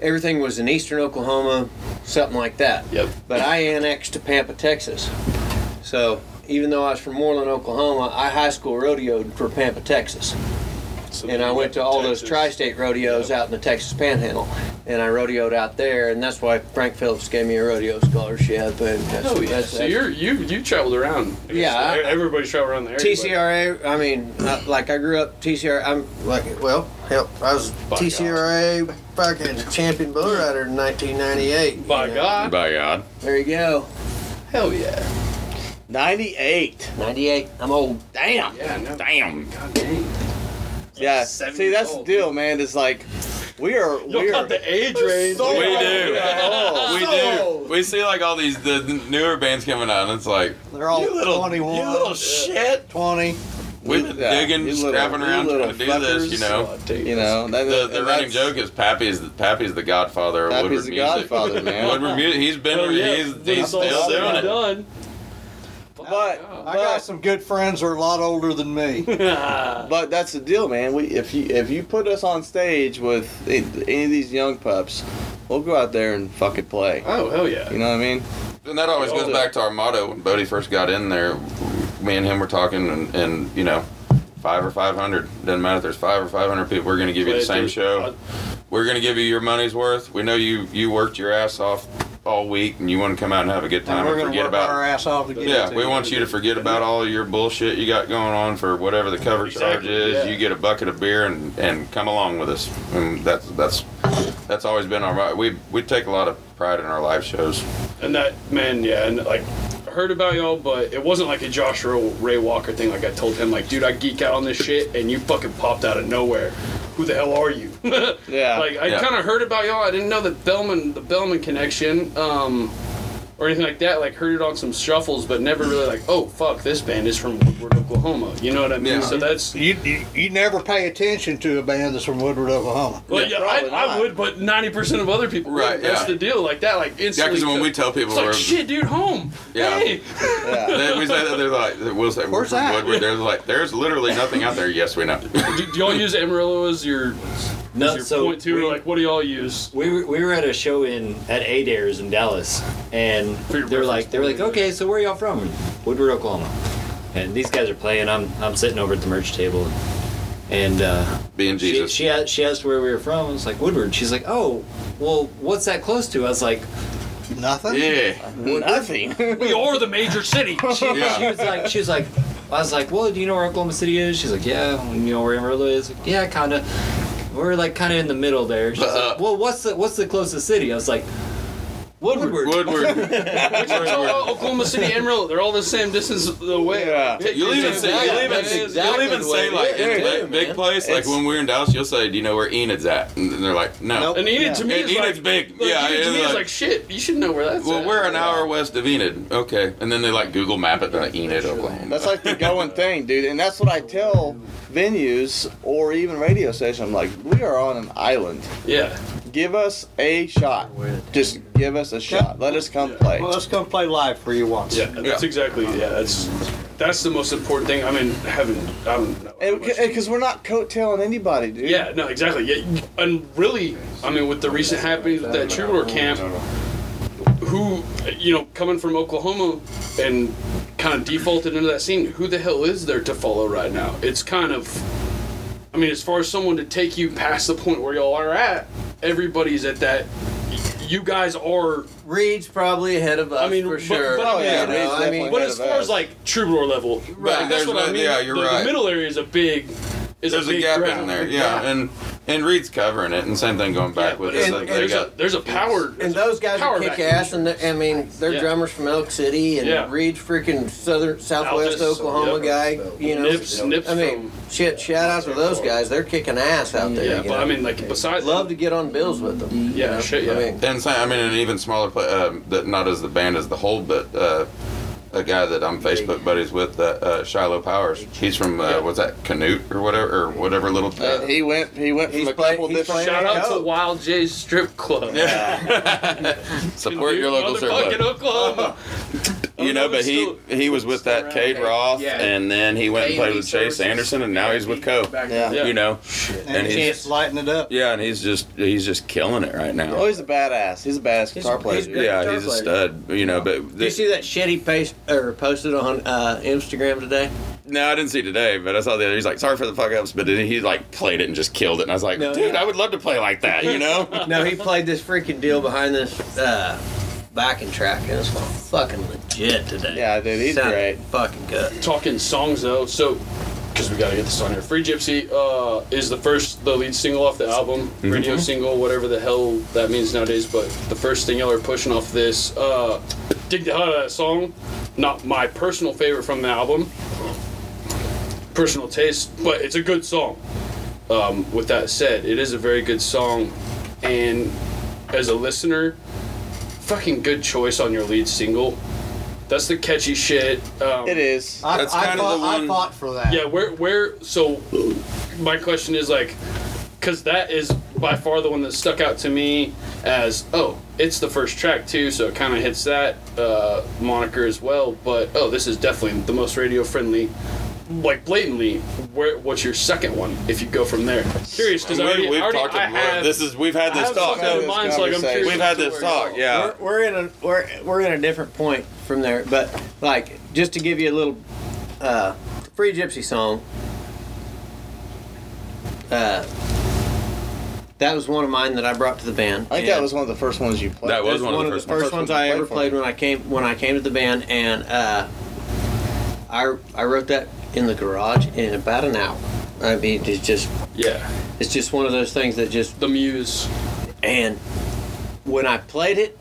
S4: everything was in Eastern Oklahoma, something like that.
S8: yep.
S4: but I annexed to Pampa, Texas. So even though I was from Moreland, Oklahoma, I high school rodeoed for Pampa, Texas.
S8: So
S4: And I went to all those tri
S8: Texas.
S4: state rodeos out in the Texas Panhandle. And I rodeoed out there, and that's why Frank Phillips gave me a rodeo scholarship. And that's,
S8: Oh yeah.
S4: that's-
S8: So you're you you traveled around. I guess
S4: Yeah, I-
S8: Everybody's traveled around the area. but-
S4: TCRA, I mean, uh, like I grew up TCRA. I'm like, well, hell, I was TCRA fucking champion bull rider in 1998.
S8: By
S4: you know.
S8: God.
S6: By God.
S4: There you go.
S8: Hell yeah.
S9: 98.
S4: 98. I'm old.
S9: Damn.
S8: Yeah. No.
S6: Damn.
S8: God dang.
S9: Yeah.
S8: Seven
S9: See,
S8: years
S9: that's the
S8: old.
S9: deal, man. It's like we are we
S8: Look
S9: are
S8: at the age range.
S9: so
S6: We do.
S9: old.
S6: We do. We see like all these the the newer bands coming out, and it's like
S10: They're all
S6: you little,
S10: 21,
S6: you little shit.
S10: 20.
S6: We've been
S9: Yeah,
S6: digging,
S9: you little-
S6: scrapping
S9: you
S6: around
S9: little
S6: trying to do this, you
S9: fuckers.
S8: Oh,
S6: know.
S9: You know, that,
S6: The,
S9: and
S6: the running
S9: that's-
S6: joke is Pappy's the, Pappy's the godfather of Woodward
S9: Pappy's the
S6: music.
S9: godfather, man.
S6: Woodward music. He's been.
S8: Hell Oh, yeah.
S6: He's,
S8: When
S6: he's
S8: it's all
S6: still
S8: said and
S6: doing it.
S8: Done.
S9: But,
S10: I got
S9: but,
S10: some good friends who are a lot older than me.
S9: but that's the deal, man. We if you if you put us on stage with any of these young pups, we'll go out there and fucking play.
S8: Oh hell yeah.
S9: You know what I mean?
S6: And that always goes back to our motto. When Bodie first got in there, me and him were talking, and, and you know, five or five hundred doesn't matter if there's five or five hundred people. We're gonna give you the same
S8: uh,
S6: show. We're gonna give you your money's worth. We know you you worked your ass off all week, and you want to come out and have a good time
S10: And we're
S6: and,
S10: going to
S6: forget
S10: work
S6: about.
S10: our ass off to get it
S6: yeah,
S10: to
S6: we
S10: you.
S6: want you to forget about all your bullshit you got going on for whatever the cover charge
S8: Exactly,
S6: is.
S8: yeah.
S6: You get a bucket of beer and, and come along with us. And that's that's that's always been our mo- we we take a lot of pride in our live shows.
S8: And that man, yeah, and like I heard about y'all, but it wasn't like a Joshua Ray Walker thing. Like I told him, like, dude, I geek out on this shit, and you fucking popped out of nowhere. Who the hell are you?
S9: Yeah.
S8: like I
S6: Yeah.
S8: kind of heard about y'all. I didn't know the Bellman, the Bellman connection. Um, or anything like that. Like heard it on some shuffles, but never really like, oh fuck, this band is from Woodward, Oklahoma. You know what I mean? So that's
S10: you, you. You never pay attention to a band that's from Woodward, Oklahoma.
S8: Well, yeah, I, I would, but ninety percent of other people,
S10: Right,
S8: would. That's
S10: yeah.
S8: the deal. Like that, like instantly.
S6: when we tell people
S8: it's like
S6: we're-
S8: shit, dude, home.
S6: Yeah.
S8: Hey.
S6: They- we say that they're like, we'll say, we're
S8: Where's
S6: from
S8: that?
S6: Woodward. They're like, there's literally nothing out there. Yes, we know.
S8: do, do y'all use Amarillo as your
S11: No,
S8: as your
S11: so
S8: point two?
S11: we-
S8: or like, what do y'all use?
S11: We were, we were at a show in at Adair's in Dallas, and they were like they were like, okay, so where are y'all from? Woodward, Oklahoma. And these guys are playing. I'm I'm sitting over at the merch table, and uh,
S6: being
S11: Jesus, she she, a- she asked where we were from. I was like Woodward. She's like, oh, well, what's that close to? I was like,
S10: nothing.
S6: Yeah,
S11: nothing.
S8: we are the major city.
S11: She, she was like, she was like, I was like, well, do you know where Oklahoma City is? She's like, yeah, and you know where Amarillo is? Like, yeah, kind of. We're like kind of in the middle there. She's
S8: Uh-uh.
S11: like, well, what's the what's the closest city? I was like, Woodward.
S6: Woodward.
S8: Wichita, Oklahoma City, Amarillo, they're all the same distance away. Yeah.
S6: You'll even say, you'll even, you'll even say like in a big, big place, like when we're in Dallas, you'll say, "Do you know where Enid's at?" And they're like, "No."
S8: And Enid to me
S6: And
S8: is
S6: Enid's
S8: like,
S6: big.
S8: like,
S6: yeah,
S8: Enid to
S6: and
S8: me is
S6: like,
S8: like shit. uh, You should know where that's.
S6: well,
S8: at.
S6: we're an hour west of Enid. Okay, and then they like Google Map it, they're like Enid, Oklahoma.
S9: That's like the going thing, dude. And that's what I tell venues or even radio stations. I'm like, we are on an island.
S8: Yeah.
S9: Give us a shot. Just give us a shot. Let us come play.
S10: Well, let's come play live for you once.
S8: Yeah, that's exactly. Yeah, that's that's the most important thing. I mean, having I don't know.
S9: Because we're not coattailing anybody, dude.
S8: Yeah, no, exactly. Yeah, and really, I mean, with the recent happenings with that troubadour camp, who you know coming from Oklahoma and kind of defaulted into that scene, who the hell is there to follow right now? It's kind of, I mean, as far as someone to take you past the point where y'all are at, everybody's at that. You guys are
S4: Reed's probably ahead of us.
S8: I mean,
S4: for
S8: but-
S4: sure.
S8: But, I mean,
S4: You know, I mean,
S8: but as far as like troubadour level,
S6: Right,
S8: right? That's
S6: there's
S8: what
S6: no-
S8: I mean.
S6: yeah, you're
S8: the, the
S6: right.
S8: middle area is a big. Is
S6: there's
S8: a,
S6: a,
S8: big
S6: gap
S8: ground.
S6: in there, yeah, and and Reed's covering it, and same thing going back with
S8: but
S6: it.
S8: and-
S6: like, they
S8: there's,
S6: got
S8: a, there's a power.
S4: and those guys
S8: power
S4: are kick
S8: vacuum.
S4: ass, and they- I mean they're
S8: Yeah.
S4: drummers from Elk City and
S8: Yeah.
S4: Reed's freaking southern southwest
S8: Altus,
S4: Oklahoma
S8: yeah.
S4: guy. You know,
S8: Nips- Nips
S4: I mean, shit, shout out to those guys. They're kicking ass out there.
S8: Yeah,
S4: you
S8: but
S4: know?
S8: I mean, like besides,
S4: love to get on bills with them.
S8: Yeah, shit, yeah.
S4: I mean,
S6: And so, I mean, an even smaller play, uh, that not as the band as the whole, but uh, a guy that I'm Facebook buddies with, uh, uh, Shiloh Powers. He's from uh, what's that, Canute or whatever, or whatever little.
S9: Uh, he went. He went from a couple different.
S8: shout out to Wild J's Strip Club.
S6: support your local strip club.
S8: Motherfucking Oklahoma.
S4: Oh,
S6: You know, but he he was with that Cade Roth,
S10: Yeah.
S6: and then he went and played with Chase Anderson, and now he's with Co.
S9: Yeah.
S6: You know,
S10: And,
S6: he's
S10: he's lighting it up.
S6: yeah, and he's just he's just killing it right now.
S9: Oh, he's a badass. He's a badass guitar player. dude.
S6: yeah, he's a stud. You know, but
S4: Did you see that shit he paste, or posted on uh, Instagram today?
S6: No, I didn't see today, but I saw the other. He's like, sorry for the fuck ups, but then he like played it and just killed it. And I was like,
S4: No,
S6: dude,
S4: yeah.
S6: I would love to play like that, you know?
S4: no, he played this freaking deal behind this uh, backing track, and it's fucking legit today.
S9: Yeah, dude, he's
S4: Sounded
S9: great.
S4: Fucking good.
S8: Talking songs though, so because we gotta get this on here. Free Gypsy uh, is the first, the lead single off the album, radio single, whatever the hell that means nowadays. But the first thing y'all are pushing off this, uh, dig the hell out of that song. Not my personal favorite from the album, personal taste, but it's a good song. Um, with that said, it is a very good song, and as a listener, fucking good choice on your lead single. That's the catchy shit. Um,
S9: It is.
S10: I,
S6: That's
S10: I
S6: kinda
S10: fought,
S6: the
S10: I
S6: one-
S10: fought for that.
S8: yeah, where where so my question is like cuz that is by far the one that stuck out to me as oh, it's the first track too, so it kind of hits that uh moniker as well, but oh, this is definitely the most radio friendly like blatantly where what's your second one if you go from there curious because i already, I already I have,
S6: this is we've had
S8: I
S6: this
S8: have
S6: talk.
S8: something in mind, so, like, I'm curious
S6: We've had
S8: to
S6: this
S8: where
S6: talk,
S8: y'all-
S6: yeah.
S9: Uh,
S4: We're, we're in a we're we're in a different point from there, but like just to give you a little uh, free gypsy song. Uh, that was one of mine that I brought to the band.
S9: I think that
S4: and-
S9: was one of the first ones you played.
S6: That was
S4: That's
S6: one, of the first ones.
S4: first ones I
S9: you
S4: ever played
S9: played for me.
S4: when I came when I came to the band, and uh, I I wrote that in the garage in about an hour. I mean, it's just
S8: yeah
S4: it's just one of those things that just
S8: the muse
S4: and when I played it,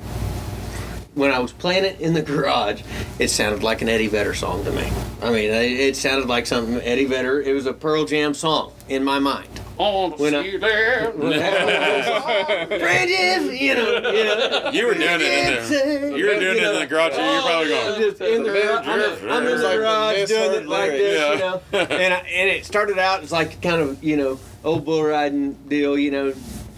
S4: when I was playing it in the garage, it sounded like an Eddie Vedder song to me. I mean, it, it sounded like something Eddie Vedder. It was a Pearl Jam song in my mind.
S8: On
S4: When I- Bridges, you know, you know.
S6: You were doing it in there. You were doing it in the garage. and You're
S4: Oh,
S6: probably going.
S4: Just in the garage, I'm, I'm in the garage doing it like this,
S6: Yeah.
S4: you know. And I, and it started out as like kind of you know old bull riding deal, you know,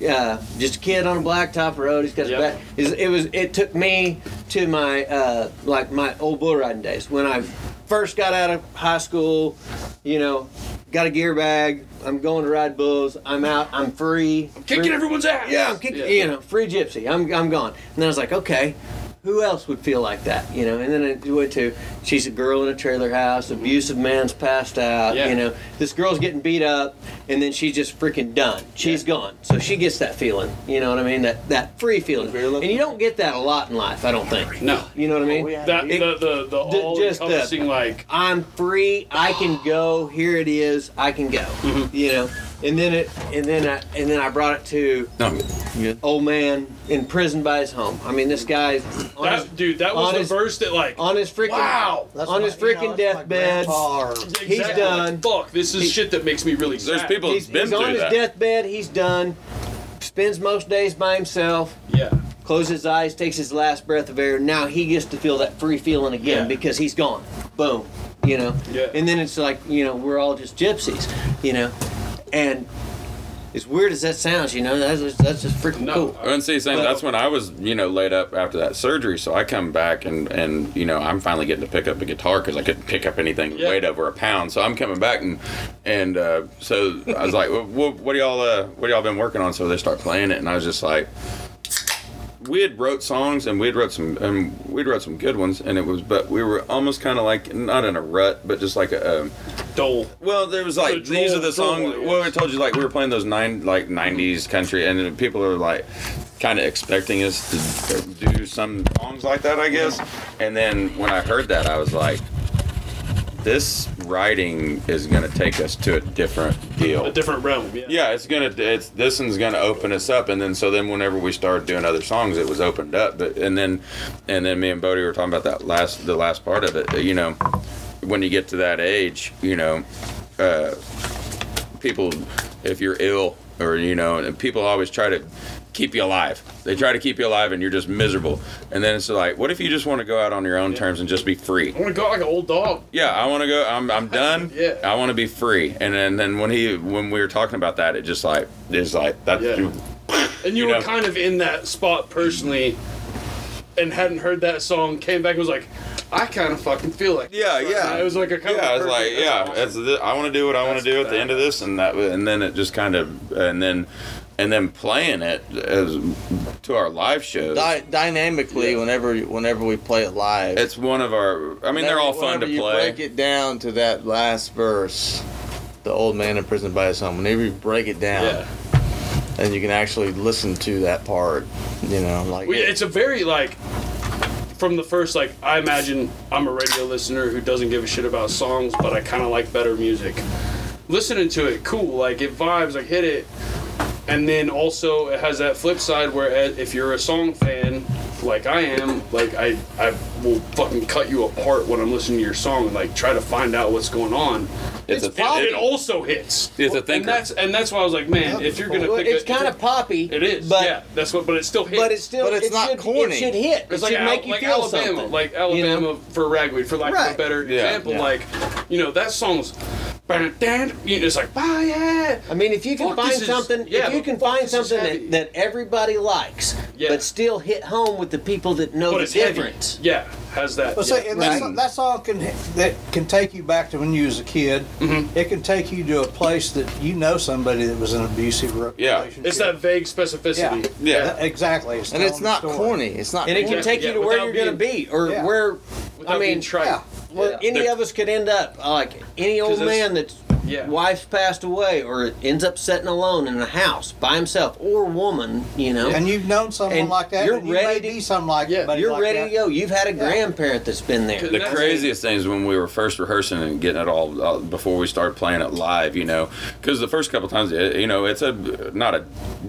S4: uh, just a kid on a blacktop road. He's got his back. It, it was it took me to my uh, like my old bull riding days when I first got out of high school, you know. Got a gear bag. I'm going to ride bulls. I'm out. I'm free.
S8: Kicking
S4: free-
S8: everyone's ass.
S4: yeah, I'm kicking, you know, free gypsy. I'm, I'm gone. And then I was like, okay, who else would feel like that, you know? And then it went to, she's a girl in a trailer house, abusive man's passed out,
S8: Yeah.
S4: you know, this girl's getting beat up, and then she's just freaking done. She's gone. So she gets that feeling, you know what I mean? That that free feeling. And you don't get that a lot in life, I don't think.
S8: No.
S4: You know what I mean?
S8: That the the the
S4: D-
S8: all
S4: just the-
S8: encompassing like
S4: I'm free. I can go. Here it is. I can go.
S6: Mm-hmm.
S4: You know, and then it, and then I, and then I brought it to old man in prison by his home. I mean, this guy on his,
S8: that dude. That was
S4: on
S8: the
S4: his-
S8: verse that like
S4: on his freaking
S8: wow.
S4: on his freaking deathbed.
S8: Exactly,
S4: He's done.
S8: Like, fuck. This is shit that makes me really sad.
S6: There's people that's
S4: He's,
S6: been
S4: he's on
S6: through
S4: his
S6: that.
S4: deathbed. He's done. Spends most days by himself.
S8: Yeah.
S4: Closes his eyes. Takes his last breath of air. Now he gets to feel that free feeling again
S8: Yeah.
S4: because he's gone. Boom. You know.
S8: Yeah.
S4: And then it's like you know we're all just gypsies. You know. And as weird as that sounds, you know that's just, that's just freaking cool.
S6: And see, same. That's when I was, you know, laid up after that surgery. So I come back and and you know I'm finally getting to pick up a guitar because I couldn't pick up anything
S8: Yeah.
S6: weighed over a pound. So I'm coming back and and uh, so I was like, well, what, what do y'all uh, what do y'all been working on? So they start playing it, and I was just like. We had wrote songs and we had wrote some and we'd wrote some good ones and it was but we were almost kind of like not in a rut but just like a, um
S8: Dole.
S6: well, there was like
S8: So Joel-
S6: these are the
S8: Joel
S6: songs.
S8: Wyatt.
S6: Well, I told you like we were playing those nine like '90s country, and then people are like kind of expecting us to do some songs like that, I guess. And then when I heard that, I was like, this writing is gonna take us to a different deal.
S8: A different realm. Yeah.
S6: Yeah, it's gonna. It's this one's gonna open us up, and then so then whenever we started doing other songs, it was opened up. But and then, and then me and Bodie were talking about that last the last part of it. You know, when you get to that age, you know, uh, people, if you're ill or you know, and people always try to keep you alive. They try to keep you alive, and you're just miserable. And then it's like, what if you just want to go out on your own terms and just be free?
S8: I want to go out like an old dog.
S6: yeah, I want to go. I'm, I'm done.
S8: Yeah.
S6: I want to be free. And then, then when he when we were talking about that, it just like is like that.
S8: Yeah. And you,
S6: You
S8: were
S6: know.
S8: kind of in that spot personally, and hadn't heard that song. Came back and was like, I kind of fucking feel like.
S6: Yeah, yeah.
S8: It was like a kind
S6: yeah.
S8: of
S6: It's like
S8: perfect-
S6: yeah. It's the, I want to do what I want to
S8: That's
S6: do at the end of this, and that, and then it just kind of, and then, and then playing it as to our live shows.
S9: Di- dynamically, whenever whenever we play it live,
S6: It's one of our. I mean, they're all fun to
S9: Whenever you
S6: play.
S9: Break it down to that last verse, the old man in prison by his home. Whenever you break it down,
S8: Yeah.
S9: and you can actually listen to that part, you know, like
S8: We, it's a very like from the first like I imagine I'm a radio listener who doesn't give a shit about songs, but I kind of like better music. Listening to it, cool. Like it vibes, like hit it. And then also it has that flip side where uh, if you're a song fan, like I am, like I I will fucking cut you apart when I'm listening to your song and like try to find out what's going on.
S6: It's a
S8: It, it
S6: thinker.
S8: also hits.
S6: It's a
S8: And
S6: thinker.
S8: that's and that's why I was like, man, if you're gonna
S4: Well,
S8: pick
S4: it's
S8: a-
S4: kind of poppy.
S8: it is
S4: but
S8: yeah that's what but it still hits.
S4: but it's still
S9: But it's
S4: it
S9: not
S4: should,
S9: corny.
S4: It should hit. it
S8: It's like
S4: should
S8: Al-
S4: make you
S8: like
S4: feel
S8: Alabama,
S4: something.
S8: like Alabama for ragweed, for lack of a
S4: Right.
S8: better
S6: Yeah.
S8: example. Like, you know, that song's, you know, it's like, bye, yeah.
S4: I mean, if you can
S8: Fuck,
S4: find
S8: this is-
S4: something,
S8: yeah,
S4: if you
S8: but
S4: can
S8: fuck,
S4: find
S8: this is
S4: something
S8: heavy.
S4: that, that everybody likes,
S8: Yeah.
S4: but still hit home with the people that know
S8: But
S4: the
S8: it's heavy.
S4: difference.
S8: Yeah, has that.
S10: Well, see,
S8: yeah.
S10: and that, song, that song can that can take you back to when you was a kid. It can take you to a place that you know somebody that was in an abusive re-
S6: Yeah.
S10: relationship.
S8: It's that vague
S10: yeah,
S8: specificity.
S6: Yeah.
S10: exactly.
S9: and it's
S10: telling
S9: not
S10: the story.
S9: corny. It's not.
S4: And it
S9: corny.
S4: can take
S8: Yeah,
S4: you to where
S8: without
S4: you're going to be,
S8: being-
S4: or
S10: Yeah.
S4: where,
S8: Without
S4: I
S8: being
S4: mean,
S8: trite.
S10: Yeah.
S4: where any of us could end up. I Like any old
S6: it's-
S4: man that's
S8: Yeah.
S4: wife's passed away or ends up sitting alone in a house by himself or woman, you know.
S10: And you've known someone
S4: And
S10: like that.
S4: you're
S10: and you
S4: ready
S10: may
S4: to-
S10: be something like that.
S4: You're ready to go. You've had a grandparent that's been there.
S6: The craziest thing is when we were first rehearsing and getting it all uh, before we started playing it live, you know, because the first couple times, it, you know, it's a not a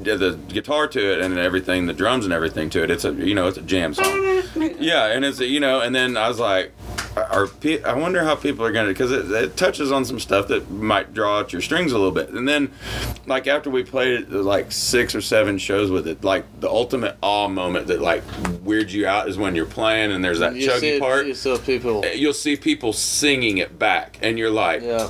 S6: the guitar to it and everything, the drums and everything to it. It's a you know, it's a jam song. Yeah, and it's a, you know, and then I was like, are pe- I wonder how people are gonna because it, it touches on some stuff that might draw out your strings a little bit, and then like after we played it, like six or seven shows with it, like the ultimate awe moment that like weirds you out is when you're playing and there's that
S9: You see
S6: chuggy
S9: it-
S6: part
S9: You see people.
S6: you'll see people singing it back, and you're like,
S9: Yeah.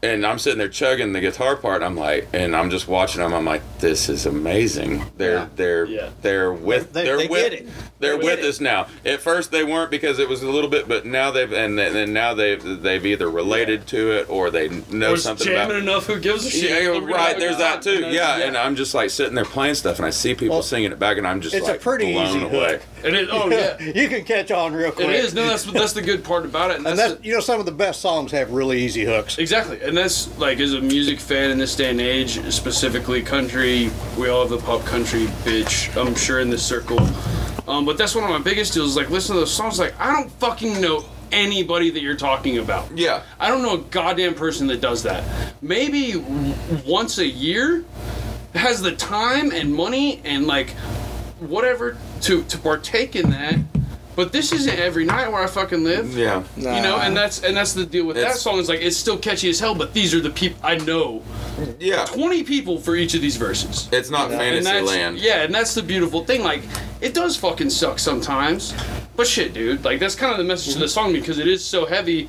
S6: and I'm sitting there chugging the guitar part. I'm like, and I'm just watching them. I'm like, this is amazing. They're they're they're with
S10: They-
S6: are
S10: they
S6: with
S10: get it.
S6: they're with us now. At first they weren't because it was a little bit, but now they've and then and now they've they've either related to it or they know
S8: Or it's
S6: something
S8: jamming
S6: about. it.
S8: enough. Who gives a shit?
S6: Yeah,
S8: We're
S6: you're
S8: gonna
S6: right.
S8: have a
S6: There's
S8: good
S6: that
S8: time,
S6: too.
S8: you know?
S6: yeah, and I'm just like sitting there playing stuff, and I see people singing it back, and I'm just
S10: it's a
S6: like
S10: pretty
S6: blown
S10: easy hook.
S6: away.
S8: It is. Oh yeah.
S10: you can catch on real quick.
S8: It is. No, that's that's the good part about it. And
S10: And
S8: that's,
S10: that's you know some of the best songs have really easy hooks.
S8: exactly. And that's like as a music fan in this day and age, specifically country, we all have the pop country bitch. I'm sure in this circle. Um, but that's one of my biggest deals. Is like listen to those songs. Like I don't fucking know anybody that you're talking about.
S6: Yeah,
S8: I don't know a goddamn person that does that. Maybe w- once a year has the time and money and like whatever to to partake in that. But this isn't every night where I fucking live.
S6: yeah.
S8: You know, and that's and that's the deal with that
S6: It's-
S8: song is like it's still catchy as hell, but these are the people I know.
S6: Yeah,
S8: Twenty people for each of these verses.
S6: it's not
S8: And
S6: fantasy
S8: that's
S6: land.
S8: yeah, and that's the beautiful thing. Like, it does fucking suck sometimes, but shit, dude. Like, that's kind of the message of the song because it is so heavy.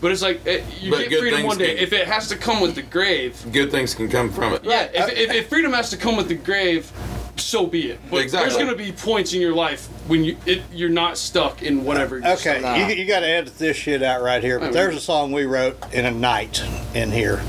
S8: But it's like it, you
S6: But
S8: get
S6: good
S8: freedom
S6: things
S8: one day.
S6: can-
S8: If it has to come with the grave,
S6: Good things can come from it.
S8: yeah. If, if, if freedom has to come with the grave, so be it. But there's
S6: Exactly.
S8: gonna be points in your life when you it, you're not stuck in whatever. you're
S10: Okay,
S8: stuck
S10: you, you got to edit this shit out right here. But there's a song we wrote in a night in here,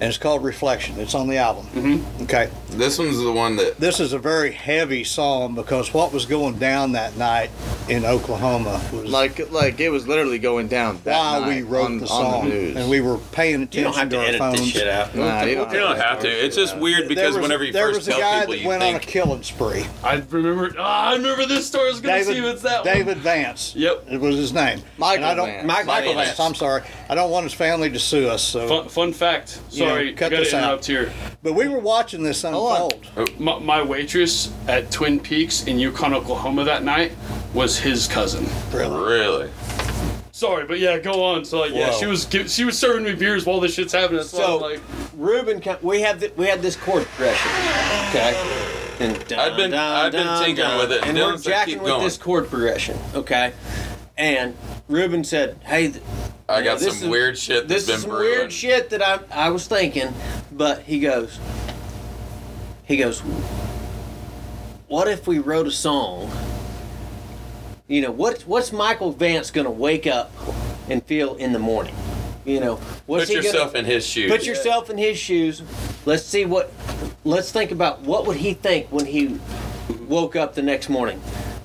S10: and it's called Reflection. It's on the album. Mm-hmm. Okay,
S6: This one's the one that
S10: this is a very heavy song because what was going down that night in Oklahoma was
S9: Like, like it was literally going down. That
S10: why
S9: night
S10: we wrote
S9: on,
S10: the
S9: On
S10: song,
S9: the news.
S10: and we were paying attention
S4: You don't have to
S10: our
S4: edit
S10: phones.
S4: this shit out.
S9: Nah, you don't
S6: You don't have to. It's just weird because
S10: there was,
S6: whenever you
S10: there
S6: first
S10: was a
S6: tell
S10: guy
S6: people,
S10: that
S6: you
S10: went on a
S6: think
S10: killing spree.
S8: in. I remember. ah, I remember this story. I was gonna see if it's that one.
S10: David Vance.
S8: Yep.
S10: It was his name.
S9: Michael
S10: And I don't,
S9: Vance.
S10: Michael,
S9: Michael
S10: Vance.
S9: Vance.
S10: I'm sorry. I don't want his family to sue us. So,
S8: Fun, fun fact.
S10: You know,
S8: Sorry,
S10: cut
S8: gotta
S10: this out.
S8: interrupt here.
S10: but we were watching this
S9: on.
S10: unfold.
S8: My, my waitress at Twin Peaks in Yukon, Oklahoma that night was his cousin.
S6: really.
S8: Sorry, but yeah, go on. So like, yeah,
S10: Whoa.
S8: she was gi- she was serving me beers while this shit's happening. So,
S4: So-
S8: I'm like,
S4: Ruben, co- we have th- we had this chord progression, okay? And dun,
S6: I've been-
S4: dun,
S6: I've been
S4: dun,
S6: tinkering
S4: dun.
S6: with it.
S4: and we're
S6: Dylan said,
S4: jacking
S6: "Keep
S4: with
S6: going."
S4: this chord progression, okay? And Ruben said, "Hey, th-
S6: I
S4: you know,
S6: got
S4: this
S6: some
S4: is-
S6: weird shit that's
S4: This
S6: been
S4: is some
S6: brewing.
S4: weird shit that I I was thinking," but he goes, he goes, "What if we wrote a song? You know, what what's Michael Vance gonna wake up and feel in the morning? You know, what's
S6: Put
S4: he gonna-
S6: yourself in his shoes.
S4: Put yourself in his shoes. Let's see what. Let's think about what would he think when he woke up the next morning,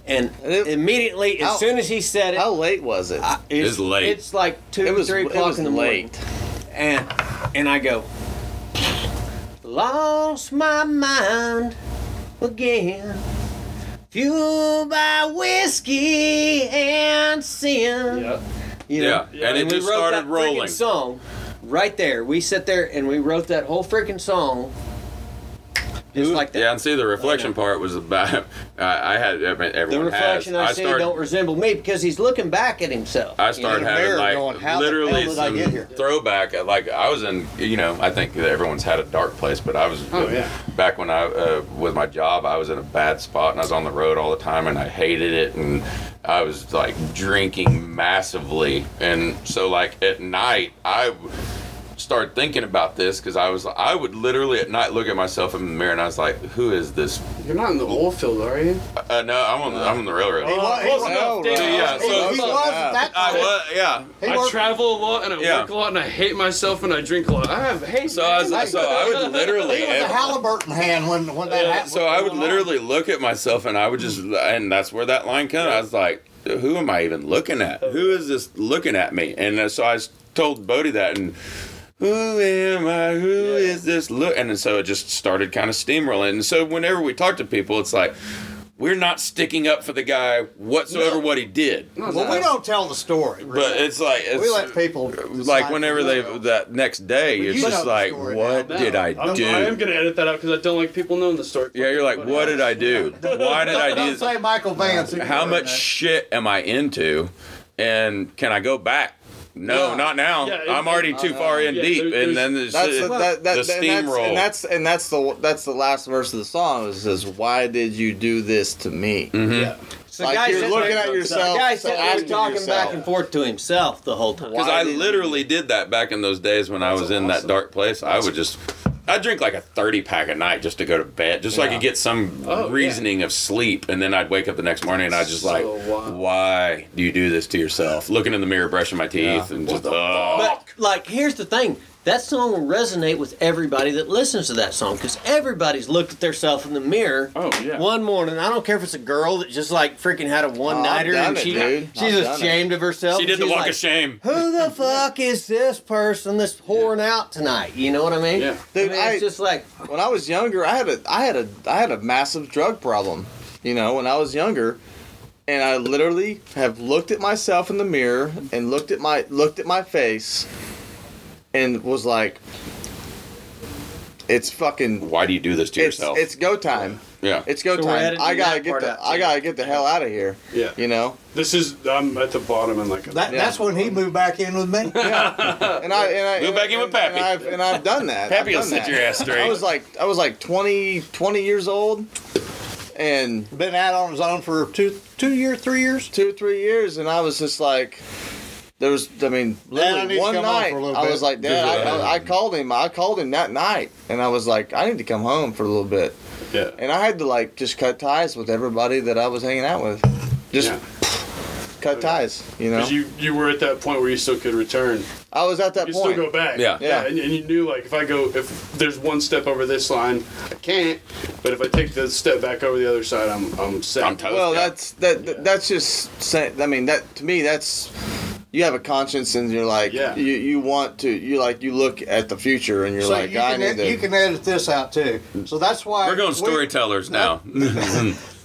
S4: and
S9: And it-
S4: immediately as
S9: How-
S4: soon as he said it,
S9: How late was it?
S4: it's,
S6: It's late.
S4: It's like two,
S9: it was
S4: three
S9: it
S4: o'clock
S9: was
S4: in the morning,
S9: late.
S4: and and I go, lost my mind again, fueled by whiskey and sin.
S8: yeah,
S4: You know?
S6: Yeah, and it
S4: we
S6: just
S4: wrote
S6: started
S4: that freaking
S6: rolling.
S4: Song, right there. We sit there and we wrote that whole freaking song, just like that.
S6: Yeah, and see the reflection part was about. I, I had I mean,
S4: the
S6: everyone
S4: reflection
S6: has.
S4: I, see
S6: started,
S4: don't resemble me because he's looking back at himself.
S6: I
S4: you know?
S6: started
S10: in a mirror
S6: having like
S10: going, "How the
S6: literally
S10: hell did I
S6: some
S10: get here?"
S6: throwback. Like I was in, you know, I think that everyone's had a dark place, but I was
S10: Oh,
S8: yeah.
S6: back when I uh, with my job, I was in a bad spot and I was on the road all the time and I hated it and I was like drinking massively and so like at night I w- started thinking about this because I was I would literally at night look at myself in the mirror and I was like, who is this?
S8: you're not in the oil field, are you?
S6: Uh, no, I'm on the, I'm on the railroad.
S10: He wa- he
S8: close
S10: wa-
S8: enough,
S10: no,
S8: Dave.
S10: right.
S6: Yeah,
S10: He-
S6: so-
S10: he was that
S6: I
S10: time.
S6: was yeah.
S10: He
S8: I
S10: was-
S8: travel a lot and I
S6: Yeah.
S8: work a lot and I hate myself and I drink a lot. I have hate.
S6: So I was so I would literally
S10: he was a
S6: every-
S10: Halliburton hand when when that happened.
S6: So I would literally look at myself and I would just, and that's where that line comes. I was like, who
S8: Oh.
S6: am I even looking at? Who is this looking at me? And uh, so I s- told Bodie that, and Who am I? Who is this? Look, and then so it just started kind of steamrolling. And so whenever we talk to people, it's like we're not sticking up for the guy whatsoever what he did.
S10: well, we don't tell the story.
S6: But it's like it's,
S10: we let people
S6: like whenever they that next day, it's
S8: you
S6: just
S8: know the
S6: like, what did I
S8: I'm-
S6: do?
S8: I am gonna edit that out because I don't like people knowing the story.
S6: yeah, you're like, what did I do? Why did I do
S10: Don't
S6: this?
S10: say Michael Vance.
S6: how much shit am I into, and can I go back? No, not now.
S9: Yeah, it-
S6: I'm already too far in deep, and then there's,
S9: that's
S6: uh,
S9: the, that, that,
S6: the
S9: and that's,
S6: steamroll.
S9: and that's and that's the that's the last verse of the song. It says, "Why did you do this to me?"
S6: Yeah.
S9: So like you're looking at yourself.
S4: The guy
S9: so
S4: sitting there
S9: asking
S4: talking
S9: yourself,
S4: back and forth to himself the whole time.
S6: Because I literally did that back in those days when I was in that dark place. I would just, I drink like a thirty pack a night just to go to bed, just so I
S4: Yeah.
S6: could get some
S4: Oh, yeah.
S6: reasoning of sleep, and then I'd wake up the next morning and I just like, why do you do this to yourself? Looking in the mirror, brushing my teeth, and just, oh.
S4: But like, here's the thing: that song will resonate with everybody that listens to that song because everybody's looked at themselves in the mirror. Oh yeah. One morning, I don't care if it's a girl that just like freaking had a one nighter
S9: Oh, I've
S4: and
S9: done
S4: she
S9: it, dude.
S4: she's
S9: I've done
S4: ashamed
S9: it.
S4: of herself.
S9: She did the
S4: She's
S9: walk
S4: like,
S9: of shame.
S4: Who the fuck is this person that's pouring out tonight? You know what I mean? Yeah.
S9: Dude,
S4: I mean, it's just like
S9: when I was younger, I had a I had a I had a massive drug problem. You know, when I was younger, and I literally have looked at myself in the mirror and looked at my looked at my face, and was like, "It's fucking."
S6: Why do you do this to
S9: it's,
S6: yourself?
S9: It's go time.
S6: yeah.
S9: It's go
S8: So we're
S9: time.
S8: editing
S9: I gotta
S8: that
S9: get
S8: part
S9: the
S8: out,
S9: I gotta get the hell out of here.
S8: Yeah.
S9: You know.
S8: This is I'm at the bottom and like
S10: That, That's when he moved back in with me.
S9: and I and I
S10: Move
S9: and-
S10: back in with
S9: and-
S10: Pappy.
S9: And I've, and I've done that.
S10: Pappy
S9: I've done
S10: will set
S9: that.
S10: your ass straight.
S9: I was like I was like 20, 20 years old, and
S10: been out on his own for two two years, three years,
S9: two three years, and I was just like. There was, I mean,
S10: I need
S9: literally
S10: to
S9: one
S10: come home
S9: night,
S10: for a little
S9: I
S10: bit.
S9: was like, Dad, I, I, I called him. I called him that night, and I was like, I need to come home for a little bit.
S8: Yeah.
S9: And I had to like just cut ties with everybody that I was hanging out with. Just
S10: Oh,
S9: cut ties, you know.
S8: 'Cause you you were at that point where you still could return.
S9: I was at that
S8: you
S9: point.
S8: still go back.
S9: Yeah.
S8: yeah.
S9: Yeah.
S8: And, and you knew like if I go if there's one step over this line, I can't. But if I take the step back over the other side, I'm I'm set. I'm
S9: Well, that's that. That's just. Say, I mean, that to me, that's you have a conscience, and you're like,
S10: Yeah.
S9: you you want to, you like, you look at the future, and you're
S10: so
S9: like,
S10: you,
S9: I
S10: can,
S9: need
S10: ed-
S9: to.
S10: you can edit this out too. So that's why
S6: We're going
S10: we-
S6: storytellers now.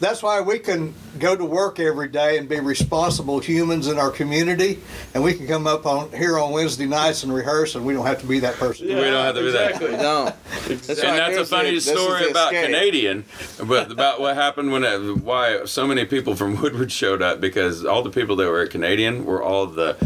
S10: That's why we can go to work every day and be responsible humans in our community, and we can come up on here on Wednesday nights and rehearse, and we don't have to be that person.
S6: We don't have to do that. Exactly.
S9: No.
S6: and that's a funny story about Canadian, but about what happened when it, why so many people from Woodward showed up because all the people that were at Canadian were all the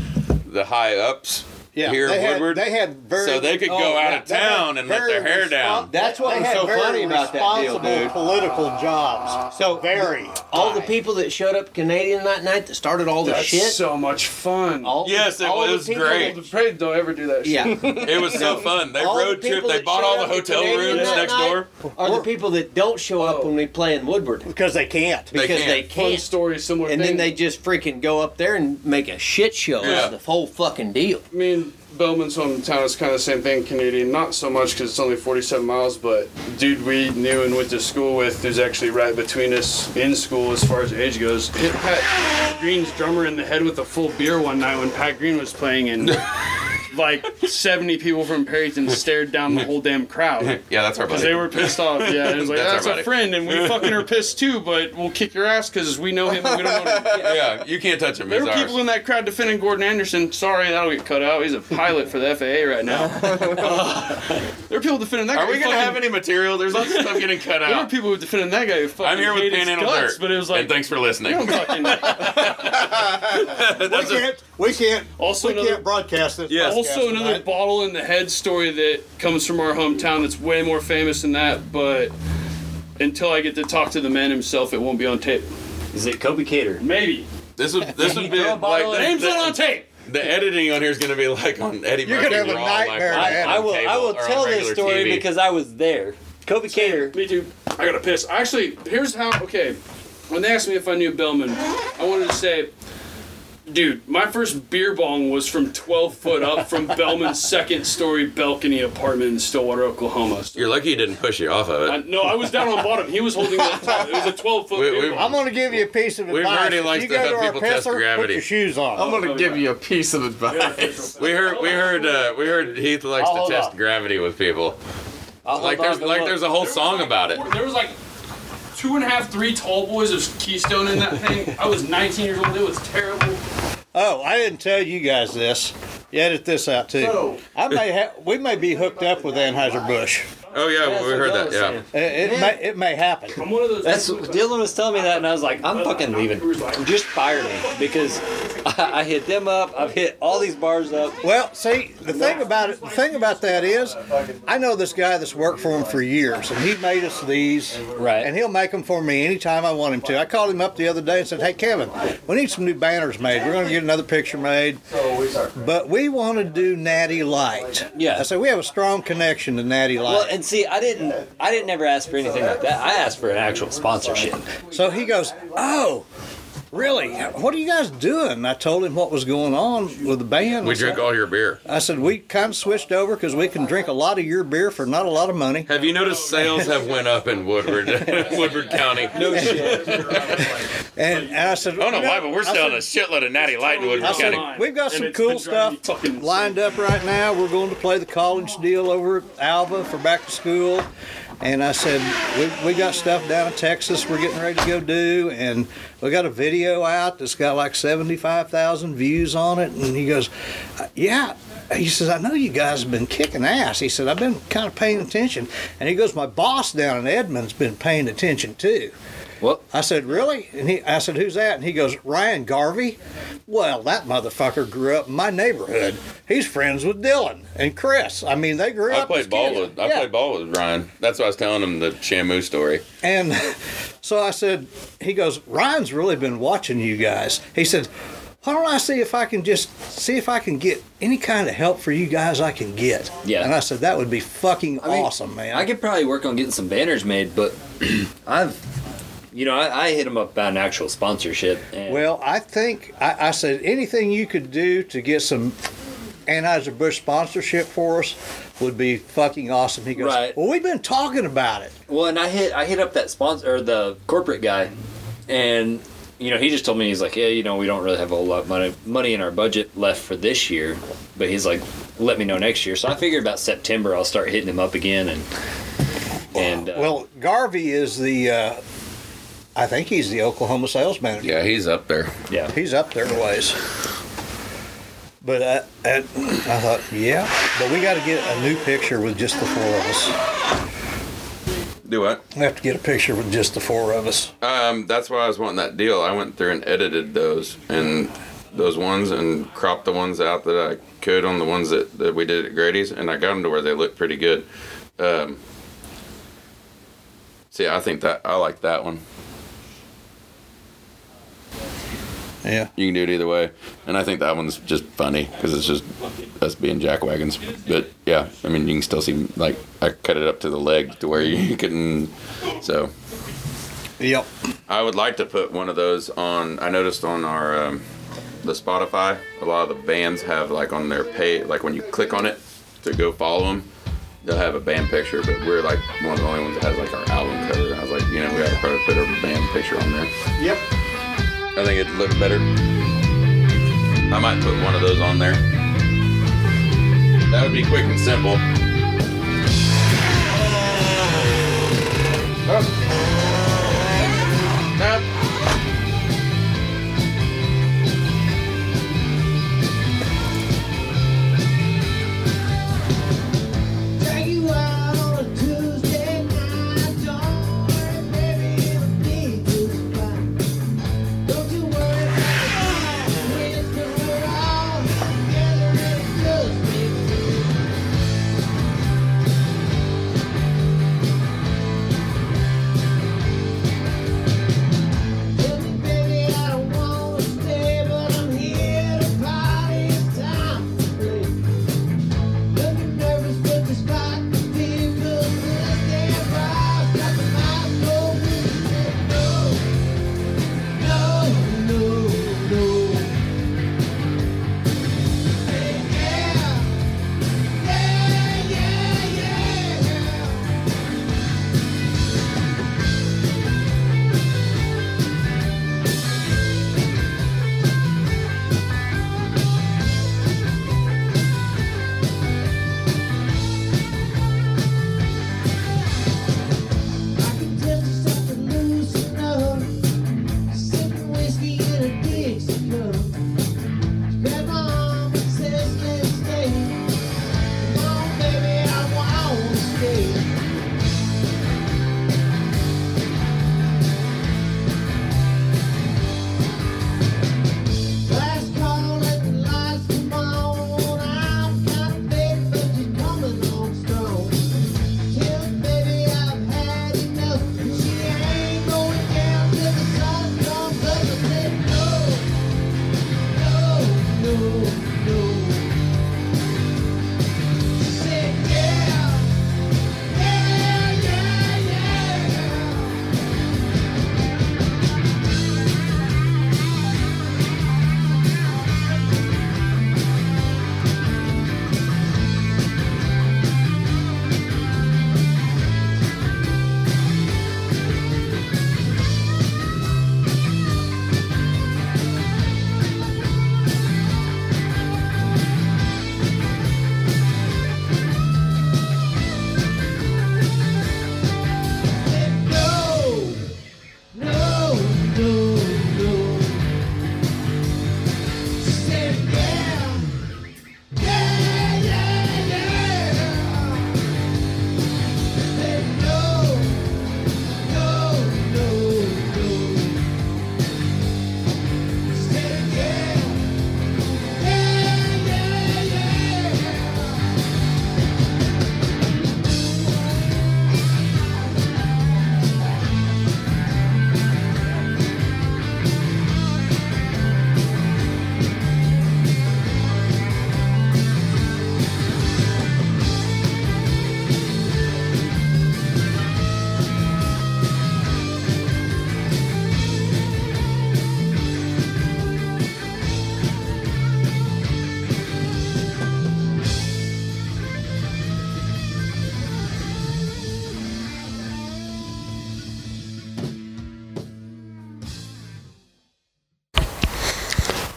S6: the high ups
S10: Yeah,
S6: here
S10: they
S6: in
S10: had-
S6: Woodward.
S10: they had very-
S6: so they could go
S10: oh,
S6: out
S10: yeah,
S6: of
S10: they had
S6: town and let
S10: very
S6: their hair
S10: respons-
S6: down.
S4: That's what
S10: they
S4: was
S10: had
S4: so
S10: very
S4: funny about that deal,
S10: responsible
S4: dude.
S10: Political jobs.
S4: So
S10: very.
S4: All the people that showed up Canadian that night that started all the
S8: That's
S4: shit.
S8: so much fun.
S4: All,
S6: Yes, it
S4: all the
S6: was
S4: people
S6: great.
S4: that-
S8: Afraid don't ever do that.
S4: Yeah,
S6: It was so fun. They
S4: All the
S6: road trip.
S4: people
S6: They
S4: that
S6: bought
S4: showed
S6: all
S4: up
S6: the
S4: at
S6: hotel
S4: Canadian
S6: rooms
S4: that
S6: next
S4: night
S6: door. Oh.
S4: Are the people that don't show up when we play in Woodward
S10: because they can't?
S4: Because they can't.
S8: Fun story, similar.
S4: and then
S8: thing.
S4: they just freaking go up there and make a shit show
S8: Yeah.
S4: out of the whole fucking deal.
S8: I mean, Bellman's hometown is kind of the same thing, Canadian. Not so much because it's only 47 miles, but dude we knew and went to school with who's actually right between us in school as far as age goes. Hit Pat Green's drummer in the head with a full beer one night when Pat Green was playing, and like 70 people from Perryton stared down the whole damn crowd.
S6: Yeah, that's our
S8: Because
S6: buddy.
S8: they were pissed off. Yeah, it was like,
S6: That's our
S8: that's, a
S6: buddy."
S8: friend, and we fucking are pissed too, but we'll kick your ass because we know him and we don't know him.
S6: yeah, you can't touch him.
S8: There
S6: He's
S8: were
S6: ours.
S8: people in that crowd defending Gordon Anderson. Sorry, that'll get cut out. He's a pilot for the FAA right now. Uh, there are people defending that.
S6: Are
S8: guy
S6: we
S8: who
S6: gonna
S8: fucking-
S6: have any material? There's lots of stuff getting cut
S8: There were
S6: out.
S8: people who defending that guy. Who fucking
S6: I'm here with
S8: hate his
S6: Panhandle
S8: guts,
S6: Dirt.
S8: But it was
S6: and
S8: like
S6: thanks for listening.
S8: you don't fucking-
S10: we can't. We can't.
S8: Also
S10: we
S8: another-
S10: can't broadcast this. podcast
S8: Also, another
S10: tonight.
S8: bottle in the head story that comes from our hometown. That's way more famous than that. But until I get to talk to the man himself, it won't be on tape.
S11: Is it Kobe Cater?
S8: Maybe.
S6: This would this would be
S8: throw a
S6: like
S8: bottle in- Name's not on tape.
S6: The editing on here is gonna be like on Eddie
S11: You're
S6: Murphy
S11: gonna have a
S6: Raw,
S11: nightmare
S6: Like,
S11: to edit. I will- I will tell this story because
S8: I was there. Kobe Cater. Me too. I gotta piss. Actually, here's how. Okay, when they asked me if I knew Bellman, I wanted to say Dude, my first beer bong was from 12 foot up from Bellman's second story balcony apartment in Stillwater, Oklahoma.
S6: You're lucky you didn't push you off of
S8: I,
S6: it.
S8: no, I was down on bottom. He was holding the top. It was a 12 foot beer bong.
S10: I'm going to give you a piece of
S6: We've
S10: advice.
S6: already
S10: If
S6: liked
S10: you
S6: to
S10: go
S6: have
S10: to our
S6: people test
S10: pisser, Put
S6: gravity.
S10: your shoes on.
S9: I'm gonna give you a piece of advice.
S6: We heard we heard uh, we heard Heath likes
S10: I'll
S6: to
S10: hold
S6: test
S10: on.
S6: gravity with people. Like there's like there's a whole song about it.
S8: There was like two and a half, three tall boys of Keystone in that thing. I was 19 years old. It was terrible.
S10: Oh, I didn't tell you guys this. You edit this out too.
S14: So-
S10: I may ha- we may be hooked up with Anheuser Busch.
S6: Oh yeah,
S11: That's
S6: we
S11: what
S6: heard
S11: Dylan
S6: that.
S11: was
S6: Yeah.
S11: saying.
S10: It, it may it may happen.
S8: I'm one of those.
S11: That's Dylan was telling me that, and I was like, I'm fucking leaving. Just fire me because I, I hit them up. I've hit all these bars up.
S10: Well, see, the thing about it, the thing about that is, I know this guy that's worked for him for years, and he made us these,
S11: Right.
S10: and he'll make them for me anytime I want him to. I called him up the other day and said, "Hey, Kevin, we need some new banners made. We're going to get another picture made, but we want to do Natty Light."
S11: Yeah.
S10: I said we have a strong connection to Natty Light.
S11: Well, and see, I didn't, I didn't ever ask for anything like that. I asked for an actual sponsorship.
S10: So he goes, Oh, really? What are you guys doing? And I told him what was going on with the band.
S6: We drink all your beer.
S10: I said, We kind of switched over because we can drink a lot of your beer for not a lot of money.
S6: Have you noticed sales have went up in Woodward, Woodward County? No shit.
S10: And, and I said,
S6: I don't
S10: "You
S6: know why, but we're
S10: I
S6: selling a
S10: said-
S6: shitload of Natty Light in
S10: I
S6: Woodward
S10: said,
S6: County.
S10: we've got
S8: And
S10: some
S8: it's
S10: cool
S8: been driving
S10: stuff
S8: me fucking insane.
S10: lined up right now. We're going to play the college deal over at Alva for back to school. And I said, we, we got stuff down in Texas we're getting ready to go do. And we got a video out that's got like 75,000 views on it. And he goes, "Uh, yeah. He says, I know you guys have been kicking ass. He said, I've been kind of paying attention. And he goes, my boss down in Edmond's been paying attention too. I said, "Really?" And he, I said, "Who's that?" And he goes, "Ryan Garvey." Well, that motherfucker grew up in my neighborhood. He's friends with Dylan and Chris. I mean, they grew
S6: I
S10: up. as
S6: played ball
S10: kids.
S6: with I
S10: Yeah.
S6: played ball with Ryan. That's why I was telling him the Shamu story.
S10: And so I said, he goes, Ryan's really been watching you guys. He said, why don't I see if I can just see if I can get any kind of help for you guys I can get?
S11: Yeah.
S10: And I said, that would be fucking
S11: I mean,
S10: awesome, man.
S11: I could probably work on getting some banners made, but I've, you know, I, I hit them up about an actual sponsorship. And
S10: Well, I think I, I said anything you could do to get some Anheuser Busch sponsorship for us would be fucking awesome. He goes,
S11: Right.
S10: Well, we've been talking about it.
S11: Well, and I hit I hit up that sponsor or the corporate guy, and you know he just told me he's like, yeah, you know we don't really have a whole lot of money money in our budget left for this year, but he's like, let me know next year. So I figure about September I'll start hitting him up again and and uh,
S10: Well, Garvey is the, uh, I think he's the Oklahoma sales manager.
S6: Yeah, he's up there.
S11: yeah.
S10: He's up there a ways. But I, I, I thought, yeah, but we got to get a new picture with just the four of us.
S6: Do what?
S10: We have to get a picture with just the four of us.
S6: Um, that's why I was wanting that deal. I went through and edited those and those ones and cropped the ones out that I could on the ones that, that we did at Grady's, and I got them to where they looked pretty good. Um, see, I think that I like that one.
S10: Yeah.
S6: You can do it either way, and I think that one's just funny because it's just us being jack wagons. But yeah, I mean, you can still see like I cut it up to the leg to where you couldn't. So
S10: Yep.
S6: I would like to put one of those on. I noticed on our um, the Spotify, a lot of the bands have like on their page, like when you click on it to go follow them, they'll have a band picture. But we're like one of the only ones that has like our album cover. And I was like, you know, we ought to probably put a band picture on there.
S9: Yep.
S6: I think it'd look better. I might put one of those on there. That would be quick and simple.
S3: Take you out on a Tuesday night, don't worry, baby, it'll be just fine. Don't you worry about the plans, 'cause we're all together and it just makes sense.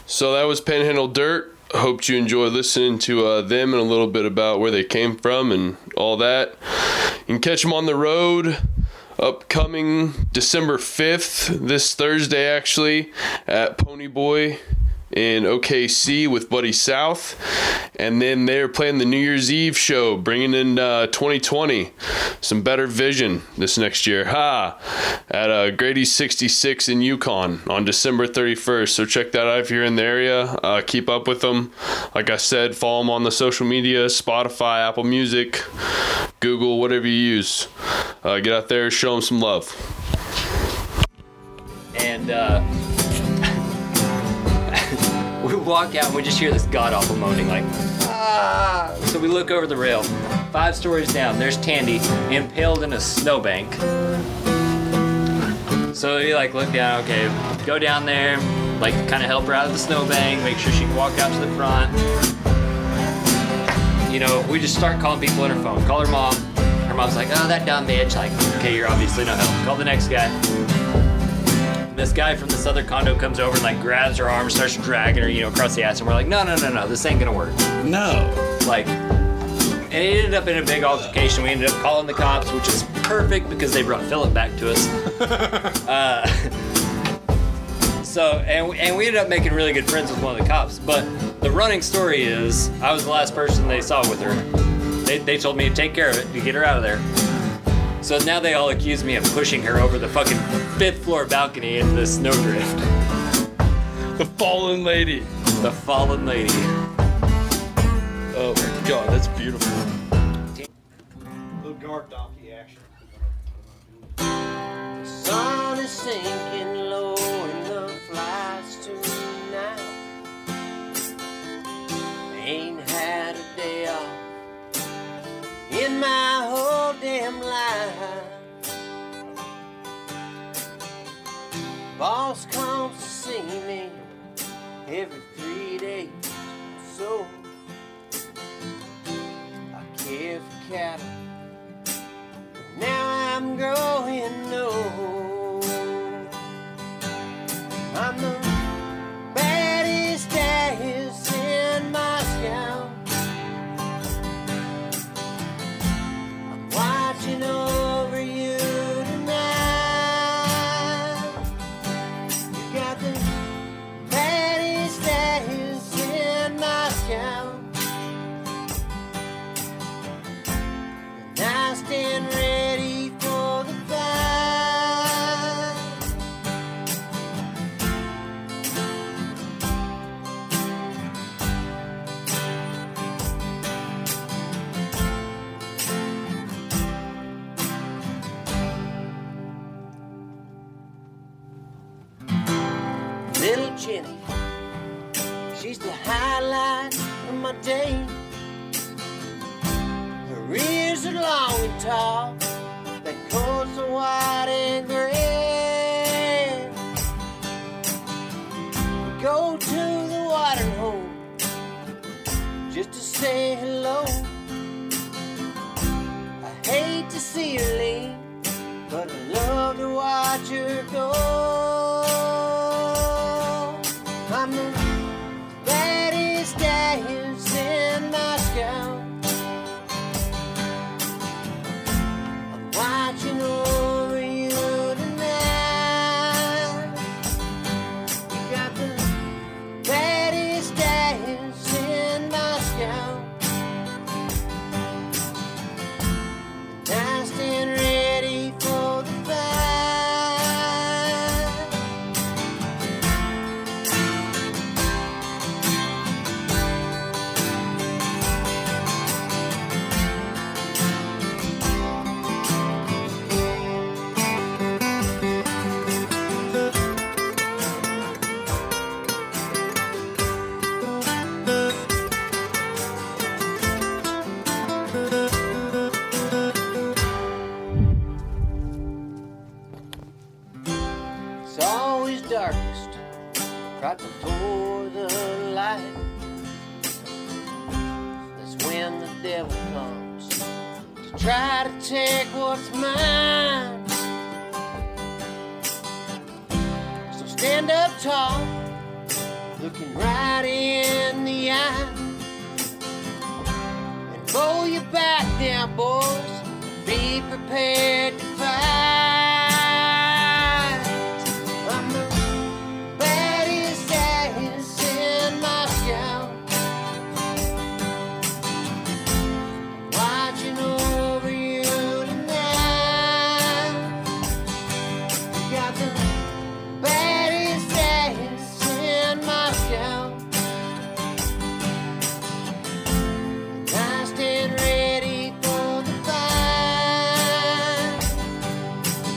S2: So that was Panhandle Dirt. Hoped you enjoyed listening to uh, them and a little bit about where they came from and all that. You can catch them on the road upcoming December 5th, this Thursday actually, at Pony Boy in OKC with Buddy South. And then they're playing the New Year's Eve show, bringing in uh, 2020, some better vision this next year. Ha! At uh, Grady's 66 in Yukon on December 31st. So check that out if you're in the area. Uh, keep up with them. Like I said, follow them on the social media Spotify, Apple Music, Google, whatever you use. Uh, get out there, show them some love.
S11: and uh, we walk out and we just hear this god awful moaning like ah so we look over the rail five stories down there's tandy impaled in a snowbank so we like look down okay go down there like kind of help her out of the snowbank make sure she can walk out to the front you know we just start calling people on her phone call her mom her mom's like oh that dumb bitch like okay you're obviously not helping call the next guy this guy from this other condo comes over and like grabs her arm, starts dragging her, you know, across the ass, and we're like, no, no, no, no, this ain't gonna work.
S1: No.
S11: Like, and it ended up in a big altercation. We ended up calling the cops, which is perfect because they brought Philip back to us. Uh, So, and, we- and we ended up making really good friends with one of the cops. But the running story is I was the last person they saw with her. They, they told me to take care of it, to get her out of there. So now they all accuse me of pushing her over the fucking fifth floor balcony into the snowdrift.
S1: The fallen lady.
S11: The fallen lady.
S1: Oh my god, that's beautiful.
S12: Little guard donkey action.
S3: Sun is sinking low and the flies tune out. Ain't had a day off in my whole damn life. Boss comes to see me every three days, so I care for cattle. Now I'm growing old. I'm the baddest ass in Moscow. I'm watching over you tonight. You got the baddest ass in Moscow. I stand ready for the fight. Little Jenny, she's the highlight of my day. Her ears are long and tall, their coats are white and gray. We Go to the water hole just to say hello. I hate to see her leave, but I love to watch her go. I'm the baddest dance in Moscow. I'm watching over you tonight. You got the baddest ass in Moscow. And I stand ready for the fight. It's always darkest right before the light. That's when the devil comes to try to take what's mine. So stand up tall, looking right in the eye. And roll your back down, boys. Be prepared to fight. I'm the baddest ass in Moscow. Watching over you tonight. Got the baddest ass in Moscow. I stand ready for the fight.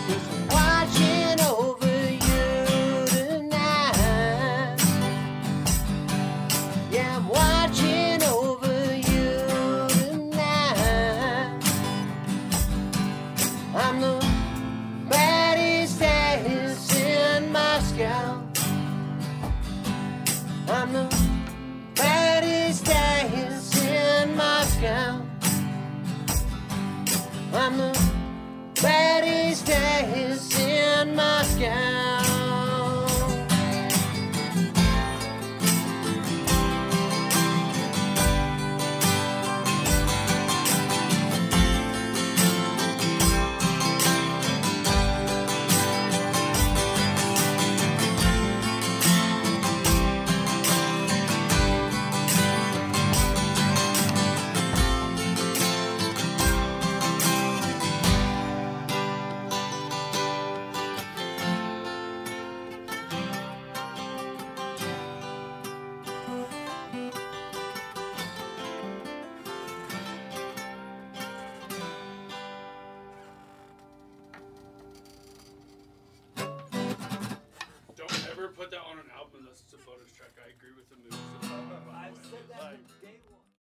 S3: Just watching over you tonight. Yeah, I'm watching over you tonight. I'm the baddest ass in Moscow. I'm the baddest ass in Moscow. I'm the baddest ass in Moscow.
S8: Don't ever put that on an album unless it's a bonus track. I agree with the movie.